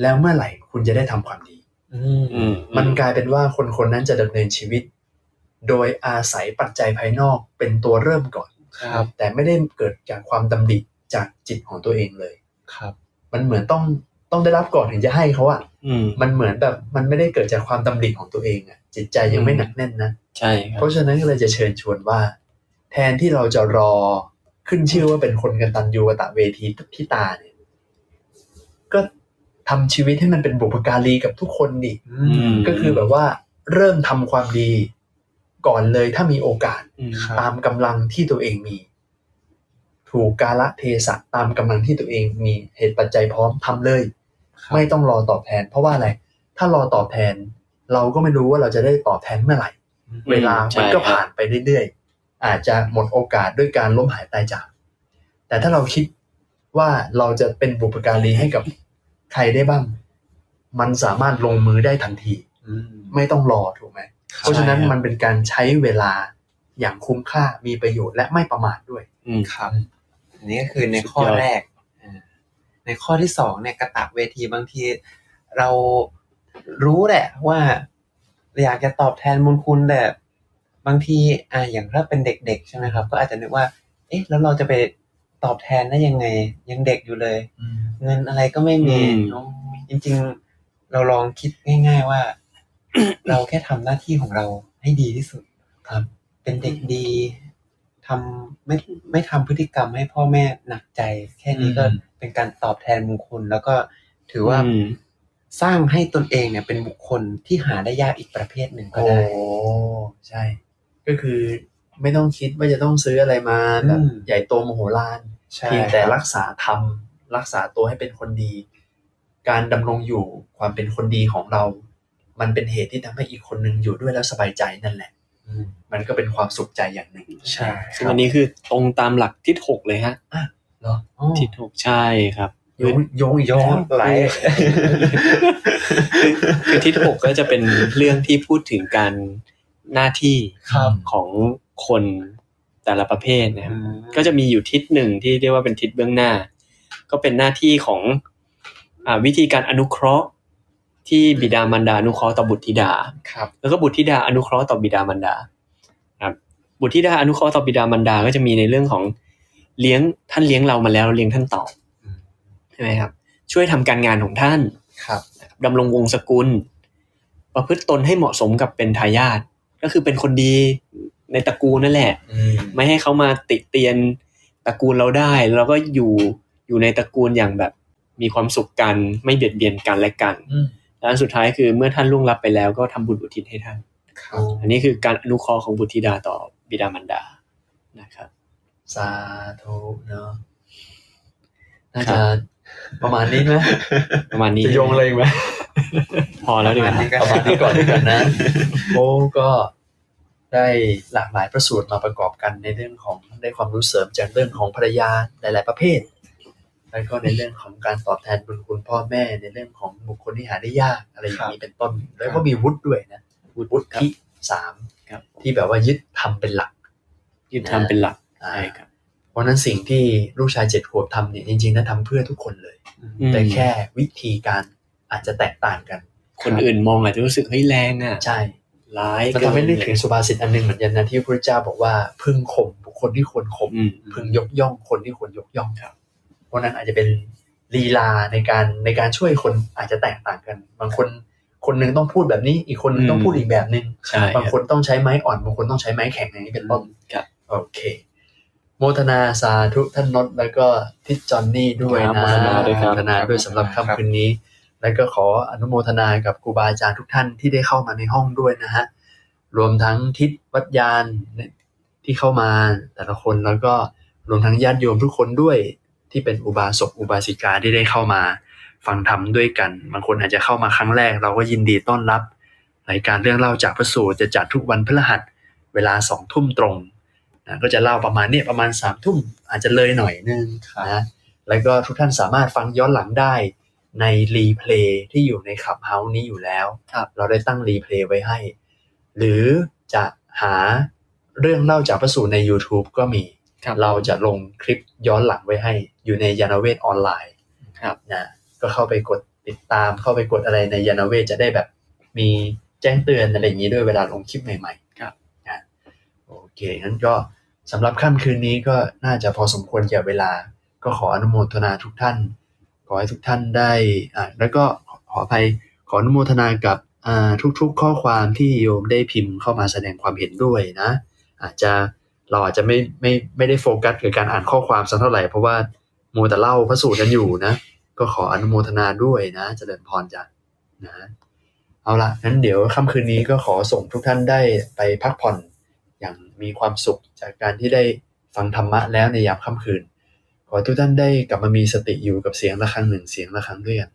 [SPEAKER 2] แล้วเมื่อไหร่คุณจะได้ทำความดี
[SPEAKER 3] อื
[SPEAKER 4] อื
[SPEAKER 3] ม
[SPEAKER 4] ม
[SPEAKER 2] มันกลายเป็นว่าคนคนนั้นจะดำเนินชีวิต โดยอาศัยปัจจัยภายนอกเป็นตัวเริ่มก่อน
[SPEAKER 3] ครับ
[SPEAKER 2] แต่ไม่ได้เกิดจากความดำริจากจิตของตัวเองเลย
[SPEAKER 3] ครับ
[SPEAKER 2] มันเหมือนต้องต้องได้รับก่อนถึงจะให้เขาอ่ะ
[SPEAKER 4] อืม
[SPEAKER 2] มันเหมือนแบบมันไม่ได้เกิดจากความดำริของตัวเองอ่ะ จิตใจยังไม่หนักแน่นนะ
[SPEAKER 4] ใช่ครับ
[SPEAKER 2] เพราะฉะนั้นก็เลยจะเชิญชวนว่า แทนที่เราจะรอขึ้นชื่อว่าเป็นคนกันตันยูกตะเวทีที่ตาเนี่ย ก็ทำชีวิตให้มันเป็นบุพการีกับทุกคนดิ
[SPEAKER 3] อืม
[SPEAKER 2] ก็คือแบบว่าเริ่มทำความดีก่อนเลยถ้ามีโอกาส
[SPEAKER 4] อืม
[SPEAKER 3] ครับ
[SPEAKER 2] ตามกำลังที่ตัวเองมี ถูกกาละเทศะตามกำลังที่ตัวเองมีเหตุปัจจัยพร้อมทำเลย ไม่ต้องรอตอบแทน เพราะว่าอะไร ถ้ารอตอบแทน เราก็ไม่รู้ว่าเราจะได้ตอบแทนเมื่อไหร่ เวลามันก็ผ่านไปเรื่อยๆ อาจจะหมดโอกาสด้วยการล้มหายตายจาก แต่ถ้าเราคิดว่าเราจะเป็นบุปการีให้กับใครได้บ้าง มันสามารถลงมือได้ทันที
[SPEAKER 3] อืม
[SPEAKER 2] ไม่ต้องรอถูกไหม
[SPEAKER 3] ครับ
[SPEAKER 2] เพราะฉะนั้น
[SPEAKER 4] ใช่ครับ
[SPEAKER 2] มันเป็นการใช้เวลาอย่างคุ้มค่า มีประโยชน์และไม่ประมาทด้วย
[SPEAKER 4] อืม
[SPEAKER 3] ครับ อันนี้ก็คือในข้อ
[SPEAKER 4] สุดยอด
[SPEAKER 3] แรกอ่าในข้อที่สองเนี่ยกระตะเวทีบางที เรารู้แหละว่าอยากจะตอบแทนบุญคุณแต่บางทีอ่าอย่างถ้าเป็นเด็กๆใช่ไหมครับ ก็อาจจะนึกว่า เอ๊ะ แล้วเราจะไปตอบแทนได้ยังไง ยังเด็กอยู่เลย เงินอะไรก็ไม่มี
[SPEAKER 4] อืม
[SPEAKER 3] เนอะจริง ๆ เราลองคิดง่าย ๆ ว่า เราแค่ทำหน้าที่ของเราให้ดีที่สุด
[SPEAKER 2] ครับ
[SPEAKER 3] เป็นเด็กดีทำไม่ไม่ทำพฤติกรรมให้พ่อแม่หนักใจ แค่นี้ก็เป็นการตอบแทนบุญคุณ แล้วก็ถือว่า
[SPEAKER 4] อืม
[SPEAKER 3] สร้างให้ตนเองเนี่ย เป็นบุคคลที่หาได้ยากอีกประเภทหนึ่งก็
[SPEAKER 2] โอ้
[SPEAKER 3] ได้
[SPEAKER 2] ใช่ ก็คือไม่ต้องคิดว่าจะต้องซื้ออะไรมาแบบใหญ่โตมโหฬาร
[SPEAKER 3] ใช่
[SPEAKER 2] เพียงแต่รักษาธรรมรักษาตัวให้เป็นคนดี การดำรงอยู่ความเป็นคนดีของเรา มันเป็นเหตุที่ทำให้อีกคนนึงอยู่ด้วยแล้วสบายใจนั่นแหละ
[SPEAKER 3] อืม
[SPEAKER 2] มันก็เป็นความสุขใจอย่างหนึ่ง
[SPEAKER 1] ใช่ซึ่งอันนี้คือตรงตามหลักทิศหกเลยฮะ
[SPEAKER 2] เนาะ
[SPEAKER 3] อ๋อ
[SPEAKER 1] ทิศหกใช่ครับ
[SPEAKER 2] โยงโยงอีก
[SPEAKER 3] ย้
[SPEAKER 2] แล้
[SPEAKER 3] อ
[SPEAKER 2] วน
[SPEAKER 3] ไหล
[SPEAKER 1] คือคือทิศหกก็จะเป็นเรื่องที่พูดถึงการหน้าที่
[SPEAKER 3] ครับ
[SPEAKER 1] ของคนแต่ละประเภทนะครับ
[SPEAKER 3] อืม
[SPEAKER 1] ก็จะมีอยู่ทิศหนึ่งที่เรียกว่าเป็นทิศเบื้องหน้า ก็เป็นหน้าที่ของอาวิธีการอนุเคราะห์ ที่บิดามารดาอนุเคราะห์ต่อบุตรธิดา
[SPEAKER 2] ครับ
[SPEAKER 1] แล้วก็บุตรธิดาอนุเคราะห์ต่อบิดามารดาครับบุตรธิดาอนุเคราะห์ต่อบิดามารดาก็จะมีในเรื่องของเลี้ยงท่านเลี้ยงเรามาแล้วเลี้ยงท่านตอบ
[SPEAKER 2] อืม
[SPEAKER 1] ใช่ไหมครับ ช่วยทำการงานของท่าน
[SPEAKER 2] ครับ
[SPEAKER 1] ดำรงวงศกุล ประพฤติตนให้เหมาะสมกับเป็นทายาทก็คือเป็นคนดีในตระกูลนั่นแหละ
[SPEAKER 2] อืม
[SPEAKER 1] ไม่ให้เขามาติเตียนตระกูลเราได้ เราก็อยู่อยู่ในตระกูลอย่างแบบมีความสุขกันไม่เบียดเบียนกันและกัน
[SPEAKER 2] อืม
[SPEAKER 1] และอันสุดท้ายคือเมื่อท่านล่วงลับไปแล้วก็ทำบุญอุทิศให้ท่าน
[SPEAKER 2] ครับ
[SPEAKER 1] อันนี้คือการอนุเคราะห์ของบุตรธิดาต่อบิดามารดานะครับ
[SPEAKER 2] สาธุเนาะน่า
[SPEAKER 1] ครั
[SPEAKER 2] จะ
[SPEAKER 1] บ
[SPEAKER 2] ประมาณนี้ไหม
[SPEAKER 1] ประมาณนี้
[SPEAKER 2] จะโยงอะไรอีกไหม
[SPEAKER 1] พอแล้วดีกว่า
[SPEAKER 3] ประมาณนี้ก็
[SPEAKER 2] ประมาณนี้ก่อนดีกว่า นะโอ้ก็ได้หลากหลายประสูตรมาประกอบกันในเรื่องของได้ความรู้เสริมจากเรื่องของภรรยาหลาย ๆ ประเภท แล้วก็ในเรื่องของการตอบแทนบุญคุณพ่อแม่ในเรื่องของบุคคลที่หาได้ยากอะไรอย่างนี้เป็นต้น แล้วก็มีวุฒิด้วยนะวุฒิสาม
[SPEAKER 1] ครับ
[SPEAKER 2] ที่แบบว่ายึดทำเป็นหลัก
[SPEAKER 1] ยึดทำเป็นหลัก
[SPEAKER 2] อ่า
[SPEAKER 1] ใช่ครับ
[SPEAKER 2] เพราะฉะนั้นสิ่งที่ลูกชายเจ็ดขวบทำเนี่ยจริง ๆนะทำเพื่อทุกคนเลย แต่แค่วิธีการอาจจะแตกต่างกัน
[SPEAKER 1] คนอื่นมองอาจจะรู้สึกเฮ้ยแรงอ่ะ
[SPEAKER 2] ใช่
[SPEAKER 1] ร้าย
[SPEAKER 2] มันทำให้นึกถึงสุภาษิตอันหนึงเหมือนกันนะที่พระเจ้าบอกว่าพึงข่มบุคคลที่ควรข่ม
[SPEAKER 1] อืม
[SPEAKER 2] พึงยกย่องคนที่ควรยกย่อง
[SPEAKER 1] ครับ
[SPEAKER 2] เพราะนั้นอาจจะเป็นลีลาในการในการช่วยคนอาจจะแตกต่างกัน บางคนคนหนึ่งต้องพูดแบบนี้ อีกคนหนึ่งต้องพูดอีกแบบหนึ่ง
[SPEAKER 1] ใช่
[SPEAKER 2] บาง
[SPEAKER 1] ค
[SPEAKER 2] ครับนต้องใช้ไม้อ่อนบางคนต้องใช้ไม้แข็งอย่างนี้เป็นต้น
[SPEAKER 1] ครับ
[SPEAKER 2] โอเค โมทนาสาธุท่านนท์แล้วก็ทิศจอนนี่ด้วย
[SPEAKER 1] ครับ
[SPEAKER 2] นะ
[SPEAKER 1] โมทนาด้วยครับ
[SPEAKER 2] โมทนาด้วยสำหรับค่ำคืนนี้ แล้วก็ขออนุโมทนากับครูบาอาจารย์ทุกท่านที่ได้เข้ามาในห้องด้วยนะฮะ รวมทั้งทิศวัดยานที่เข้ามาแต่ละคนแล้วก็รวมทั้งญาติโยมทุกคนด้วยที่เป็นอุบาสกอุบาสิกาที่ได้เข้ามาฟังธรรมด้วยกัน บางคนอาจจะเข้ามาครั้งแรก เราก็ยินดีต้อนรับรายการเรื่องเล่าจากพระสูตรจะจัดทุกวันพฤหัสเวลาสองทุ่มตรงนะก็จะเล่าประมาณเนี้ยประมาณสามทุ่มอาจจะเลยหน่อยนึงนะแล้วก็ทุกท่านสามารถฟังย้อนหลังได้ ในรีเพลย์ที่อยู่ในขับเฮาส์นี้อยู่แล้ว
[SPEAKER 1] ครับ
[SPEAKER 2] เราได้ตั้งรีเพลย์ไว้ให้ หรือจะหาเรื่องเล่าจากพระสูตรใน YouTube ก็มี
[SPEAKER 1] ครับ
[SPEAKER 2] เราจะลงคลิปย้อนหลังไว้ให้ อยู่ในยานเวทออนไลน์
[SPEAKER 1] ครับ
[SPEAKER 2] นะก็เข้าไปกดติดตามเข้าไปกดอะไรในยานเวทจะได้แบบมีแจ้งเตือนอะไรอย่างนี้ด้วยเวลาลงคลิปใหม่ๆ
[SPEAKER 1] ครับ
[SPEAKER 2] นะโอเคงั้นก็สำหรับค่ำคืนนี้ก็น่าจะพอสมควรแก่เวลา ก็ขออนุโมทนาทุกท่าน ขอให้ทุกท่านได้อ่าแล้วก็ขออภัยขออนุโมทนากับอ่าทุกๆ ข้อความที่โยมได้พิมพ์เข้ามาแสดงความเห็นด้วยนะ อาจจะเราอาจจะไม่ไม่ไม่ได้โฟกัสกับการอ่านข้อความสักเท่าไหร่ เพราะว่ามัวแต่เล่าพระสูตรกันอยู่นะ ก็ขออนุโมทนาด้วยนะเจริญพรจ้ะนะ เอาละงั้นเดี๋ยวค่ำคืนนี้ก็ขอส่งทุกท่านได้ไปพักผ่อนอย่างมีความสุขจากการที่ได้ฟังธรรมะแล้วในยามค่ำคืน ขอให้ทุกท่านได้กลับมามีสติอยู่กับเสียงะระฆังหนึ่งเสียงะระฆังด้วยกัน